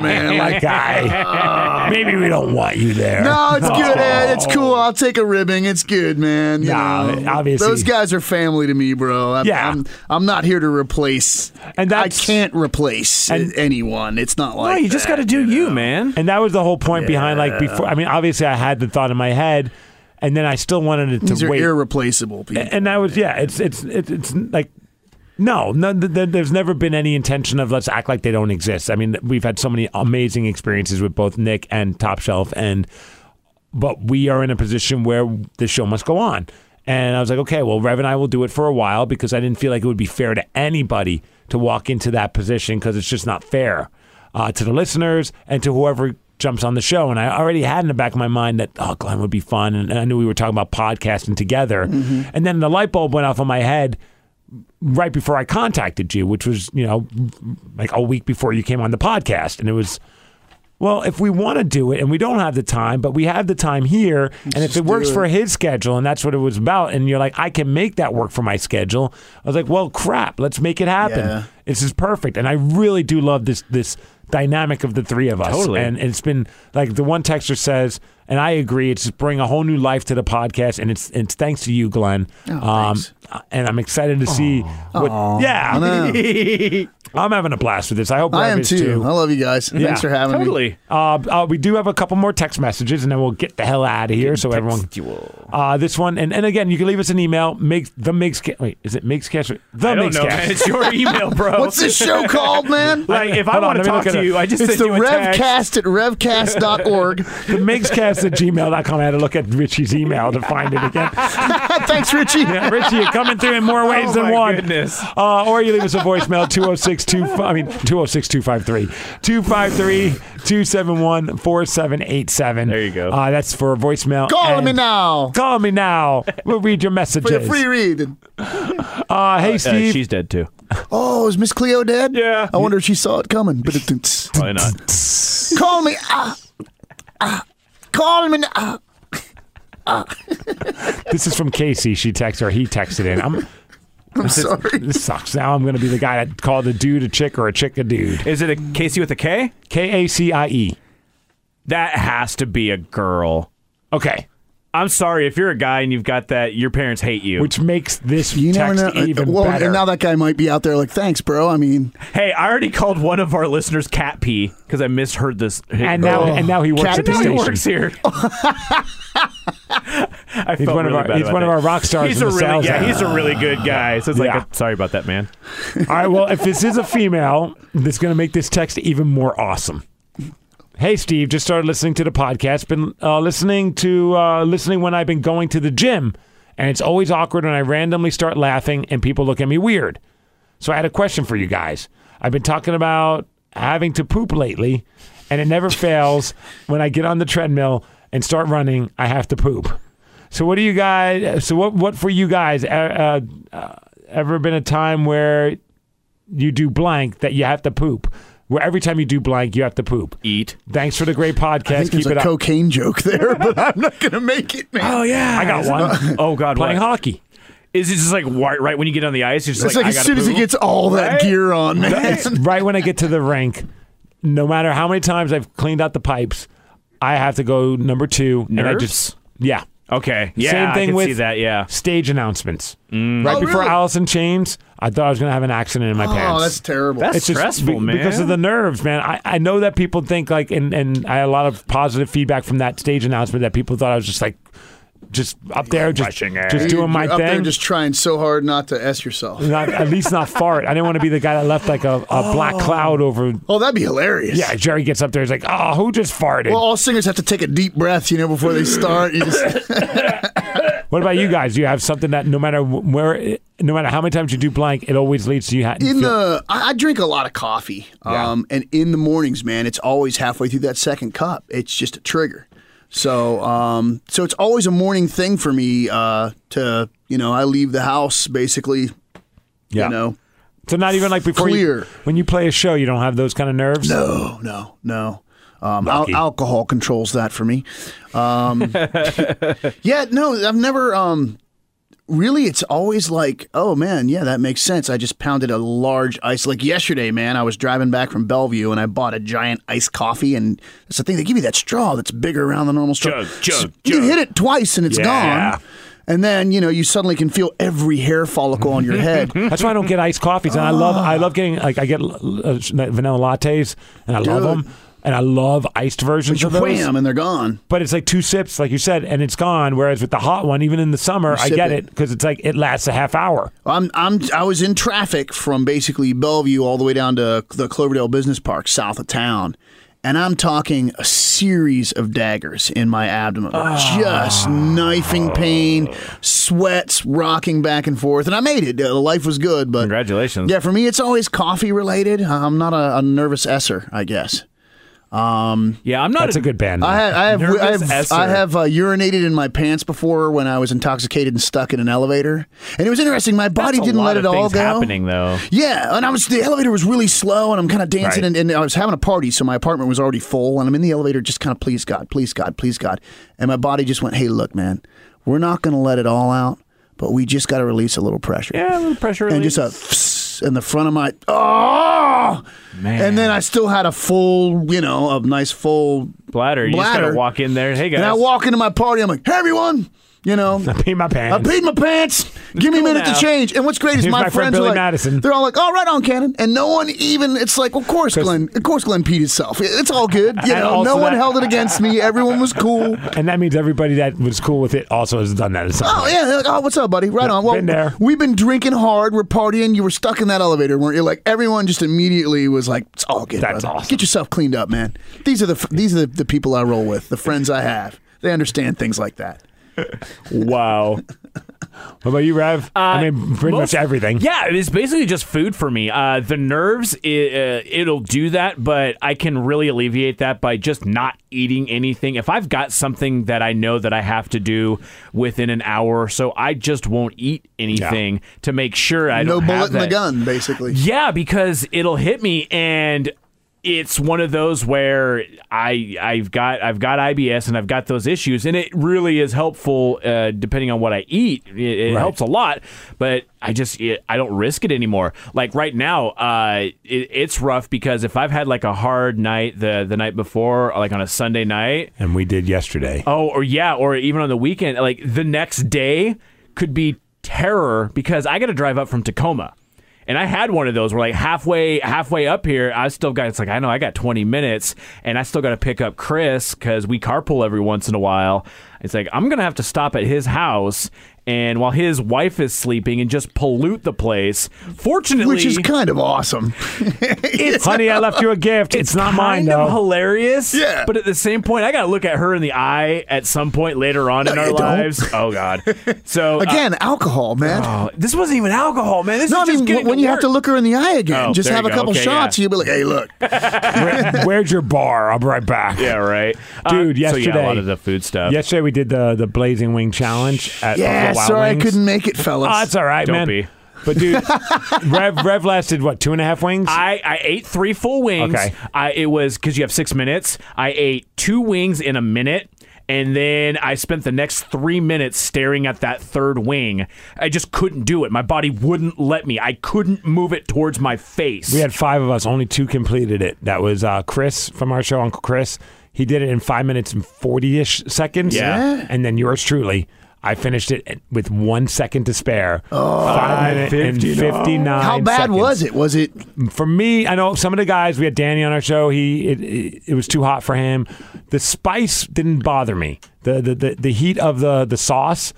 man. My Like, guy. Maybe we don't want you there. no, it's Oh. good, Ed. It's cool. I'll take a ribbing. It's good, man. You Nah, know, obviously. Those guys are family to me, bro. I'm, Yeah. I'm, I'm not here to replace. And that's- I can't replace And- anyone. It's not like No, you just that, got to do you, man. And that was the whole point behind like before. I mean, obviously, I had the thought in my head, and then I still wanted it to These are wait. irreplaceable people. and that was yeah. It's it's it's, it's like. No, no. Th- th- there's never been any intention of let's act like they don't exist. I mean, we've had so many amazing experiences with both Nick and Top Shelf, and but we are in a position where the show must go on. And I was like, okay, well, Rev and I will do it for a while because I didn't feel like it would be fair to anybody to walk into that position because it's just not fair uh, to the listeners and to whoever jumps on the show. And I already had in the back of my mind that, oh, Glenn would be fun. And, and I knew we were talking about podcasting together. And then the light bulb went off in my head right before I contacted you, which was, you know, like a week before you came on the podcast. And it was, well, if we want to do it and we don't have the time, but we have the time here, and if it works for his schedule, and that's what it was about, and you're like, I can make that work for my schedule. I was like, well, crap, let's make it happen. Yeah. This is perfect, and I really do love this this dynamic of the three of us. Totally. and it's been like the one texter says, and I agree. It's just bring a whole new life to the podcast, and it's it's thanks to you, Glenn. Um, thanks. and I'm excited to see what. Yeah, I'm having a blast with this. I hope I Rev am is too. I love you guys. Thanks for having me. Totally. uh, uh, we do have a couple more text messages, and then we'll get the hell out of here. So everyone, uh, this one, and, and again, you can leave us an email. Make the Migscast. Wait, is it Migscast? or- The I don't know. Man. Migscast. It's your email, bro. What's this show called, man? Like, if I Hold on, want to let me talk look it to up. you, I just It's sent the you a text. Revcast at revcast.org. the Migscast at gmail.com. I had to look at Richie's email to find it again. Thanks, Richie. Richie, you're coming through in more ways Oh, than my one. goodness. Uh, or you leave us a voicemail 206 I mean 206 253 253 271 4787. There you go. Uh, that's for voicemail. Call and- me now Call me now. We'll read your for your messages. free read. Uh, hey, Uh, Steve. she's dead too. Oh, is Miss Cleo dead? Yeah. I wonder if she saw it coming. But it didn't. Probably not. Call me. Ah, ah. Call me. Ah. this is from Casey. She texted or he texted in. I'm, I'm sorry. this sucks. Now I'm going to be the guy that called a dude a chick or a chick a dude. Is it a Casey with a K? K A C I E. That has to be a girl. Okay. I'm sorry if you're a guy and you've got that. Your parents hate you. Which makes this You never text know. Uh, even well, better. and now that guy might be out there like, thanks, bro. I mean, hey, I already called one of our listeners Cat P because I misheard this. and now, Oh. and now he works Cat at the now he station. works here. I He's felt one of really our- bad he's about one of that. our rock stars He's in a the really sales yeah. ad. He's a really good guy. So it's Yeah. like, a, sorry about that, man. All right. Well, if this is a female, that's going to make this text even more awesome. Hey, Steve, just started listening to the podcast. Been uh, listening to uh, listening when I've been going to the gym, and it's always awkward when I randomly start laughing and people look at me weird. So I had a question for you guys. I've been talking about having to poop lately, and it never fails. When I get on the treadmill and start running, I have to poop. So what do you guys? So what? What for you guys? Uh, uh, uh, ever been a time where you do blank that you have to poop? Where every time you do blank, you have to poop. Eat. Thanks for the great I podcast. think there's Keep a it up. cocaine joke there, but I'm not going to make it, man. Oh yeah, I got one. Oh god, Playing what? hockey. Is it just like right, right when you get on the ice? You're just it's like, like, I as gotta soon as he poop? gets all that Right? gear on, man. right Mm-hmm. when I get to the rink, no matter how many times I've cleaned out the pipes, I have to go number two. And I Nerves? just yeah. Okay. Yeah. Same thing I can with see that. Yeah. stage announcements. Right Oh, before really? Allison Chains, I thought I was gonna have an accident in my pants. Oh, that's terrible. That's just stressful, be- man. Because of the nerves, man. I, I know that people think like, and, and I had a lot of positive feedback from that stage announcement that people thought I was just like just up there, just Rushing air. just You- doing my You're up there thing. just trying so hard not to s yourself. Not, at least not fart. I didn't want to be the guy that left like a, a black cloud over. Oh, that'd be hilarious. Yeah, Jerry gets up there. He's like, "Oh, who just farted?" Well, all singers have to take a deep breath, you know, before they start. You just, What about you guys? Do you have something that no matter wh- where, no matter how many times you do blank, it always leads to you ha- in feel- the, I, I drink a lot of coffee, um, and in the mornings, man, it's always halfway through that second cup. It's just a trigger. So, um, so it's always a morning thing for me uh, to, you know, I leave the house basically. Yeah. You know, so not even like before you, clear. when you play a show, you don't have those kind of nerves. no, Oh, no, no. Um, al- alcohol controls that for me. Um, yeah, no, I've never. Um, really, it's always like, oh man, yeah, that makes sense. I just pounded a large ice. Like yesterday, man, I was driving back from Bellevue and I bought a giant iced coffee, and it's the thing they give you that straw that's bigger around the normal straw. Jug, jug, So You jug. hit it twice and it's Yeah. gone. And then you know you suddenly can feel every hair follicle on your head. That's why I don't get iced coffees, and I love I love getting like I get l- l- uh, vanilla lattes, and I love Dude. them, and I love iced versions You of those. wham, and they're gone. But it's like two sips, like you said, and it's gone. Whereas with the hot one, even in the summer, I sip get it. it because it's like it lasts a half hour. I'm I'm I was in traffic from basically Bellevue all the way down to the Cloverdale Business Park south of town. And I'm talking a series of daggers in my abdomen, Ah. just knifing pain, sweats rocking back and forth. And I made it. Uh, life was good, but Congratulations. yeah, for me it's always coffee related. I'm not a, a nervous esser, I guess. Yeah, I'm not. That's a good band. I have, I have, Nervous I have, esser. I have uh, urinated in my pants before when I was intoxicated and stuck in an elevator. And it was interesting. My That's body a didn't let lot of it all things go. Happening though. Yeah, and I was the elevator was really slow, and I'm kind of dancing, and, Right. and I was having a party, so my apartment was already full, and I'm in the elevator, just kind of please God, please God, please God, and my body just went, hey, look, man, we're not gonna let it all out, but we just got to release a little pressure, Yeah, a little pressure and relief. just a fss in the front of my oh, Man. and then I still had a full, you know, a nice full bladder. You just bladder. gotta walk in there. Hey guys. and I walk into my party, I'm like, hey everyone, you know, pee my I pants. peed my pants. Give me a cool minute now. to change. And what's great is Here's my, my friend friends are Billy like, Madison. they're all like, "All right, on Cannon," and no one even. It's like, of course, Glenn. Of course, Glenn peed himself. It's all good. You And know, also no one that- held it against me. Everyone was cool. And that means everybody that was cool with it also has done that at some Oh point. yeah. They're like, oh, what's up, buddy? Right on. Well, Been there. we've been drinking hard. We're partying. You were stuck in that elevator, weren't you? Like everyone just immediately was like, "It's all good." That's brother. awesome. Get yourself cleaned up, man. These are the f- these are the, the people I roll with. The friends I have. They understand things like that. wow. Uh, What about you, Rev? I mean, pretty much most- everything. Yeah, it's basically just food for me. Uh, the nerves, i uh, it'll do that, but I can really alleviate that by just not eating anything. If I've got something that I know that I have to do within an hour or so, I just won't eat anything to make sure I no don't bullet have in the that. gun, basically. Yeah, because it'll hit me and it's one of those where I I've got I've got IBS and I've got those issues and it really is helpful uh, depending on what I eat it, it Right. helps a lot but I just it, I don't risk it anymore like right now uh, it, it's rough because if I've had like a hard night the the night before like on a Sunday night And we did yesterday. Oh, or yeah, or even on the weekend, like the next day could be terror because I got to drive up from Tacoma. And I had one of those where like halfway halfway up here, I still got it's like I know I got 20 minutes and I still got to pick up Chris cuz we carpool every once in a while. It's like I'm going to have to stop at his house and while his wife is sleeping and just pollute the place. Fortunately, Which is kind of awesome. Honey, I left you a gift. It's, not mine kind of though. hilarious. Yeah. But at the same point, I got to look at her in the eye at some point later on in our you don't. lives. Oh God. So uh, Again, alcohol, man. oh, this wasn't even alcohol, man. This no, I is just mean getting when you have to work. look her in the eye again, Oh, just there have you a go. couple Okay, shots. You'll be like, "Hey, look, Where- where's your bar? I'll be right back. Yeah, right, Uh, Dude, So yeah, a lot yesterday- of the food stuff. Yesterday we did the the blazing wing challenge at Uh, yeah, Buffalo Wild sorry Wings. I couldn't make it, fellas." Oh, it's all right, Don't man. be. But dude, Rev Rev lasted what two and a half wings? I, I ate three full wings. Okay. I, it was because you have six minutes. I ate two wings in a minute. And then I spent the next three minutes staring at that third wing. I just couldn't do it. My body wouldn't let me. I couldn't move it towards my face. we had five of us. Only two completed it. That was uh, Chris from our show, Uncle Chris. He did it in five minutes and forty ish seconds. Yeah. and then yours truly. I finished it at- with one second to spare. Oh, five and fifty-nine. How bad seconds. was it? Was it? for me, I know some of the guys. We had Danny on our show. He it, it, it was too hot for him. The spice didn't bother me. the the, the, the heat of the, the sauce.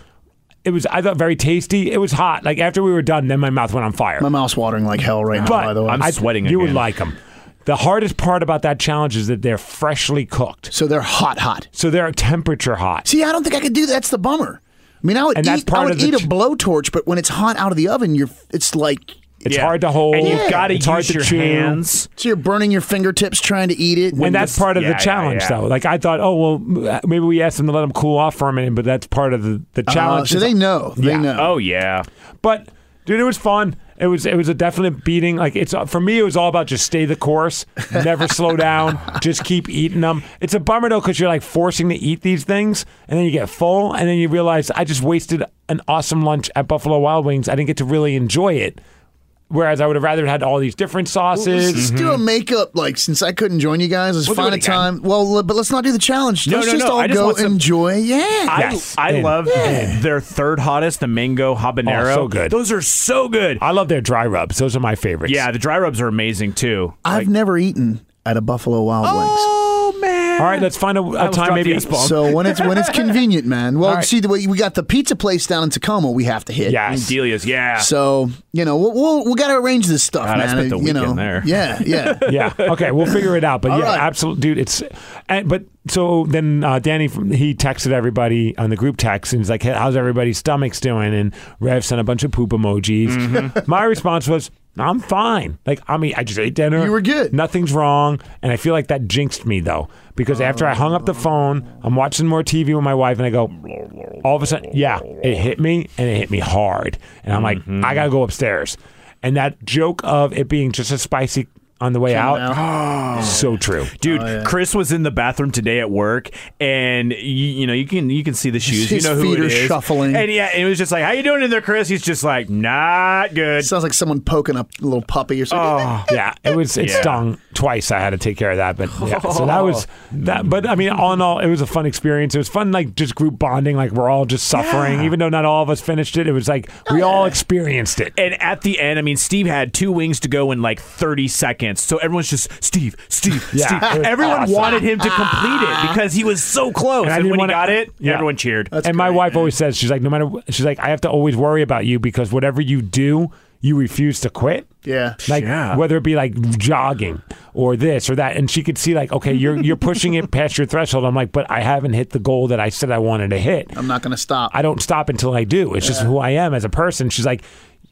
It was I thought very tasty. It was hot. Like after we were done, then my mouth went on fire. My mouth's watering like hell right now. But By the way, I'm I- sweating You would again. like them. The hardest part about that challenge is that they're freshly cooked, so they're hot, hot. so they're temperature hot. See, I don't think I could do that. That's the bummer. I mean, I would And that's eat, part I would of the eat ch- a blowtorch, but when it's hot out of the oven, you're it's like It's Yeah. hard to hold, and you've got to it's hard use to your chew. hands. so you're burning your fingertips trying to eat it. and that's this- part of yeah, the yeah, challenge, yeah. though. Like I thought, oh well, m- maybe we asked them to let them cool off for a minute, but that's part of the, the Uh, challenge. so they know. They Yeah. know. Oh yeah. but dude, it was fun. It was it was a definite beating. Like it's for me, it was all about just stay the course, never slow down, just keep eating them. It's a bummer though because you're like forcing to eat these things, and then you get full, and then you realize I just wasted an awesome lunch at Buffalo Wild Wings. I didn't get to really enjoy it. Whereas I would have rather had all these different sauces. Let's just do a makeup, like since I couldn't join you guys, let's Mm-hmm. We'll do find it a again. time. Well, le- but let's not do the challenge. No, let's no, just no, all I just go want some- enjoy. Yeah, Yes. I, I In. love their third hottest, the mango habanero. Oh, so good. Those are so good. I love their dry rubs; those are my favorites. Yeah, the dry rubs are amazing too. I've never eaten at a Buffalo Wild Oh man! All right, let's find a, a almost time dropped maybe. the S-bomb. Wings. So when it's when it's convenient, man. Well, right. see the way we got the pizza place down in Tacoma, we have to hit. Yes. Delia's, yeah. So you know we'll we'll, we'll got to arrange this stuff, God, I man. spent the you know, weekend there. yeah, yeah. yeah. Okay, we'll figure it out. But All yeah, right. absolutely, dude. It's and but so then uh, Danny from, he texted everybody on the group text and he's like, "Hey, "How's everybody's stomachs doing?" And Rev sent a bunch of poop emojis. Mm-hmm. My response was. I'm fine. Like I mean, I just ate dinner. You were good. Nothing's wrong, and I feel like that jinxed me though, because after I hung up the phone, I'm watching more TV with my wife, and I go, all of a sudden, yeah, it hit me, and it hit me hard, and I'm like, I gotta go upstairs, and that joke of it being just as spicy on the way out, so true. Dude, Chris was in the bathroom today at work, and you, you know you can you can see the shoes. His you know who feet it are is. shuffling. and yeah, and it was just like, "How you doing in there, Chris?" He's just like, "Not good." It sounds like someone poking a little puppy or Oh. something. yeah, it was it Yeah. stung twice. I had to take care of that, but yeah, so that was that. But I mean, all in all, it was a fun experience. It was fun, like just group bonding. Like we're all just suffering, even though not all of us finished it. It was like we all experienced it. And at the end, I mean, Steve had two wings to go in like 30 seconds. So everyone's just, Steve, Steve, Yeah, it Steve. was Everyone awesome. wanted him to complete it because he was so close. And And, I didn't when wanna- he got it, Yeah. everyone cheered. and my wife always says she's like, no matter wh- she's like, I have to always worry about you because whatever you do, you refuse to quit. Yeah. Like Yeah. whether it be like jogging or this or that, and she could see like, okay, you're you're pushing it past your threshold. I'm like, but I haven't hit the goal that I said I wanted to hit. I'm not gonna stop. I don't stop until I do. It's just who I am as a person. She's like,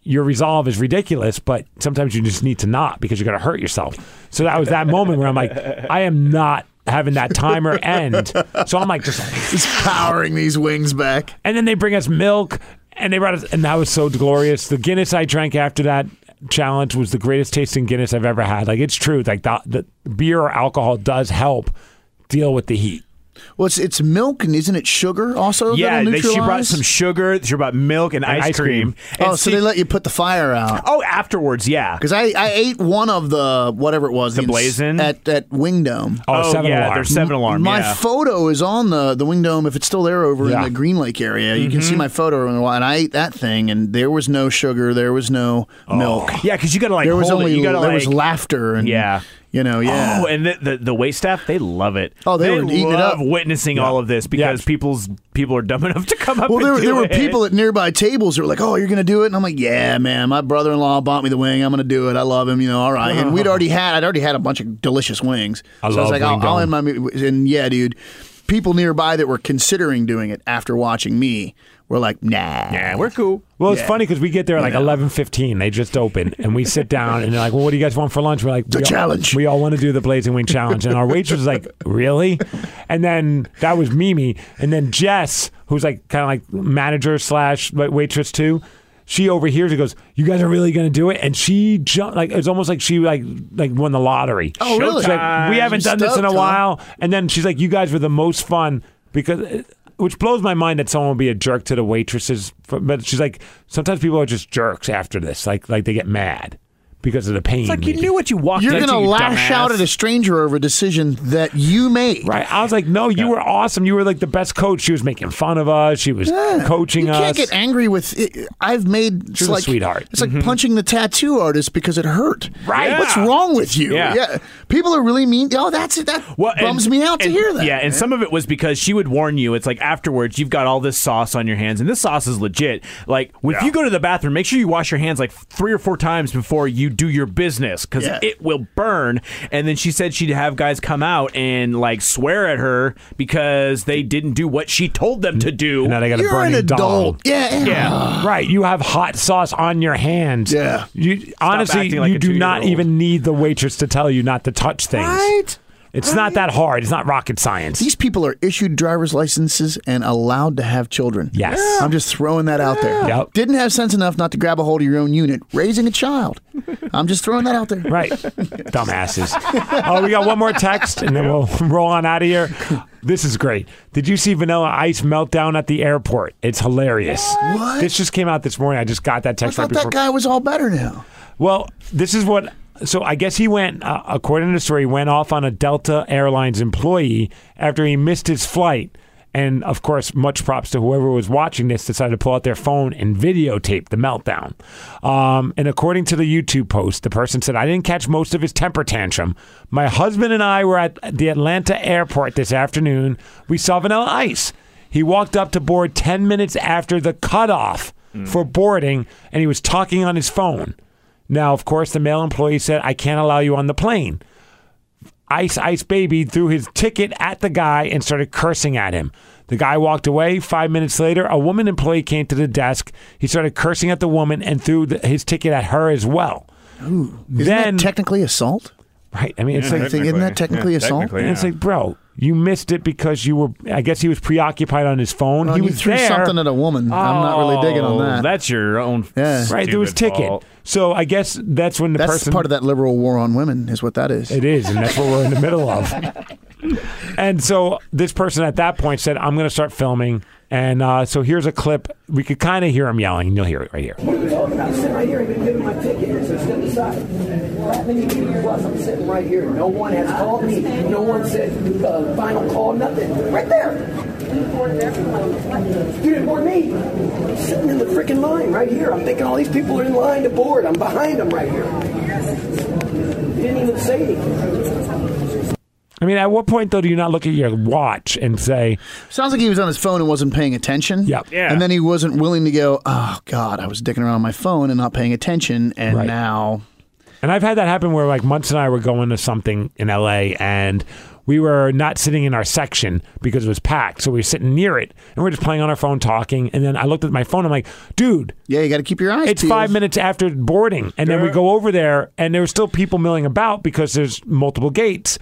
your resolve is ridiculous, but sometimes you just need to not because you're going to hurt yourself. So that was that moment where I'm like, I am not having that timer end. So I'm like, just, He's powering these wings back. and then they bring us milk, and they brought us, and that was so glorious. The Guinness I drank after that challenge was the greatest tasting Guinness I've ever had. Like it's true. Like the, the beer or alcohol does help deal with the heat. Well, it's, it's milk and isn't it sugar also? yeah, that'll they, she brought neutralize? some sugar, she brought milk and, ice, ice cream. cream. Oh, And so Steve- they let you put the fire out. Oh, afterwards, yeah. Because I, I ate one of the whatever it was the, ins- blazon? at at Wingdome. Oh, Oh, seven yeah, alarm. there's seven alarm. my yeah. photo is on the the Wingdome if it's still there over Yeah. in the Green Lake area. You can see Mm-hmm. my photo and and I ate that thing and there was no sugar, there was no milk. Oh. yeah, because you gotta like There was hold only it. You gotta there like, was laughter and Yeah. you know yeah. Oh, and the, the the wait staff they love it. Oh, they were eating it love up. Witnessing all of this because people's people are dumb enough to come up. well, there, and there do were it. people at nearby tables that were like, "Oh, you're gonna do it," and I'm like, "Yeah, man. My brother-in-law bought me the wing. I'm gonna do it. I love him. You know, all right." And we'd already had, I'd already had a bunch of delicious wings. I so love I was like, Wing I'll, I'll Dome. end my. meal- And yeah, dude, people nearby that were considering doing it after watching me were like, "Nah, Yeah, we're cool. Well, it's funny 'cause funny because we get there at like eleven fifteen. They just open, and we sit down, and they're like, "Well, what do you guys want for lunch?" We're like, "The challenge. we all want to do the blazing wing challenge, and our waitress is like, "Really?" And then that was Mimi, and then Jess, who's like kind of like manager slash like, waitress too. She overhears and goes, "You guys are really gonna do it?" And she jumped like it's almost like she like like won the lottery. Oh, really? She's like, we haven't She's done this in a stoked, huh? while. And then she's like, "You guys were the most fun because," uh, which blows my mind that someone would be a jerk to the waitresses. But she's like, sometimes people are just jerks after this. Like, like they get mad because of the pain. It's like you knew what you walked You're into. going to you lash dumbass. out at a stranger over a decision that you made. Right. I was like, no, you were awesome. You were like the best coach. She was making fun of us. She was coaching you us. can't get angry with it. I've made it's She's a like sweetheart. Mm-hmm. It's like punching the tattoo artist because it hurt. Right. What's Yeah. wrong with you? Yeah. People are really mean. Oh, that's it. That Well, and- bums me out to and- hear that. Yeah, and some of it was because she would warn you. It's like afterwards, you've got all this sauce on your hands, and this sauce is legit. Like if you go to the bathroom, make sure you wash your hands like three or four times before you do your business because Yeah. it will burn. And then she said she'd have guys come out and like swear at her because they didn't do what she told them to do. now they got a You're an burning dong. adult. Yeah. yeah, Right. You have hot sauce on your hands. Yeah. You honestly, acting like you a do not two-year-old. even need the waitress to tell you not to touch things. Right? It's not that hard. It's not rocket science. These people are issued driver's licenses and allowed to have children. Yes. Yeah. I'm just throwing that out there. Yep. Didn't have sense enough not to grab a hold of your own unit. Raising a child. I'm just throwing that out there. Right. Dumbasses. Oh, we got one more text and then we'll roll on out of here. This is great. Did you see Vanilla Ice meltdown at the airport? It's hilarious. What? This just came out this morning. I just got that I text right thought before. that guy was all better now. Well, this is what. So I guess he went, uh, according to the story, went off on a Delta Airlines employee after he missed his flight. And of course, much props to whoever was watching this decided to pull out their phone and videotape the meltdown. Um, and according to the YouTube post, the person said, I didn't catch most of his temper tantrum. My husband and I were at the Atlanta airport this afternoon. We saw Vanilla Ice. He walked up to board 10 minutes after the cutoff for boarding, and he was talking on his phone. Now, of course, the male employee said, I can't allow you on the plane. Ice Ice Baby threw his ticket at the guy and started cursing at him. The guy walked away. Five minutes later, a woman employee came to the desk. He started cursing at the woman and threw the, his ticket at her as well. Isn't then, that technically assault? right? I mean, it's like Isn't that technically assault? and it's like, bro, you missed it because you were. I guess he was preoccupied on his phone. Well, he you was threw there. Oh. something at a woman. I'm not really digging on that. That's your own. Yeah. right, there was stupid ticket. fault. So I guess that's when the That's person part of that liberal war on women, is what that is. It is, and that's what we're in the middle of. And so this person at that point said, "I'm going to start filming." And uh, so here's a clip. We could kind of hear him yelling. You'll hear it right here. I'm sitting right here. I've been giving my ticket. So step aside. Let me give you your bus. I'm sitting right here. No one has called me. No one said uh, final call. Nothing. Right there. You didn't board me. I'm sitting in the freaking line right here. I'm thinking all these people are in line to board. I'm behind them right here. You didn't even say anything. I mean, at what point though do you not look at your watch and say, Sounds like he was on his phone and wasn't paying attention. Yep. Yeah. And then he wasn't willing to go, oh, God, I was dicking around on my phone and not paying attention. And Right. now, And I've had that happen where like Munts and I were going to something in LA and we were not sitting in our section because it was packed. So we were sitting near it and we are just playing on our phone talking. And then I looked at my phone. I'm like, dude, yeah, you got to keep your eyes it's peeled. five minutes after boarding. And then we go over there and there's still people milling about because there's multiple gates.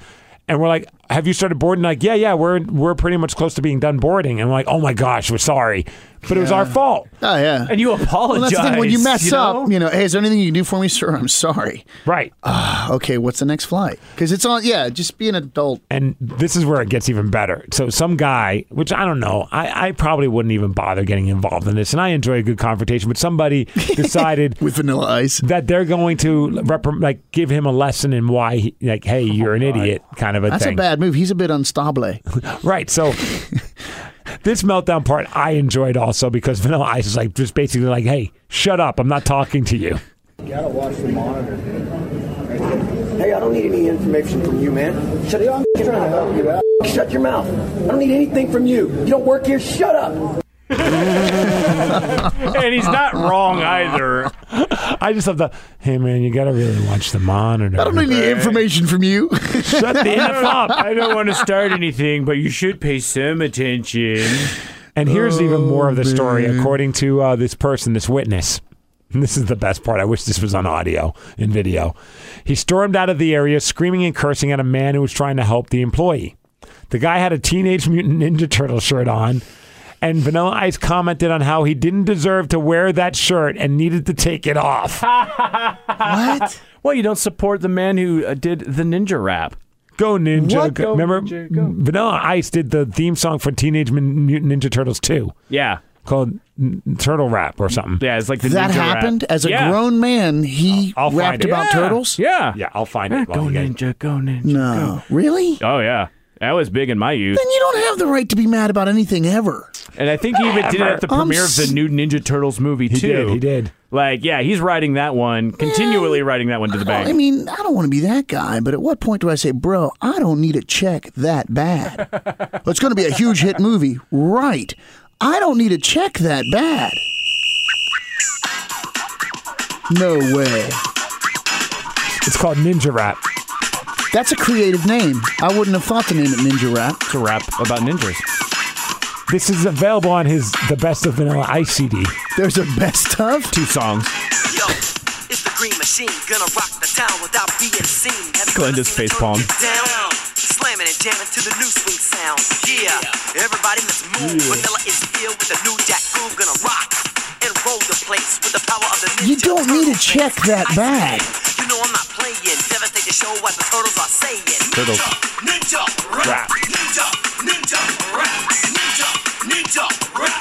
And we're like, have you started boarding? Like, yeah, yeah, we're we're pretty much close to being done boarding. And we're like, oh my gosh, we're sorry. But it was our fault. Oh, yeah. And you apologize. well, that's the thing. When you mess know? up, you know, hey, is there anything you can do for me, sir? I'm sorry. Right. Okay, what's the next flight? Because it's on, yeah, just be an adult. and this is where it gets even better. So some guy, which I don't know, I, I probably wouldn't even bother getting involved in this, and I enjoy a good confrontation. But somebody decided With vanilla ice. that they're going to reprim- like give him a lesson in why, he, like, hey, you're an idiot, kind of a Oh That's thing. a bad move. He's a bit unstable. Right. So this meltdown part I enjoyed also because Vanilla Ice is like just basically like, hey, shut up, I'm not talking to you. gotta watch the monitor. Hey, I don't need any information from you, man. Shut your I'm trying to help you out. Shut your mouth. I don't need anything from you. You don't work here. Shut up. and he's not wrong either. I just love the hey man, you gotta really watch the monitor. I don't need any information from you. shut the F up. I don't want to start anything, but you should pay some attention. And here's even more of the story, according to uh, this person, this witness. And this is the best part. I wish this was on audio and video. He stormed out of the area, screaming and cursing at a man who was trying to help the employee. The guy had a Teenage Mutant Ninja Turtle shirt on, and Vanilla Ice commented on how he didn't deserve to wear that shirt and needed to take it off. what? Well, you don't support the man who uh, did the ninja rap. Go Ninja. What? Go. Remember, Vanilla Ice did the theme song for Teenage Mutant Ninja Turtles 2. Yeah. called mm, Turtle Rap or something. Yeah, it's like the that happened as a grown man. He I'll find rapped it. about Yeah. turtles. Yeah. Eh, Yeah, I'll find it. while you guys- go ninja. No, really? Oh yeah, that was big in my youth, Then you don't have the right to be mad about anything ever. and I think he even did it at the I'm premiere of the s- new Ninja Turtles movie He too. did. He did. Like, yeah, he's writing that one continually, writing that one to the I bank. mean, I don't want to be that guy, but at what point do I say, bro, I don't need a check that bad? it's going to be a huge hit movie. Right. I don't need a check that bad. No way. It's called Ninja Rap. That's a creative name. I wouldn't have thought to name it Ninja Rap. It's a rap about ninjas. This is available on his The Best of Vanilla Ice CD. There's a best of. Two songs. Yo, it's the green machine, gonna rock the town without being seen. Have you Glenda's ever seen a face girl palm. get down? Slamming and jamming to the new swing sound. Yeah, everybody let's move. Vanilla is filled with the new jack groove, gonna rock and roll the place with the power of the ninja. You don't need a Turtles. check that Ice bad. Age. You know I'm not playing. Devastate the show what the turtles are saying. Turtles. Ninja, ninja rap. Rap. Ninja, ninja rap. Ninja, ninja rap.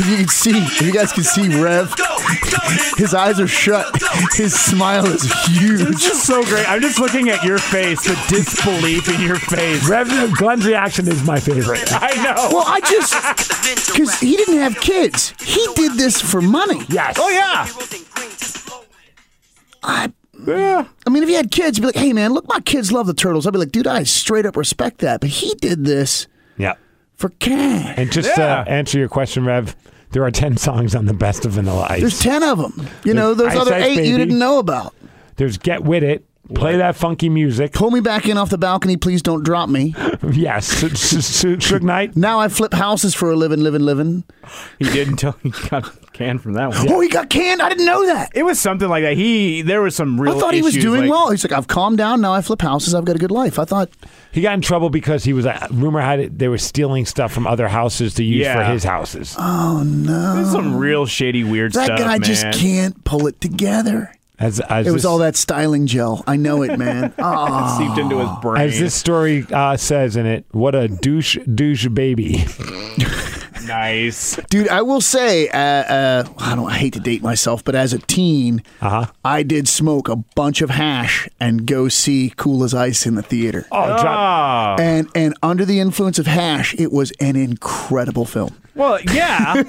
If you can see, if you guys can see Rev, Go, go, ninja. his eyes are shut. His smile is huge. This is so great. I'm just looking at your face, the disbelief in your face. Rev Glenn's reaction is my favorite. I know. Well, I just, The ninja because rap. he didn't have kids, he did this for money. Yes. Oh yeah. I, I mean, if he had kids, you'd be like, hey, man, look, my kids love the turtles. I'd be like, dude, I straight up respect that. But he did this Yeah. for cash. And just Yeah. to answer your question, Rev, there are 10 songs on The Best of Vanilla Ice. There's 10 of them. You know, There's those Ice other Ice eight you Baby. didn't know about. There's Get With It, Play That Funky Music. Pull me back in off the balcony, please don't drop me. Yes. Suge Knight. Now I flip houses for a living, living, living. He did until he got canned from that one. Oh, he got canned? I didn't know that. It was something like that. He there was some real. I thought he was issues, doing like- well. He's like, I've calmed down. Now I flip houses. I've got a good life. I thought, He got in trouble because he was, uh, rumor had it, they were stealing stuff from other houses to use for Yeah. his houses. There's some real Um, shady, weird that stuff. guy just man. can't pull it together. As, as It was this- all that styling gel. I know it, man. Ah. seeped into his brain. As this story uh, says in it, what a douche douche baby. nice. Dude, I will say, uh, uh, I don't I hate to date myself, but as a teen, Uh-huh. I did smoke a bunch of hash and go see Cool as Ice in the theater. Oh, drop- Ah. And and under the influence of hash, it was an incredible film. Well, yeah.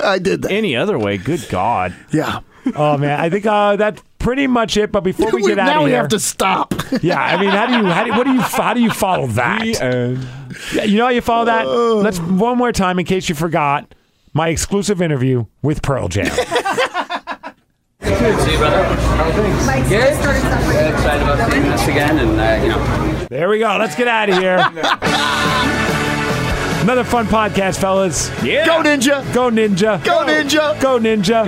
I did that. Any other way? Good God. Yeah. oh man, I think uh, that's pretty much it. But before we, We- get out now of we here, have to stop. yeah, I mean, how do you how do, what do you how do you follow that? Yeah, you know how you follow that? Oh. Let's one more time in case you forgot my exclusive interview with Pearl Jam. See you, brother. How are things? Good. Yeah, excited about seeing this again, and uh, you know. there we go. Let's get out of here. Another fun podcast, fellas. Yeah. Go ninja. Go Ninja. Go ninja. Go Ninja.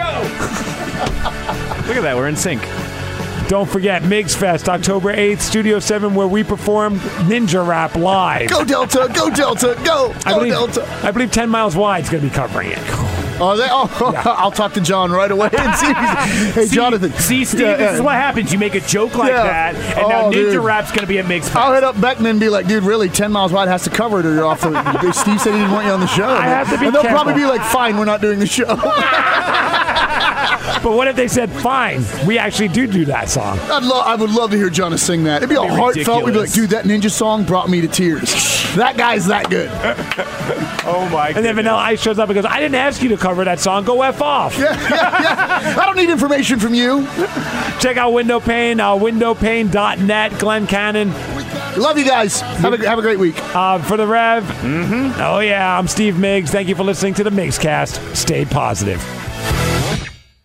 Look at that. We're in sync. Don't forget Migs Fest, October 8th, Studio 7, where we perform Ninja Rap live. Go Delta. Go Delta. Go. I Go believe, Delta. I believe 10 Miles Wide is going to be covering it. Oh, they, oh I'll talk to John right away and see. if he's- hey, See- Jonathan. See, Steve, Yeah, this yeah. is what happens. You make a joke like Yeah. that, and now Oh, Ninja dude. Rap's going to be a mix. I'll hit up Beckman and be like, dude, really, 10 miles wide has to cover it or you're off the. Steve said he didn't want you on the show. I have to be And they'll careful. probably be like, fine, we're not doing the show. I'd But what if they said, fine, we actually do do that song? lo- I would love to hear Jonas sing that. It'd be all heartfelt. We'd be like, ridiculous. dude, that ninja song brought me to tears. that guy's that good. Oh my! And then Vanilla Ice shows up and goes, I didn't ask you to cover that song. Go F off. I don't need information from you. Check out Window Pane, uh, windowpane.net, Glenn Cannon. Love you guys. Have a, have a great week. Uh, for the Rev. Mm-hmm. Oh, yeah, I'm Steve Miggs. Thank you for listening to the Miggs Cast. Stay positive.